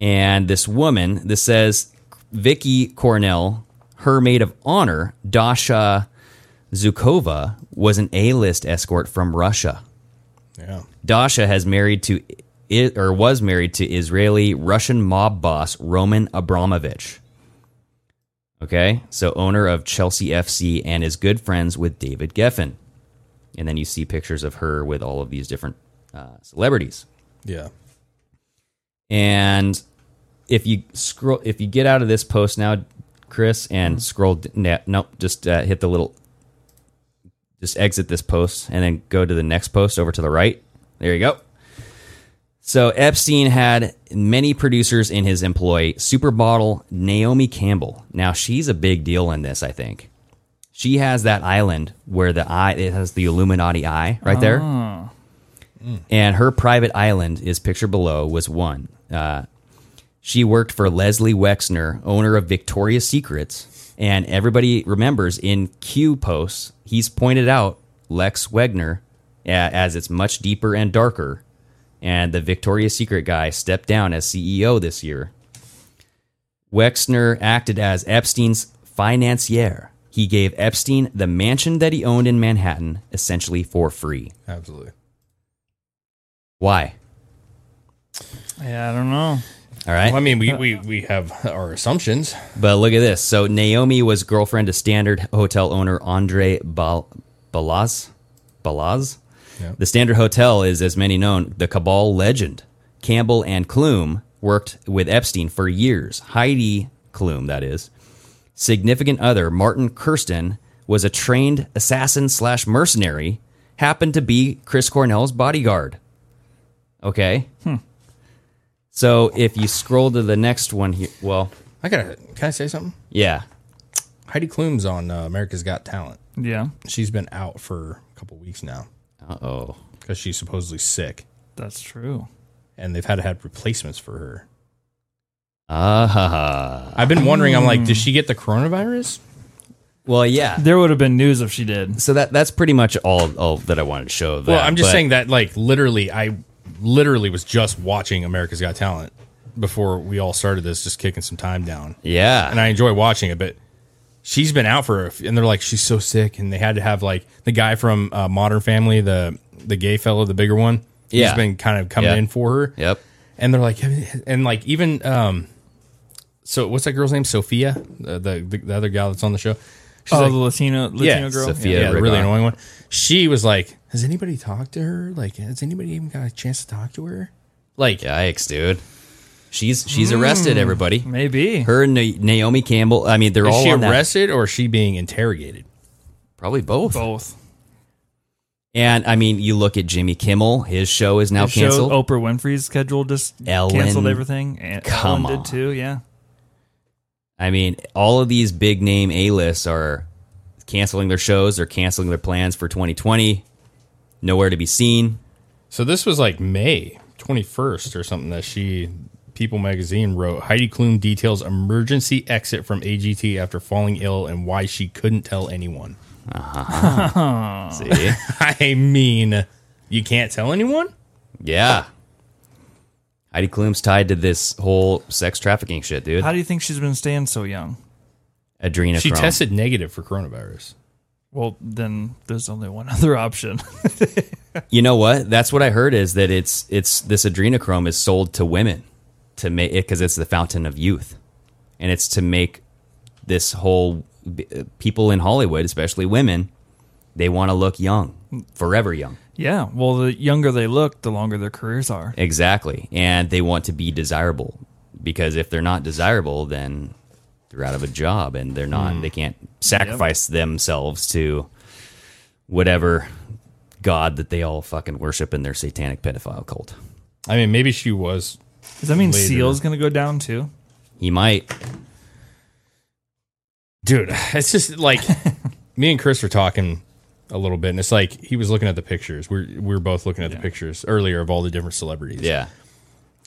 Speaker 8: And this woman, this says Vicky Cornell, her maid of honor, Dasha Zukova, was an A list escort from Russia.
Speaker 7: Yeah.
Speaker 8: Dasha has married to i- or was married to Israeli Russian mob boss Roman Abramovich. Okay, so owner of Chelsea FC and is good friends with David Geffen. and then you see pictures of her with all of these different uh, celebrities.
Speaker 7: Yeah.
Speaker 8: And if you scroll, if you get out of this post now, Chris, and scroll, d- na- no, just uh, hit the little, just exit this post and then go to the next post over to the right. There you go. So Epstein had many producers in his employ. Supermodel Naomi Campbell. Now she's a big deal in this, I think. She has that island where the eye it has the Illuminati eye right there.
Speaker 9: Oh.
Speaker 8: And her private island is pictured below was one. Uh, she worked for Leslie Wexner, owner of Victoria's Secrets, and everybody remembers in Q posts he's pointed out Lex Wegner uh, as it's much deeper and darker, and the Victoria's Secret guy stepped down as CEO this year. Wexner acted as Epstein's financier. He gave Epstein the mansion that he owned in Manhattan essentially for free.
Speaker 7: Absolutely.
Speaker 8: Why?
Speaker 9: Yeah, I don't know.
Speaker 8: All right. Uh,
Speaker 7: Well, I mean, we, we, we have our assumptions.
Speaker 8: But look at this. So Naomi was girlfriend to Standard Hotel owner Andre Bal- Balaz. Balaz.
Speaker 7: Yeah.
Speaker 8: The Standard Hotel is, as many known, the Cabal legend. Campbell and Klum worked with Epstein for years. Heidi Klum, that is. Significant other Martin Kirsten was a trained assassin slash mercenary. Happened to be Chris Cornell's bodyguard. Okay. So if you scroll to the next one here, well,
Speaker 7: I gotta. Can I say something?
Speaker 8: yeah.
Speaker 7: Heidi Klum's on uh, America's Got Talent.
Speaker 9: Yeah.
Speaker 7: She's been out for a couple weeks now
Speaker 8: Uh oh.
Speaker 7: because she's supposedly sick,
Speaker 9: That's true.
Speaker 7: and they've had to have replacements for her.
Speaker 8: Ah.
Speaker 7: I've been wondering. I'm like, did she get the coronavirus?
Speaker 8: Well, yeah.
Speaker 9: There would have been news if she did.
Speaker 8: So that that's pretty much all, all that I wanted to show. Of that,
Speaker 7: Well, I'm just
Speaker 8: but-
Speaker 7: saying that, like, literally, I literally was just watching America's Got Talent before we all started this, just kicking some time down.
Speaker 8: Yeah.
Speaker 7: and I enjoy watching it, but she's been out for, a f- and they're like, she's so sick, and they had to have like the guy from uh, Modern Family, the the gay fellow, the bigger one,
Speaker 8: Yeah.
Speaker 7: he's been kind of coming
Speaker 8: Yeah.
Speaker 7: in for her,
Speaker 8: yep.
Speaker 7: and they're like, and like even um, so what's that girl's name? Sophia, the the, the other gal that's on the show. She's
Speaker 9: oh,
Speaker 7: like,
Speaker 9: the Latino Latino girl.
Speaker 8: Sophia.
Speaker 7: yeah, the really
Speaker 8: Rigon.
Speaker 7: annoying one. She was like, "Has anybody talked to her? Like, has anybody even got a chance to talk to her?" Like, Hmm.
Speaker 8: Yikes, dude. She's she's arrested. Everybody.
Speaker 9: Maybe.
Speaker 8: Her and Na- Naomi Campbell. I mean, they're
Speaker 7: is
Speaker 8: all
Speaker 7: she
Speaker 8: on that.
Speaker 7: arrested or is she being interrogated?
Speaker 8: Probably both.
Speaker 9: Both.
Speaker 8: And I mean, you look at Jimmy Kimmel. His show is now
Speaker 9: The show,
Speaker 7: oh.
Speaker 8: canceled.
Speaker 9: Oprah Winfrey's schedule just
Speaker 8: Ellen-
Speaker 9: canceled everything. And
Speaker 8: Come
Speaker 9: Ellen
Speaker 8: on.
Speaker 9: did too, yeah.
Speaker 8: I mean, all of these big name A lists are canceling their shows. They're canceling their plans for 2020. Nowhere to be seen.
Speaker 7: So this was like May 21st or something that she People magazine wrote Heidi Klum details emergency exit from AGT after falling ill and why she couldn't tell anyone.
Speaker 8: See?
Speaker 7: I mean, you can't tell anyone?
Speaker 8: Yeah. Heidi Klum's tied to this whole sex trafficking shit, dude.
Speaker 9: How do you think she's been staying so young?
Speaker 8: Adrenochrome.
Speaker 7: She tested negative for coronavirus.
Speaker 9: Well, then there's only one other option.
Speaker 8: You know what? That's what I heard is that it's it's this adrenochrome is sold to women to make it because it's the fountain of youth, and it's to make this whole uh, people in Hollywood, especially women, they want to look young, forever young.
Speaker 9: yeah. Well, the younger they look, the longer their careers are.
Speaker 8: Exactly, and they want to be desirable because if they're not desirable, then they're out of a job and they're not. They can't sacrifice themselves to whatever god that they all fucking worship in their satanic pedophile cult.
Speaker 7: I mean, maybe she was.
Speaker 9: Does that mean
Speaker 7: Later.
Speaker 9: Seal's going to go down too?
Speaker 8: He might.
Speaker 7: Dude, it's just like me and Chris were talking a little bit, and it's like he was looking at the pictures. We're, we were both looking at the pictures earlier of all the different celebrities.
Speaker 8: Yeah.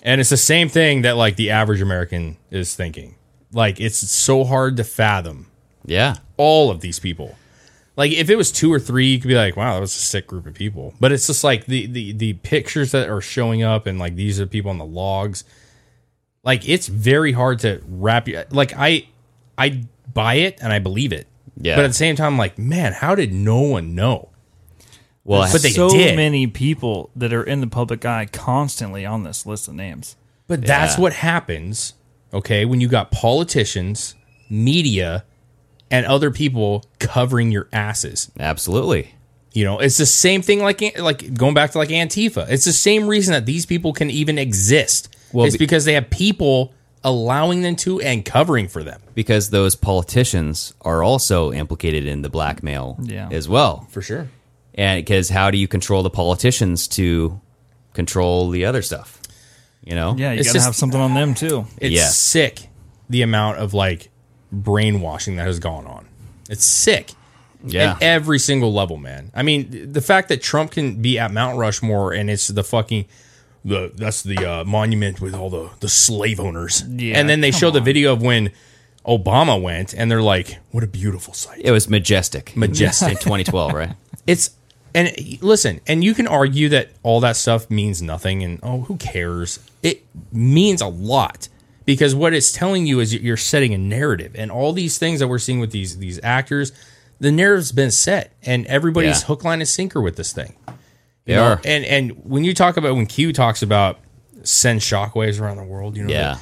Speaker 7: And it's the same thing that like the average American is thinking. Like it's so hard to fathom
Speaker 8: Yeah.
Speaker 7: all of these people. Like if it was two or three, you could be like, wow, that was a sick group of people. But it's just like the the the pictures that are showing up and like these are the people on the logs. Like it's very hard to wrap your like I I buy it and I believe it.
Speaker 8: Yeah.
Speaker 7: But at the same time, I'm like, man, how did no one know?
Speaker 8: Well,
Speaker 7: But they
Speaker 9: so
Speaker 7: did.
Speaker 9: many people that are in the public eye constantly on this list of names.
Speaker 7: But that's
Speaker 8: Yeah.
Speaker 7: what happens, okay, when you got politicians, media, and other people covering your asses.
Speaker 8: absolutely.
Speaker 7: You know, it's the same thing like like going back to like Antifa. It's the same reason that these people can even exist.
Speaker 8: Well,
Speaker 7: Well, it's
Speaker 8: be-
Speaker 7: because they have people allowing them to and covering for them.
Speaker 8: because those politicians are also implicated in the blackmail
Speaker 7: Yeah.
Speaker 8: as well
Speaker 7: for sure
Speaker 8: and because how do you control the politicians to control the other stuff you know
Speaker 9: Yeah, you gotta have something on them too.
Speaker 7: It's sick the amount of like brainwashing that has gone on. It's sick.
Speaker 8: Yeah.
Speaker 7: At every single level, man. I mean, th- the fact that Trump can be at Mount Rushmore and it's the fucking the that's the uh, monument with all the the slave owners.
Speaker 8: Yeah,
Speaker 7: and then they
Speaker 8: come
Speaker 7: show the video of when Obama went and they're like, "What a beautiful sight."
Speaker 8: it was majestic
Speaker 7: Majestic.
Speaker 8: in 2012 right
Speaker 7: It's and listen, and you can argue that all that stuff means nothing, and oh, who cares? It means a lot because what it's telling you is you're setting a narrative, and all these things that we're seeing with these these actors, the narrative's been set, and everybody's
Speaker 8: Yeah.
Speaker 7: hook, line, and sinker with this thing.
Speaker 8: They
Speaker 7: You know,
Speaker 8: are.
Speaker 7: and and when you talk about when Q talks about send shockwaves around the world, you know,
Speaker 8: Yeah.
Speaker 7: like,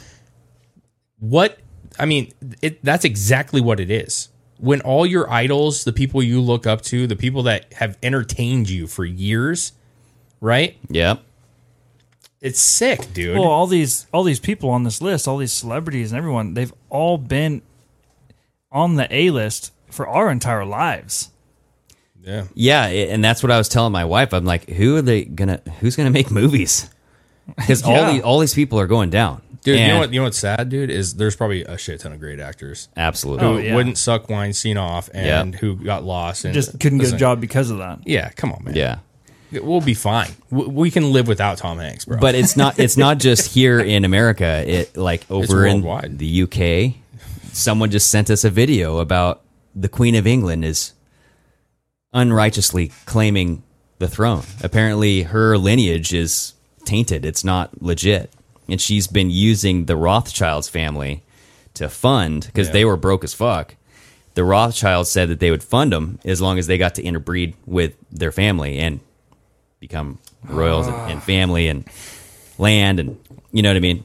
Speaker 7: what I mean, it that's exactly what it is. When all your idols, the people you look up to, the people that have entertained you for years, right?
Speaker 8: Yep.
Speaker 7: It's sick, dude.
Speaker 9: Well, all these all these people on this list, all these celebrities and everyone, they've all been on the A list for our entire lives.
Speaker 7: yeah
Speaker 8: yeah it- and that's what i was telling my wife i'm like who are they gonna who's gonna make movies because
Speaker 7: Yeah.
Speaker 8: all, the, all these people are going down
Speaker 7: Dude, you know
Speaker 8: And-
Speaker 7: what? You know what's sad, dude, is there's probably a shit ton of great actors,
Speaker 8: Absolutely.
Speaker 7: who
Speaker 8: Oh, yeah.
Speaker 7: wouldn't suck Weinstein off and
Speaker 8: Yep.
Speaker 7: who got lost and
Speaker 9: Just couldn't get a
Speaker 7: Listen,
Speaker 9: job because of that.
Speaker 7: Yeah, come on, man.
Speaker 8: Yeah.
Speaker 7: we'll be fine. W- We can live without Tom Hanks, bro.
Speaker 8: But it's not it's not just here in America. It like over in
Speaker 7: worldwide.
Speaker 8: the UK. Someone just sent us a video about the Queen of England is unrighteously claiming the throne. Apparently her lineage is tainted. It's not legit. And she's been using the Rothschilds family to fund because
Speaker 7: Yeah.
Speaker 8: they were broke as fuck. The Rothschilds said that they would fund them as long as they got to interbreed with their family and become royals and, and family and land and you know what I mean.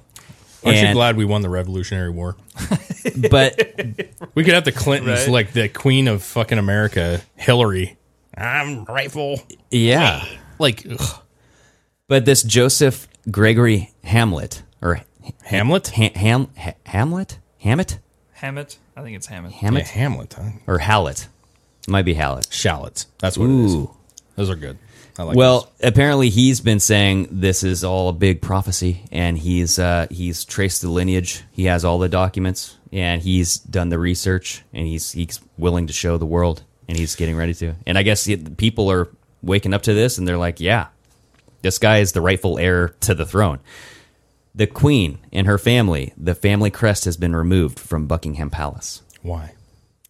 Speaker 7: Aren't you
Speaker 8: And-
Speaker 7: glad we won the Revolutionary War?
Speaker 8: but
Speaker 7: we could have the Clintons,
Speaker 8: Right.
Speaker 7: like the Queen of fucking America, Hillary. I'm rightful.
Speaker 8: Yeah.
Speaker 7: Like, ugh.
Speaker 8: but this Joseph Gregory Hamlet or
Speaker 7: Hamlet,
Speaker 8: ha- Ham ha- Hamlet, Hammett,
Speaker 9: Hammett, I think it's Hammett.
Speaker 8: Hammett,
Speaker 7: Hamlet, huh?
Speaker 8: or Hallett. It might be Hallett.
Speaker 7: Shallot. That's what it is. Those are good. I like
Speaker 8: well, apparently he's been saying this is all a big prophecy, and he's uh, he's traced the lineage. He has all the documents, and he's done the research, and he's he's willing to show the world, and he's getting ready to. And I guess the people are waking up to this, and they're like, yeah, this guy is the rightful heir to the throne. The queen and her family, the family crest has been removed from Buckingham Palace.
Speaker 7: Why?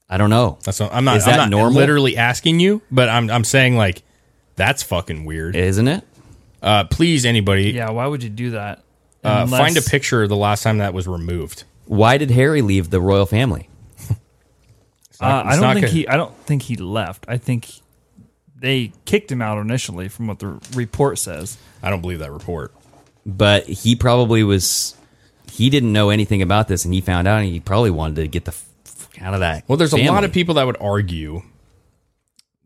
Speaker 8: I don't know.
Speaker 7: That's not, I'm not.
Speaker 8: Is that
Speaker 7: I'm not
Speaker 8: normal?
Speaker 7: Literally asking you, but I'm I'm saying like that's fucking weird,
Speaker 8: isn't it?
Speaker 7: Uh, please, anybody,
Speaker 9: Yeah, why would you do that?
Speaker 7: uh,
Speaker 9: Unless-
Speaker 7: find a picture of the last time that was removed.
Speaker 8: Why did Harry leave the royal family?
Speaker 9: Uh,
Speaker 7: It's
Speaker 9: I
Speaker 7: not
Speaker 9: don't think
Speaker 7: good.
Speaker 9: he. I don't think he left. I think they kicked him out initially, from what the report says.
Speaker 7: I don't believe that report.
Speaker 8: but he probably was he didn't know anything about this and he found out and he probably wanted to get the fuck out of that
Speaker 7: Well, there's a lot
Speaker 8: family.
Speaker 7: of people that would argue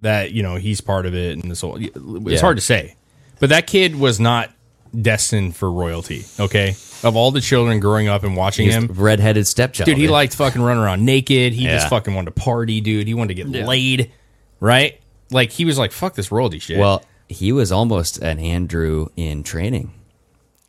Speaker 7: that you know he's part of it, and this whole. It's
Speaker 8: Yeah.
Speaker 7: hard to say, but that kid was not destined for royalty. Okay, of all the children growing up and watching
Speaker 8: He's
Speaker 7: him,
Speaker 8: the redheaded stepchild
Speaker 7: dude, he liked fucking running around naked. He
Speaker 8: Yeah.
Speaker 7: just fucking wanted to party, dude. He wanted to get
Speaker 8: Yeah.
Speaker 7: laid, right? Like he was like, fuck this royalty shit.
Speaker 8: well he was almost an andrew in training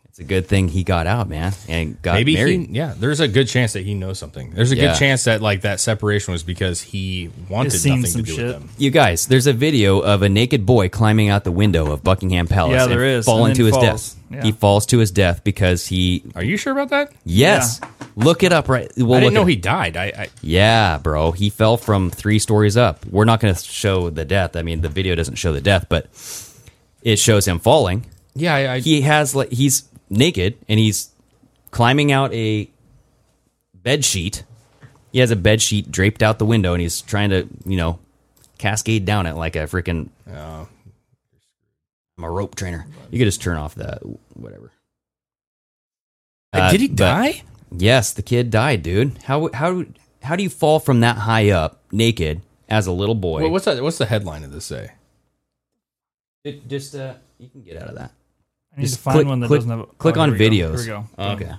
Speaker 8: it's a good thing he got out man and got
Speaker 7: maybe
Speaker 8: married
Speaker 7: he, yeah. There's a good chance that he knows something. There's a
Speaker 8: Yeah.
Speaker 7: good chance that like that separation was because he wanted
Speaker 8: seen
Speaker 7: nothing to
Speaker 8: some
Speaker 7: do
Speaker 8: shit.
Speaker 7: with them.
Speaker 8: you guys there's a video of a naked boy climbing out the window of buckingham palace
Speaker 9: Yeah, there
Speaker 8: and
Speaker 9: is,
Speaker 8: falling
Speaker 9: and
Speaker 8: to
Speaker 9: then
Speaker 8: his
Speaker 9: falls.
Speaker 8: death
Speaker 9: Yeah.
Speaker 8: he falls to his death because he
Speaker 7: Are you sure about that?
Speaker 8: yes look it up right we'll
Speaker 7: I
Speaker 8: look
Speaker 7: didn't
Speaker 8: it
Speaker 7: know
Speaker 8: up.
Speaker 7: he died. I, I
Speaker 8: Yeah, bro. He fell from three stories up. We're not going to show the death. I mean, the video doesn't show the death, but it shows him falling.
Speaker 7: yeah. I, I
Speaker 8: He has like he's naked and he's climbing out a bed sheet. He has a bed sheet draped out the window and he's trying to, you know, cascade down it like a freaking I'm a rope trainer. You could just turn off the whatever.
Speaker 7: Like, did he
Speaker 8: but-
Speaker 7: die?
Speaker 8: Yes, the kid died, dude. How how how do you fall from that high up naked as a little boy?
Speaker 7: Well, what's that? What's the headline of this say?
Speaker 8: It just uh, you can get out of that.
Speaker 9: I need to find
Speaker 8: click,
Speaker 9: one that
Speaker 8: click,
Speaker 9: doesn't have. a-
Speaker 8: click
Speaker 9: oh,
Speaker 8: on
Speaker 9: here we go.
Speaker 8: videos.
Speaker 9: Here we
Speaker 7: Oh.
Speaker 9: go.
Speaker 8: Okay.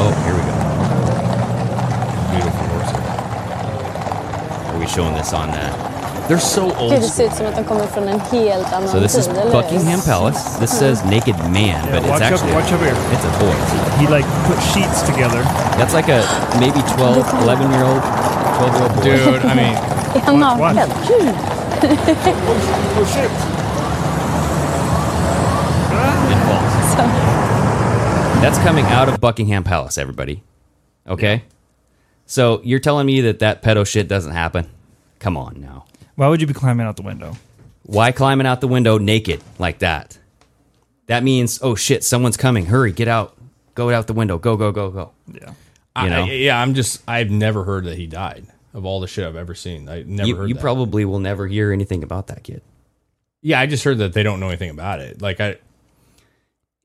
Speaker 8: Oh, here we go. Beautiful horses. Are we showing this on that? They're so
Speaker 12: Gud,
Speaker 8: old.
Speaker 12: det
Speaker 8: school.
Speaker 12: ser ut som att de kommer från en helt annan
Speaker 8: So this is
Speaker 12: tid, eller Mm. hur?
Speaker 8: Buckingham Palace. This says naked man, but
Speaker 9: watch
Speaker 8: it's
Speaker 9: up-
Speaker 8: actually
Speaker 9: watch up here.
Speaker 8: It's a boy.
Speaker 9: He like put sheets together.
Speaker 8: That's like a maybe 12, 11 year old, 12 year old boy.
Speaker 7: Dude, I mean,
Speaker 12: Är han naken? Gud.
Speaker 8: That's coming out of Buckingham Palace, everybody. Okay? So you're telling me that that pedo shit doesn't happen? Come on now.
Speaker 9: Why would you be climbing out the window?
Speaker 8: Why climbing out the window naked like that? That means, oh shit, someone's coming. Hurry, get out. Go out the window. Go, go, go, go.
Speaker 9: Yeah.
Speaker 7: I-
Speaker 8: You know?
Speaker 7: I- yeah, I'm just I've never heard that he died of all the shit I've ever seen. I never
Speaker 8: you
Speaker 7: heard
Speaker 8: you
Speaker 7: that.
Speaker 8: probably will never hear anything about that kid.
Speaker 7: yeah, I just heard that they don't know anything about it. Like I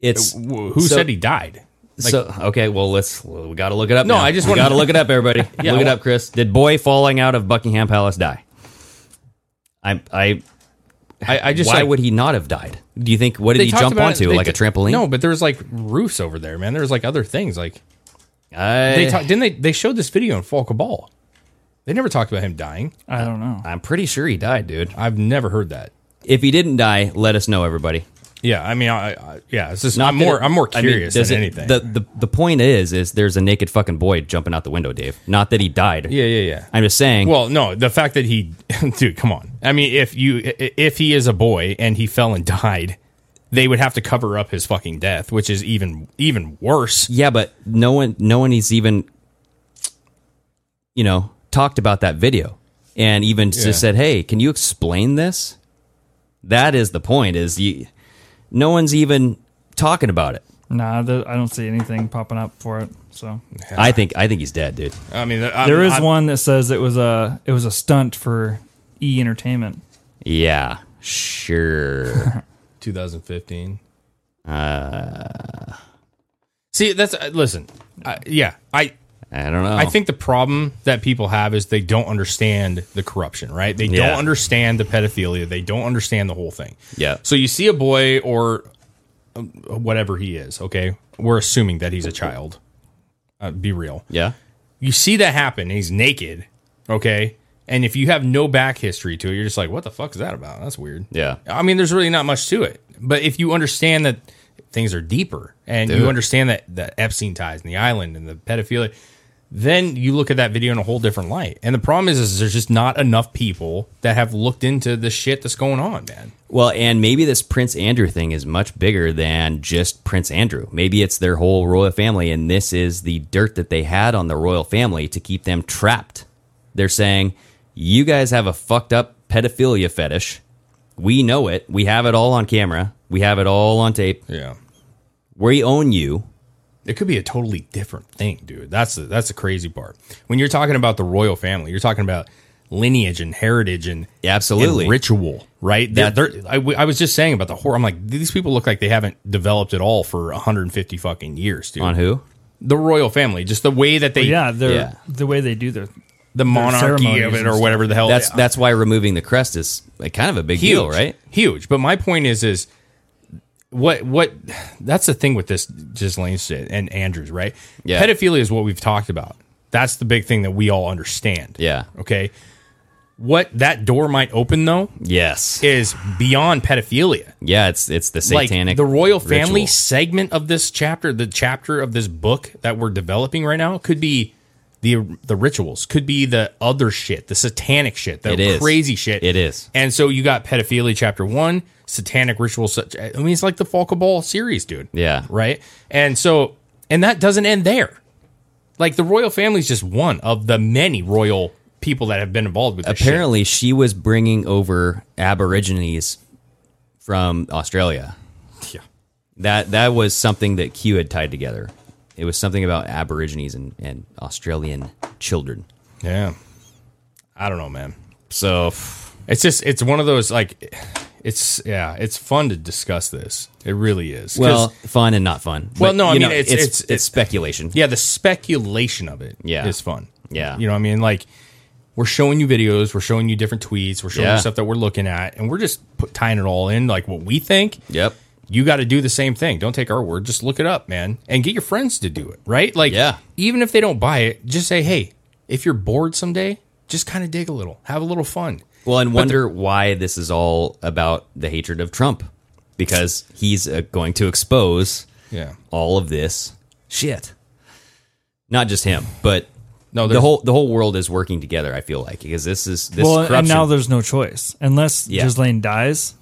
Speaker 8: It's
Speaker 7: who said he died? Like-
Speaker 8: so okay, well let's well, we got to look it up.
Speaker 7: No,
Speaker 8: now.
Speaker 7: I just
Speaker 8: we
Speaker 7: wanna-
Speaker 8: got to look it up, everybody.
Speaker 7: Yeah,
Speaker 8: look it
Speaker 7: I-
Speaker 8: up, Chris. Did boy falling out of Buckingham Palace die? I I
Speaker 7: I, I just
Speaker 8: why
Speaker 7: like-
Speaker 8: would he not have died? Do you think what did
Speaker 7: They
Speaker 8: he
Speaker 7: talked
Speaker 8: jump
Speaker 7: about it-
Speaker 8: onto?
Speaker 7: they
Speaker 8: Like a
Speaker 7: t-
Speaker 8: trampoline?
Speaker 7: No, but there was like roofs over there, man. There was like other things. Like
Speaker 8: I,
Speaker 7: they talk, didn't they? They showed this video in Falco Ball. They never talked about him dying.
Speaker 9: I don't know.
Speaker 8: I'm pretty sure he died, dude.
Speaker 7: I've never heard that.
Speaker 8: If he didn't die, let us know, everybody.
Speaker 7: Yeah, I mean, I, I yeah, it's just
Speaker 8: Not
Speaker 7: I'm
Speaker 8: that
Speaker 7: more
Speaker 8: it-
Speaker 7: I'm more
Speaker 8: I mean,
Speaker 7: curious
Speaker 8: does
Speaker 7: than
Speaker 8: it-
Speaker 7: anything.
Speaker 8: The, the the point is is there's a naked fucking boy jumping out the window, Dave. Not that he died.
Speaker 7: yeah, yeah, yeah.
Speaker 8: I'm just saying.
Speaker 7: Well, no, the fact that he, dude, come on. I mean, if you, i- if he is a boy and he fell and died, they would have to cover up his fucking death, which is even, even worse.
Speaker 8: Yeah, but no one, no one has even, you know, talked about that video, and even
Speaker 7: Yeah.
Speaker 8: just said, "Hey, can you explain this?" That is the point. Is you, no one's even talking about it.
Speaker 9: Nah, there, I don't see anything popping up for it. So
Speaker 8: I think, I think he's dead, dude.
Speaker 7: I mean, I'm-
Speaker 9: there is
Speaker 7: I'm-
Speaker 9: one that says it was a it was a stunt for E Entertainment.
Speaker 8: Yeah, sure.
Speaker 7: 2015.
Speaker 8: uh,
Speaker 7: See, that's uh, listen. I, yeah, I.
Speaker 8: I don't know.
Speaker 7: I think the problem that people have is they don't understand the corruption, right? They
Speaker 8: Yeah.
Speaker 7: don't understand the pedophilia. They don't understand the whole thing.
Speaker 8: Yeah.
Speaker 7: So you see a boy or uh, whatever he is, okay? We're assuming that he's a child. Uh, be real.
Speaker 8: Yeah.
Speaker 7: You see that happen, and he's naked, okay? And if you have no back history to it, you're just like, what the fuck is that about? That's weird.
Speaker 8: Yeah.
Speaker 7: I mean, there's really not much to it. But if you understand that things are deeper and
Speaker 8: Dude.
Speaker 7: you understand that the Epstein ties and the island and the pedophilia, then you look at that video in a whole different light. And the problem is, is there's just not enough people that have looked into the shit that's going on, man.
Speaker 8: Well, and maybe this Prince Andrew thing is much bigger than just Prince Andrew. Maybe it's their whole royal family, and this is the dirt that they had on the royal family to keep them trapped. They're saying, You guys have a fucked up pedophilia fetish. We know it. We have it all on camera, we have it all on tape.
Speaker 7: Yeah.
Speaker 8: We own you.
Speaker 7: It could be a totally different thing, dude. That's the, that's the crazy part. When you're talking about the royal family, you're talking about lineage and heritage and
Speaker 8: Absolutely.
Speaker 7: and ritual, right? They're-
Speaker 8: That-
Speaker 7: they're- I, w- I was just saying about the horror. I'm like, these people look like they haven't developed at all for 150 fucking years, dude.
Speaker 8: On who?
Speaker 7: The royal family, just the way that they,
Speaker 9: But yeah, they're
Speaker 8: Yeah.
Speaker 9: the way they do their
Speaker 7: the monarchy of it or whatever the hell.
Speaker 8: That's that's why removing the crest is like, kind of a big deal, right?
Speaker 7: Oh, Huge. But my point is, is what what that's the thing with this Ghislaine shit and Andrews, right?
Speaker 8: Yeah.
Speaker 7: Pedophilia is what we've talked about. That's the big thing that we all understand.
Speaker 8: Yeah.
Speaker 7: Okay. What that door might open though
Speaker 8: Yes.
Speaker 7: is beyond pedophilia.
Speaker 8: Yeah, it's it's the
Speaker 7: Like
Speaker 8: satanic
Speaker 7: the royal family
Speaker 8: ritual.
Speaker 7: segment of this chapter, the chapter of this book that we're developing right now could be the the rituals, could be the other shit, the satanic shit, the
Speaker 8: It is.
Speaker 7: crazy shit.
Speaker 8: It is.
Speaker 7: And so you got pedophilia chapter one, satanic rituals. Such I mean, it's like the Falco Ball series, dude.
Speaker 8: Yeah.
Speaker 7: Right. And so, and that doesn't end there. Like the royal family is just one of the many royal people that have been involved with. This shit.
Speaker 8: apparently she was bringing over aborigines from australia
Speaker 7: Yeah.
Speaker 8: that that was something that q had tied together it was something about aborigines and, and australian children
Speaker 7: Yeah. I don't know, man.
Speaker 8: so
Speaker 7: It's just it's one of those like it's yeah, it's fun to discuss this. It really is. 'Cause,
Speaker 8: well fun and not fun
Speaker 7: Well,
Speaker 8: But,
Speaker 7: no, I
Speaker 8: you
Speaker 7: mean,
Speaker 8: know,
Speaker 7: it's-
Speaker 8: it's,
Speaker 7: it's-
Speaker 8: speculation
Speaker 7: yeah, the speculation of it
Speaker 8: Yeah.
Speaker 7: is fun.
Speaker 8: Yeah.
Speaker 7: You know what I mean? Like, we're showing you videos, we're showing you different tweets, we're showing
Speaker 8: Yeah.
Speaker 7: you stuff that we're looking at, and we're just put, tying it all in, like what we think.
Speaker 8: Yep.
Speaker 7: You got to do the same thing. Don't take our word. Just look it up, man, and get your friends to do it, right? Like, yeah. even if they don't buy it, just say, hey, if you're bored someday, just kind of dig a little, have a little fun.
Speaker 8: Well, and
Speaker 7: But the-
Speaker 8: wonder why this is all about the hatred of Trump because he's uh, going to expose
Speaker 7: Yeah.
Speaker 8: all of this shit. Not just him, but
Speaker 7: no,
Speaker 8: the
Speaker 7: there's-
Speaker 8: whole the whole world is working together. I feel like because this is this
Speaker 9: well,
Speaker 8: corruption.
Speaker 9: and now there's no choice unless
Speaker 8: Yeah.
Speaker 9: Ghislaine dies.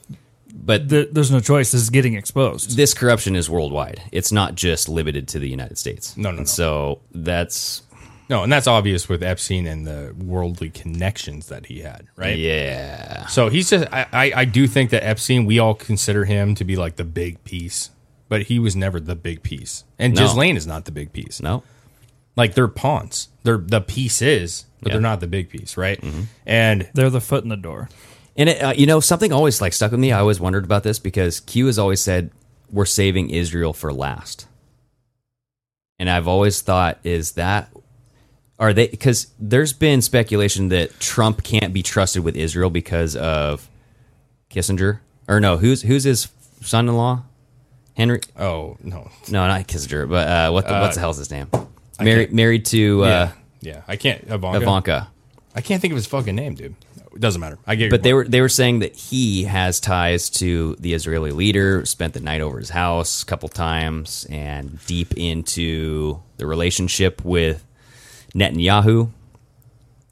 Speaker 8: But
Speaker 9: th- there's no choice. This is getting exposed.
Speaker 8: This corruption is worldwide. It's not just limited to the United States.
Speaker 7: No, no, no.
Speaker 8: So that's
Speaker 7: No, and that's obvious with Epstein and the worldly connections that he had, right?
Speaker 8: Yeah.
Speaker 7: So he's just, I, I, I do think that Epstein, we all consider him to be like the big piece, but he was never the big piece. And
Speaker 8: No.
Speaker 7: Ghislaine is not the big piece.
Speaker 8: No.
Speaker 7: Like they're pawns. They're the piece is, but
Speaker 8: Yeah. Mm-hmm.
Speaker 7: they're not the big piece, right? And
Speaker 9: they're the foot in the door.
Speaker 8: And it, uh, you know something always like stuck with me. I always wondered about this because Q has always said we're saving Israel for last, and I've always thought is that are they because there's been speculation that Trump can't be trusted with Israel because of Kissinger or no who's who's his son-in-law Henry
Speaker 7: oh no
Speaker 8: no not Kissinger but uh, what the,
Speaker 7: Uh,
Speaker 8: what's the hell's his name
Speaker 7: I
Speaker 8: married
Speaker 7: can't-
Speaker 8: married to uh,
Speaker 7: yeah, yeah, I can't, Ivanka.
Speaker 8: Ivanka.
Speaker 7: I can't think of his fucking name, dude. It doesn't matter. I get your
Speaker 8: but they were they were saying that he has ties to the Israeli leader, spent the night over his house a couple times, and deep into the relationship with Netanyahu,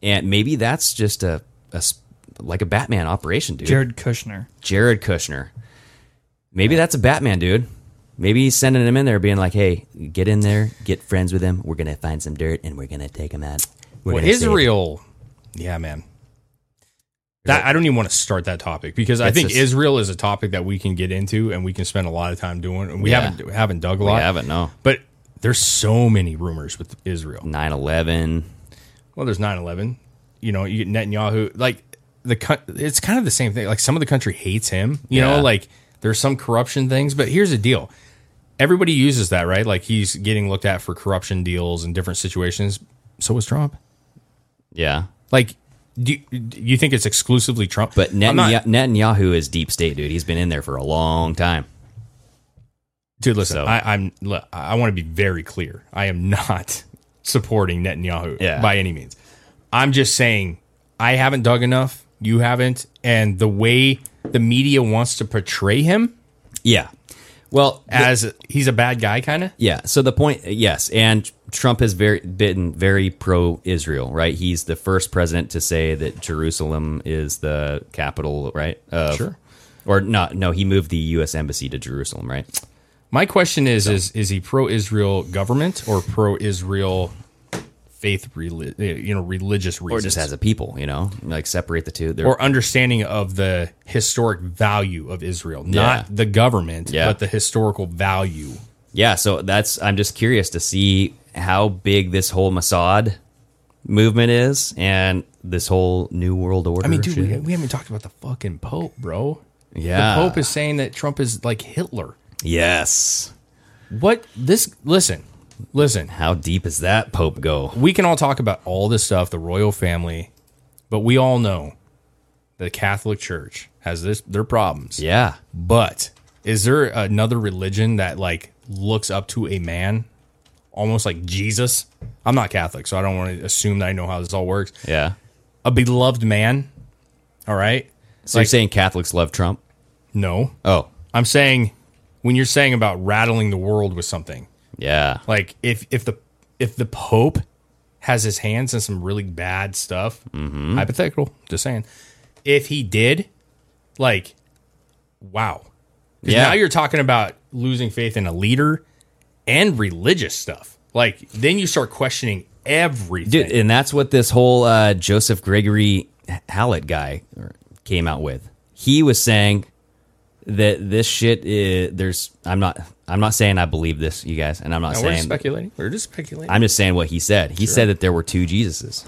Speaker 8: and maybe that's just a, a s- like a Batman operation, dude.
Speaker 9: Jared Kushner.
Speaker 8: Jared Kushner. Maybe that's a Batman, dude. Maybe he's sending him in there, being like, "Hey, get in there, get friends with him. We're gonna find some dirt, and we're gonna take him out." We're
Speaker 7: Well,
Speaker 8: gonna save him."
Speaker 7: Israel. Yeah, man. That I don't even want to start that topic because I
Speaker 8: It's
Speaker 7: think
Speaker 8: just-
Speaker 7: Israel is a topic that we can get into and we can spend a lot of time doing. And we
Speaker 8: Yeah.
Speaker 7: haven't haven't dug a
Speaker 8: We
Speaker 7: lot.
Speaker 8: haven't, no.
Speaker 7: But there's so many rumors with Israel.
Speaker 8: 9-11.
Speaker 7: Well, there's 9-11. You know, you get Netanyahu. Like the co- it's kind of the same thing. Like some of the country hates him. You
Speaker 8: Yeah.
Speaker 7: know, like there's some corruption things. But here's the deal: everybody uses that, right? Like he's getting looked at for corruption deals and different situations. So was Trump.
Speaker 8: Yeah.
Speaker 7: Like, do you, do you think it's exclusively Trump? But
Speaker 8: Netanya- Netanyahu is deep state, dude. He's been in there for a long time.
Speaker 7: dude, listen,
Speaker 8: So-
Speaker 7: I, I'm look, I want to be very clear. I am not supporting Netanyahu
Speaker 8: Yeah.
Speaker 7: by any means. I'm just saying I haven't dug enough. You haven't, and the way the media wants to portray him,
Speaker 8: Yeah. Well,
Speaker 7: as he's a bad guy, kind of.
Speaker 8: Yeah. So the point, yes, and Trump has very been very pro-Israel, right? He's the first president to say that Jerusalem is the capital, right? Of,
Speaker 7: Sure.
Speaker 8: Or not? No, he moved the U.S. embassy to Jerusalem, right?
Speaker 7: My question is: is is he pro-Israel government or pro-Israel faith, reli- you know, religious
Speaker 8: Or
Speaker 7: reasons,
Speaker 8: just as a people, you know, like separate the two. They're-
Speaker 7: or understanding of the historic value of Israel,
Speaker 8: Yeah.
Speaker 7: not the government,
Speaker 8: Yeah.
Speaker 7: but the historical value.
Speaker 8: yeah. So that's. I'm just curious to see how big this whole Mossad movement is and this whole New World Order.
Speaker 7: I mean, dude, we,
Speaker 8: shit.
Speaker 7: we haven't talked about the fucking Pope, bro.
Speaker 8: Yeah.
Speaker 7: the Pope is saying that Trump is like Hitler.
Speaker 8: yes.
Speaker 7: What this? Listen, listen.
Speaker 8: How deep is that Pope go?
Speaker 7: We can all talk about all this stuff, the royal family, but we all know the Catholic Church has this their problems.
Speaker 8: Yeah.
Speaker 7: But is there another religion that like looks up to a man almost like Jesus? I'm not Catholic, so I don't want to assume that I know how this all works.
Speaker 8: Yeah.
Speaker 7: A beloved man. All right.
Speaker 8: So you're
Speaker 7: Like-
Speaker 8: saying Catholics love Trump?
Speaker 7: No.
Speaker 8: Oh,
Speaker 7: I'm saying when you're saying about rattling the world with something,
Speaker 8: yeah.
Speaker 7: like if if the if the Pope has his hands in some really bad stuff,
Speaker 8: Mm-hmm.
Speaker 7: hypothetical, just saying. If he did, like, wow, 'Cause
Speaker 8: Yeah.
Speaker 7: Now you're talking about losing faith in a leader and religious stuff. Like then you start questioning everything.
Speaker 8: Dude, and that's what this whole uh, Joseph Gregory Hallett guy er, came out with. He was saying that this shit is there's I'm not I'm not saying I believe this, you guys, and I'm not
Speaker 7: Now, we're just
Speaker 8: saying
Speaker 7: speculating. We're just speculating.
Speaker 8: I'm just saying what he said. He said that there were two Jesuses.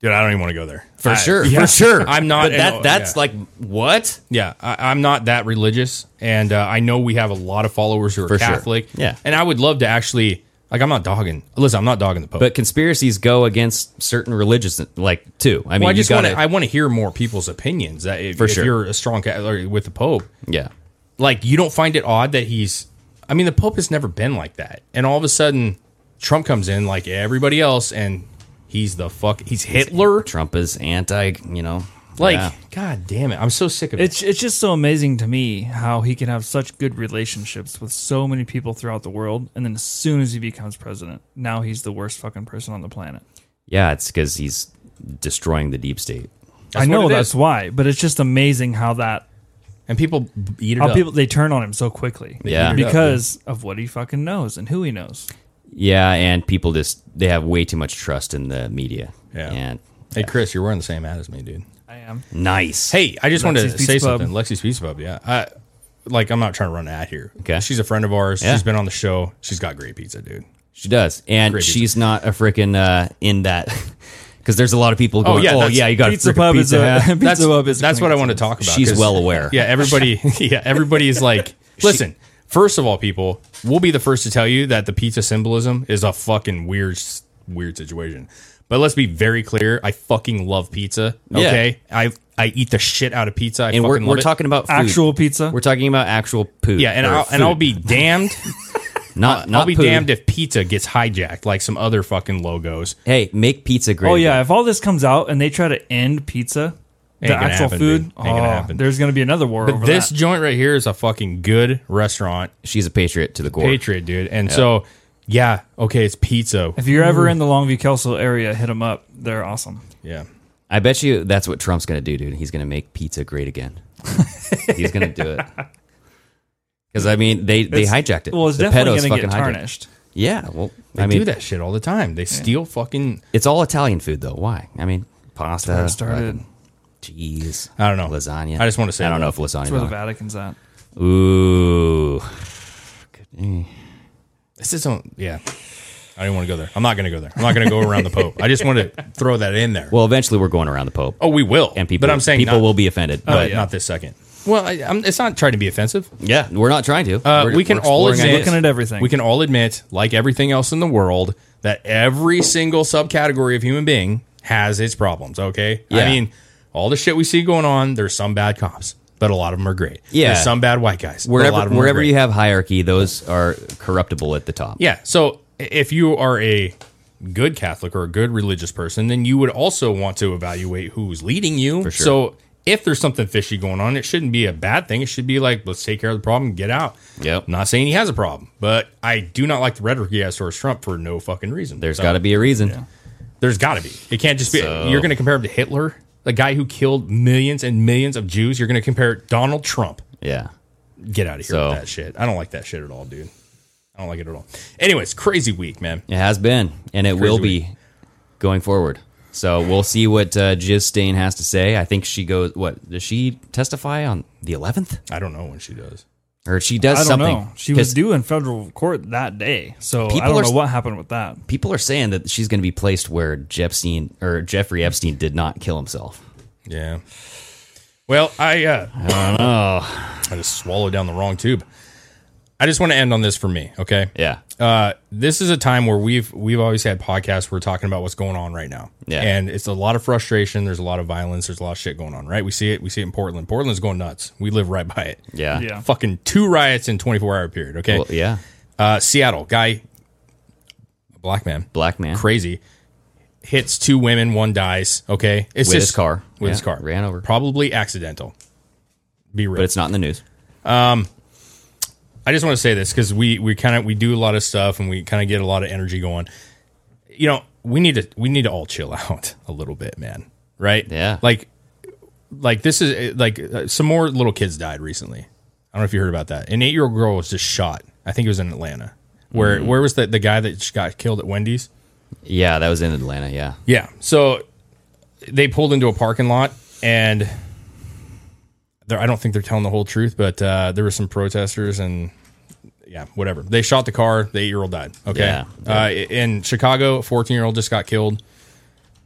Speaker 7: Dude, I don't even want to go there.
Speaker 8: For
Speaker 7: I-
Speaker 8: sure.
Speaker 7: yeah.
Speaker 8: For sure.
Speaker 7: I'm not.
Speaker 8: But that
Speaker 7: and-
Speaker 8: that's
Speaker 7: yeah.
Speaker 8: like what?
Speaker 7: Yeah, I, I'm not that religious, and uh, I know we have a lot of followers who are
Speaker 8: For sure.
Speaker 7: Catholic.
Speaker 8: Yeah.
Speaker 7: and I would love to actually. Like I'm not dogging. Listen, I'm not dogging the Pope.
Speaker 8: But conspiracies go against certain religions, like too. I mean,
Speaker 7: Well, I just
Speaker 8: you
Speaker 7: want
Speaker 8: gotta,
Speaker 7: to. I want to hear more people's opinions. That if,
Speaker 8: For
Speaker 7: if
Speaker 8: sure.
Speaker 7: you're a strong Catholic with the Pope,
Speaker 8: yeah,
Speaker 7: like you don't find it odd that he's. I mean, the Pope has never been like that, and all of a sudden, Trump comes in like everybody else, and he's the fuck. He's Hitler.
Speaker 8: Trump is anti. You know,
Speaker 7: Like,
Speaker 8: yeah.
Speaker 7: god damn it! I'm so sick of it.
Speaker 9: It's it's just so amazing to me how he can have such good relationships with so many people throughout the world, and then as soon as he becomes president, now he's the worst fucking person on the planet.
Speaker 8: yeah, it's because he's destroying the deep state.
Speaker 9: I know that's why, but it's just amazing how that
Speaker 7: and people eat it
Speaker 9: how
Speaker 7: up.
Speaker 9: people they turn on him so quickly.
Speaker 8: They Yeah. eat it up,
Speaker 9: because of what he fucking knows and who he knows.
Speaker 8: Yeah, and people just they have way too much trust in the media.
Speaker 7: Yeah.
Speaker 8: And
Speaker 7: Hey, Chris, you're wearing the same hat as me, dude.
Speaker 9: I am.
Speaker 8: nice.
Speaker 7: Hey, I just wanted
Speaker 8: Lexi's
Speaker 7: to
Speaker 8: Pizza
Speaker 7: say
Speaker 8: Pub.
Speaker 7: something. Lexi's Pizza Pub, yeah. I, like, I'm not trying to run an ad here.
Speaker 8: Okay.
Speaker 7: She's a friend of ours.
Speaker 8: Yeah.
Speaker 7: She's been on the show. She's got great pizza, dude.
Speaker 8: She does, and
Speaker 7: Great
Speaker 8: she's not a freaking uh, in that because there's a lot of people going.
Speaker 7: Oh,
Speaker 8: Oh
Speaker 7: yeah,
Speaker 8: yeah,
Speaker 7: that's-
Speaker 8: you got
Speaker 7: Pizza
Speaker 8: a
Speaker 7: Pub
Speaker 8: Uh, pizza
Speaker 7: is a-
Speaker 8: hat."
Speaker 7: Pizza That's- Pub is a that's what I want to talk about,
Speaker 8: She's
Speaker 7: 'cause-
Speaker 8: well aware.
Speaker 7: Yeah, everybody. Yeah, everybody is like, listen. First of all, people, we'll be the first to tell you that the pizza symbolism is a fucking weird, s- weird situation. But let's be very clear. I fucking love pizza.
Speaker 8: Yeah.
Speaker 7: Okay, I I eat the shit out of pizza. I
Speaker 8: and we're,
Speaker 7: fucking
Speaker 8: we're
Speaker 7: love it.
Speaker 8: talking about food.
Speaker 9: pizza.
Speaker 8: We're talking about actual poop.
Speaker 7: Yeah, and
Speaker 8: or
Speaker 7: I'll, and I'll
Speaker 8: food.
Speaker 7: be damned.
Speaker 8: not not
Speaker 7: I'll be
Speaker 8: poo.
Speaker 7: damned if pizza gets hijacked like some other fucking logos.
Speaker 8: Hey, make pizza great.
Speaker 9: Oh yeah, if all this comes out and they try to end pizza,
Speaker 7: Ain't
Speaker 9: the
Speaker 7: gonna
Speaker 9: actual
Speaker 7: happen,
Speaker 9: food,
Speaker 7: dude. Ain't gonna
Speaker 9: oh,
Speaker 7: happen.
Speaker 9: there's gonna be another war
Speaker 7: But
Speaker 9: over
Speaker 7: this
Speaker 9: that.
Speaker 7: joint right here is a fucking good restaurant,
Speaker 8: She's a patriot to the core.
Speaker 7: Patriot, dude. And
Speaker 8: Yeah.
Speaker 7: so, yeah, okay, it's pizza.
Speaker 9: If you're ever in the Longview Kelso area, hit them up. They're awesome.
Speaker 7: yeah,
Speaker 8: I bet you that's what Trump's going to do, dude. He's going to make pizza great again. He's going to do it. Because I mean, they they
Speaker 9: It's-
Speaker 8: hijacked it.
Speaker 9: well, it's
Speaker 8: The
Speaker 9: definitely
Speaker 8: pedos
Speaker 9: gonna get
Speaker 8: fucking hijacked it.
Speaker 9: tarnished.
Speaker 8: Yeah, well,
Speaker 7: they
Speaker 8: I mean,
Speaker 7: do that shit all the time. They steal fucking.
Speaker 8: It's all Italian food, though. Why? I mean, pasta.
Speaker 7: Uh,
Speaker 9: where it started.
Speaker 8: fucking Cheese.
Speaker 7: I don't know.
Speaker 8: Lasagna.
Speaker 7: I just want to say
Speaker 8: I don't
Speaker 7: that.
Speaker 8: know if lasagna.
Speaker 9: That's where the
Speaker 8: is on.
Speaker 9: Vatican's at.
Speaker 8: Ooh. Good- eh.
Speaker 7: This is on. Yeah, I didn't want to go there. I'm not going to go there. I'm not going to go around the Pope. I just want to throw that in there.
Speaker 8: Well, eventually we're going around the Pope,
Speaker 7: Oh, we will.
Speaker 8: and people.
Speaker 7: but I'm saying
Speaker 8: people
Speaker 7: not-
Speaker 8: will be offended.
Speaker 7: Oh,
Speaker 8: but
Speaker 7: yeah, not this second. Well, I, I'm, it's not trying to be offensive.
Speaker 8: yeah, we're not trying to.
Speaker 7: Uh,
Speaker 8: We're-
Speaker 7: we can
Speaker 8: we're
Speaker 7: all
Speaker 8: exploring
Speaker 7: admit,
Speaker 8: ideas.
Speaker 9: Looking at everything.
Speaker 7: We can all admit, like everything else in the world, that every single subcategory of human being has its problems. Okay, I
Speaker 8: Yeah.
Speaker 7: mean, all the shit we see going on, there's some bad cops, but a lot of them are great.
Speaker 8: Yeah.
Speaker 7: there's some bad white guys. but a lot
Speaker 8: wherever
Speaker 7: of them are
Speaker 8: wherever
Speaker 7: great.
Speaker 8: you have hierarchy, those are corruptible at the top.
Speaker 7: Yeah. So i- if you are a good Catholic or a good religious person, then you would also want to evaluate who's leading you.
Speaker 8: For sure.
Speaker 7: So if there's something fishy going on, it shouldn't be a bad thing. It should be like, let's take care of the problem, get out.
Speaker 8: Yep.
Speaker 7: I'm not saying he has a problem, but I do not like the rhetoric he has towards Trump for no fucking reason.
Speaker 8: There's
Speaker 7: So,
Speaker 8: got to be a reason.
Speaker 7: There's got to be. It can't just be.
Speaker 8: So-
Speaker 7: You're going to compare him to Hitler, the guy who killed millions and millions of Jews. You're going to compare Donald Trump.
Speaker 8: Yeah.
Speaker 7: Get out of here
Speaker 8: So-
Speaker 7: with that shit. I don't like that shit at all, dude. I don't like it at all. Anyways, crazy week, man.
Speaker 8: It has been, and it will be going forward. So we'll see what uh, Jiz Stain has to say. I think she goes. What does she testify on the 11th?
Speaker 7: I don't know when she does.
Speaker 8: Or she does
Speaker 9: I don't
Speaker 8: something?
Speaker 9: know. She was
Speaker 8: 'Cause
Speaker 9: due in federal court that day, so I
Speaker 8: People
Speaker 9: don't
Speaker 8: are
Speaker 9: know
Speaker 8: s-
Speaker 9: what happened with that.
Speaker 8: People are saying that she's going to be placed where Jeffstein or Jeffrey Epstein did not kill himself.
Speaker 7: Yeah. Well, I uh, I just swallowed down the wrong tube. I just want to end on this for me, okay?
Speaker 8: Yeah.
Speaker 7: Uh, this is a time where we've we've always had podcasts. We're talking about what's going on right now,
Speaker 8: Yeah.
Speaker 7: And it's a lot of frustration. There's a lot of violence. There's a lot of shit going on, right? We see it. We see it in Portland. Portland's going nuts. We live right by it.
Speaker 8: Yeah.
Speaker 9: Yeah.
Speaker 7: Fucking two riots in 24 hour period. Okay.
Speaker 8: Well, yeah.
Speaker 7: Uh, Seattle guy, a black man,
Speaker 8: Black man
Speaker 7: crazy. Hits two women, one dies. Okay, it's
Speaker 8: With his car.
Speaker 7: With his
Speaker 8: Yeah,
Speaker 7: car,
Speaker 8: ran over.
Speaker 7: Probably accidental. Be real.
Speaker 8: but it's not in the news.
Speaker 7: I just want to say this because we we kind of we do a lot of stuff and we kind of get a lot of energy going. You know, we need to we need to all chill out a little bit, man. Right?
Speaker 8: Yeah.
Speaker 7: Like, like this is like uh, some more little kids died recently. I don't know if you heard about that. An eight year old girl was just shot. I think it was in Atlanta. Where
Speaker 8: Mm.
Speaker 7: where was the the guy that just got killed at Wendy's?
Speaker 8: Yeah, that was in Atlanta. Yeah.
Speaker 7: Yeah. So they pulled into a parking lot and they're, I don't think they're telling the whole truth, but uh, there were some protesters and yeah, whatever. They shot the car. The eight year old died. Okay.
Speaker 8: Yeah.
Speaker 7: Uh, in Chicago, a 14 year old just got killed.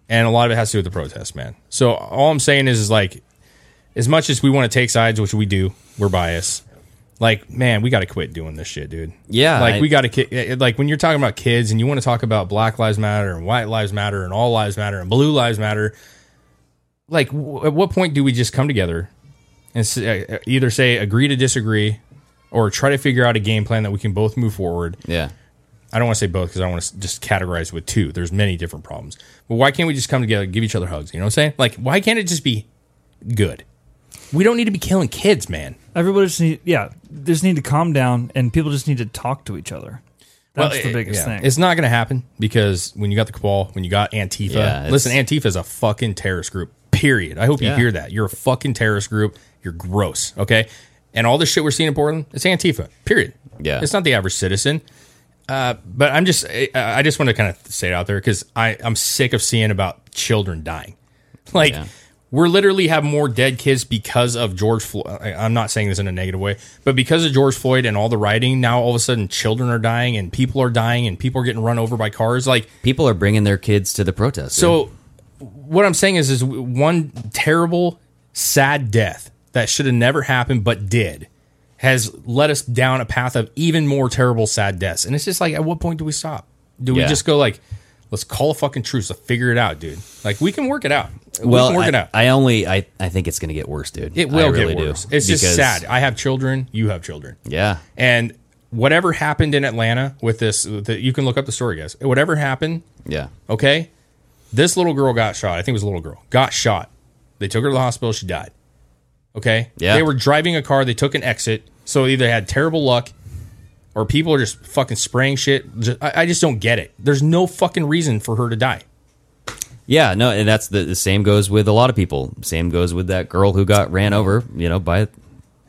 Speaker 7: And a lot of it has to do with the protest, man. So all I'm saying is, is like, as much as we want to take sides, which we do, we're biased. Like, man, we got to quit doing this shit, dude.
Speaker 8: Yeah,
Speaker 7: Like,
Speaker 8: I-
Speaker 7: we got to ki- eh, like when you're talking about kids and you want to talk about Black Lives Matter and White Lives Matter and All Lives Matter and Blue Lives Matter. Like, w- at what point do we just come together and s- uh, either say agree to disagree or try to figure out a game plan that we can both move forward?
Speaker 8: Yeah.
Speaker 7: I don't want to say both because I want to just categorize with two. There's many different problems, but why can't we just come together, give each other hugs? You know what I'm saying? Like, why can't it just be good? We don't need to be killing kids, man.
Speaker 9: Everybody just need, yeah, they just need to calm down, and people just need to talk to each other. That's
Speaker 7: Well,
Speaker 9: the
Speaker 7: it-
Speaker 9: biggest
Speaker 7: yeah.
Speaker 9: thing.
Speaker 7: It's not going to happen because when you got the Qual, when you got Antifa,
Speaker 8: Yeah, it's-
Speaker 7: listen, Antifa is a fucking terrorist group. Period. I hope you
Speaker 8: Yeah.
Speaker 7: hear that. You're a fucking terrorist group. You're gross. Okay, and all this shit we're seeing in Portland, it's Antifa. Period.
Speaker 8: Yeah.
Speaker 7: it's not the average citizen. Uh, but I'm just, I, I just want to kind of say it out there because I I'm sick of seeing about children dying. Like we're literally have more dead kids because of George Floyd. I- I'm not saying this in a negative way, but because of George Floyd and all the rioting, now all of a sudden children are dying and people are dying and people are getting run over by cars. Like
Speaker 8: people are bringing their kids to the protest.
Speaker 7: So what I'm saying is, is one terrible, sad death that should have never happened but did has led us down a path of even more terrible, sad deaths. And it's just like, at what point do we stop? Do we
Speaker 8: Yeah.
Speaker 7: just go like, let's call a fucking truce, let's figure it out, dude? Like we can work it out. we
Speaker 8: well,
Speaker 7: can work
Speaker 8: I,
Speaker 7: it out.
Speaker 8: I only I, I think it's going to get worse, dude.
Speaker 7: It
Speaker 8: I
Speaker 7: will
Speaker 8: really
Speaker 7: get worse.
Speaker 8: Do.
Speaker 7: It's just
Speaker 8: Because-
Speaker 7: sad. I have children. You have children.
Speaker 8: Yeah.
Speaker 7: And whatever happened in Atlanta with this, the, you can look up the story, guys. Whatever happened,
Speaker 8: Yeah.
Speaker 7: okay, this little girl got shot. I think it was a little girl. Got shot. They took her to the hospital. She died. Okay.
Speaker 8: Yeah.
Speaker 7: They were driving a car. They took an exit. So they either had terrible luck or people are just fucking spraying shit. Ju- I, I just don't get it. There's no fucking reason for her to die.
Speaker 8: Yeah, no, and that's the, the same goes with a lot of people. Same goes with that girl who got ran over, you know, by the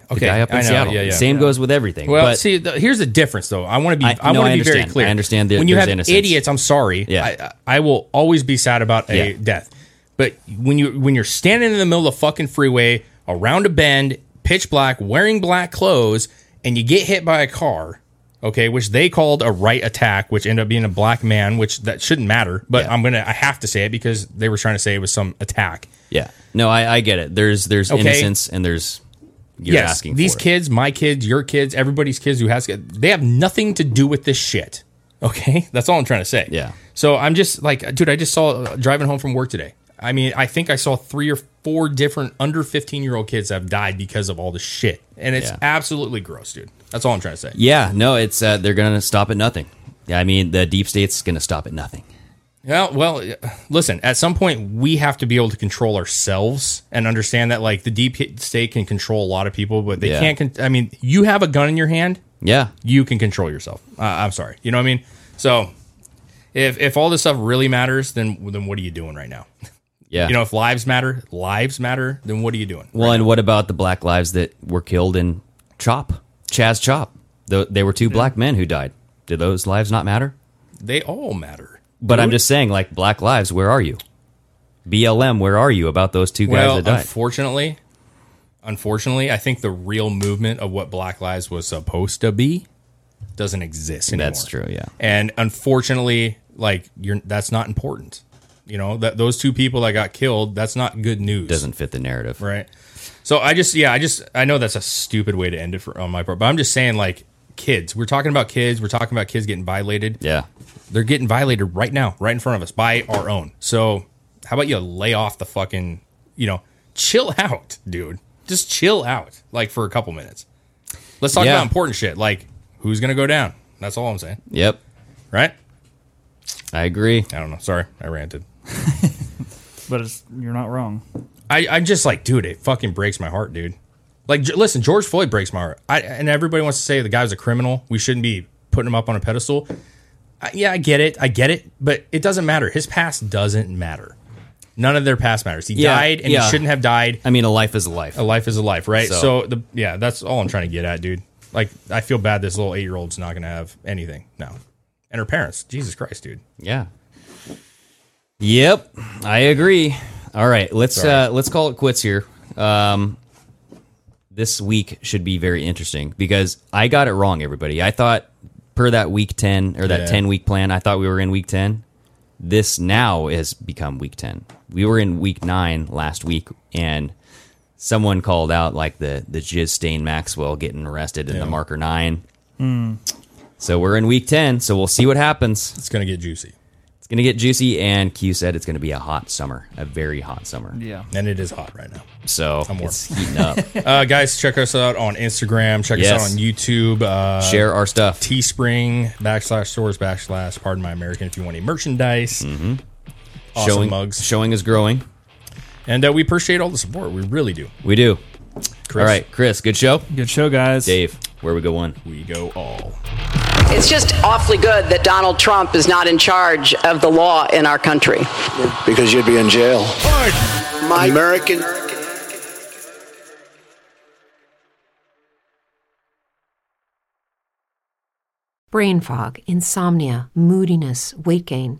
Speaker 7: Okay,
Speaker 8: guy up in
Speaker 7: I know,
Speaker 8: Seattle.
Speaker 7: yeah, yeah.
Speaker 8: Same
Speaker 7: Yeah.
Speaker 8: goes with everything.
Speaker 7: Well,
Speaker 8: but
Speaker 7: see, the, here's the difference, though. I want to be.
Speaker 8: I-
Speaker 7: I,
Speaker 8: no,
Speaker 7: want
Speaker 8: I
Speaker 7: to be very
Speaker 8: understand.
Speaker 7: clear.
Speaker 8: I understand there-
Speaker 7: when you
Speaker 8: there's
Speaker 7: have
Speaker 8: innocence.
Speaker 7: idiots, I'm sorry.
Speaker 8: Yeah.
Speaker 7: I, I will always be sad about a
Speaker 8: Yeah.
Speaker 7: death. But when you when you're standing in the middle of the fucking freeway, around a bend, pitch black, wearing black clothes, and you get hit by a car, okay, which they called a right attack, which ended up being a black man, which that shouldn't matter. But I'm gonna I have to say it because they were trying to say it was some attack.
Speaker 8: yeah. No, I, I get it. There's there's
Speaker 7: Okay.
Speaker 8: innocence and there's you're
Speaker 7: yes,
Speaker 8: asking
Speaker 7: these
Speaker 8: for it.
Speaker 7: kids, my kids, your kids, everybody's kids who has kids, they have nothing to do with this shit. Okay, that's all I'm trying to say. Yeah. So I'm just like, dude, I just saw uh, driving home from work today. I mean, I think I saw three or four different under 15 year old kids that have died because of all this shit, and it's
Speaker 8: Yeah.
Speaker 7: absolutely gross, dude. That's all I'm trying to say.
Speaker 8: Yeah, no, it's uh, they're going to stop at nothing. I mean, the deep state's going to stop at nothing.
Speaker 7: Yeah, well, uh, listen, at some point we have to be able to control ourselves and understand that like the deep hit state can control a lot of people, but they
Speaker 8: Yeah.
Speaker 7: can't con- I mean, you have a gun in your hand.
Speaker 8: Yeah.
Speaker 7: You can control yourself. Uh, I'm sorry. You know what I mean? So if if all this stuff really matters, then then what are you doing right now?
Speaker 8: Yeah.
Speaker 7: You know, if lives matter, lives matter, then what are you doing?
Speaker 8: Well, and what about the black lives that were killed in Chop, Chaz Chop? Tho- They were two black men who died. Do those lives not matter?
Speaker 7: They all matter.
Speaker 8: But I'm
Speaker 7: Dude.
Speaker 8: just saying, like, black lives, where are you? BLM, where are you about those two guys
Speaker 7: well,
Speaker 8: that died?
Speaker 7: unfortunately, unfortunately, I think the real movement of what Black Lives was supposed to be doesn't exist anymore.
Speaker 8: That's true, yeah.
Speaker 7: And unfortunately, like you're that's not important. You know, that those two people that got killed, that's not good news.
Speaker 8: Doesn't fit the narrative.
Speaker 7: Right. So I just yeah, I just I know that's a stupid way to end it for on my part, but I'm just saying like kids. We're talking about kids, we're talking about kids getting violated.
Speaker 8: Yeah.
Speaker 7: They're getting violated right now, right in front of us by our own. So how about you lay off the fucking, you know, chill out, dude. Just chill out like for a couple minutes. Let's talk
Speaker 8: Yeah.
Speaker 7: about important shit like who's going to go down. That's all I'm saying.
Speaker 8: Yep.
Speaker 7: Right?
Speaker 8: I agree.
Speaker 7: I don't know. Sorry. I ranted.
Speaker 9: But it's, you're not wrong.
Speaker 7: I, I'm just like, dude, it fucking breaks my heart, dude. Like, j- listen, George Floyd breaks my heart. I, and everybody wants to say the guy was a criminal. We shouldn't be putting him up on a pedestal. I, yeah, I get it. I get it. But it doesn't matter. His past doesn't matter. None of their past matters. He
Speaker 8: Yeah,
Speaker 7: died and
Speaker 8: yeah.
Speaker 7: he shouldn't have died.
Speaker 8: I mean, a life is a life.
Speaker 7: A life is a life, right?
Speaker 8: So-
Speaker 7: So, the, yeah, that's all I'm trying to get at, dude. Like, I feel bad this little eight year old's not going to have anything now. And her parents. Jesus Christ, dude.
Speaker 8: Yeah. Yep, I agree. All right, let's uh, let's call it quits here. Um, this week should be very interesting because I got it wrong, everybody. I thought per that week ten or that
Speaker 7: Yeah.
Speaker 8: ten week plan, I thought we were in week ten. This now has become week ten. We were in week nine last week, and someone called out like the the jizz stain Maxwell getting arrested in the marker nine.
Speaker 9: Mm.
Speaker 8: So we're in week ten, so we'll see what happens.
Speaker 7: It's gonna get juicy.
Speaker 8: It's gonna get juicy, and Q said it's gonna be a hot summer, a very hot summer.
Speaker 9: Yeah,
Speaker 7: and it is hot right now.
Speaker 8: So
Speaker 7: I'm warm.
Speaker 8: it's heating up.
Speaker 7: uh, guys, check us out on Instagram. Check
Speaker 8: Yes.
Speaker 7: us out on YouTube. Uh,
Speaker 8: Share our stuff.
Speaker 7: Teespring backslash stores backslash pardon my American if you want any merchandise. Mm-hmm. Awesome
Speaker 8: Showing-
Speaker 7: mugs.
Speaker 8: Showing is growing.
Speaker 7: And uh, we appreciate all the support. We really do.
Speaker 8: We do.
Speaker 7: Chris.
Speaker 8: All right, Chris. Good show.
Speaker 9: Good show, guys.
Speaker 8: Dave, where we go one?
Speaker 7: We go all.
Speaker 13: It's just awfully good that Donald Trump is not in charge of the law in our country.
Speaker 3: Because you'd be in jail.
Speaker 13: My
Speaker 3: American
Speaker 14: Brain fog, insomnia, moodiness, weight gain.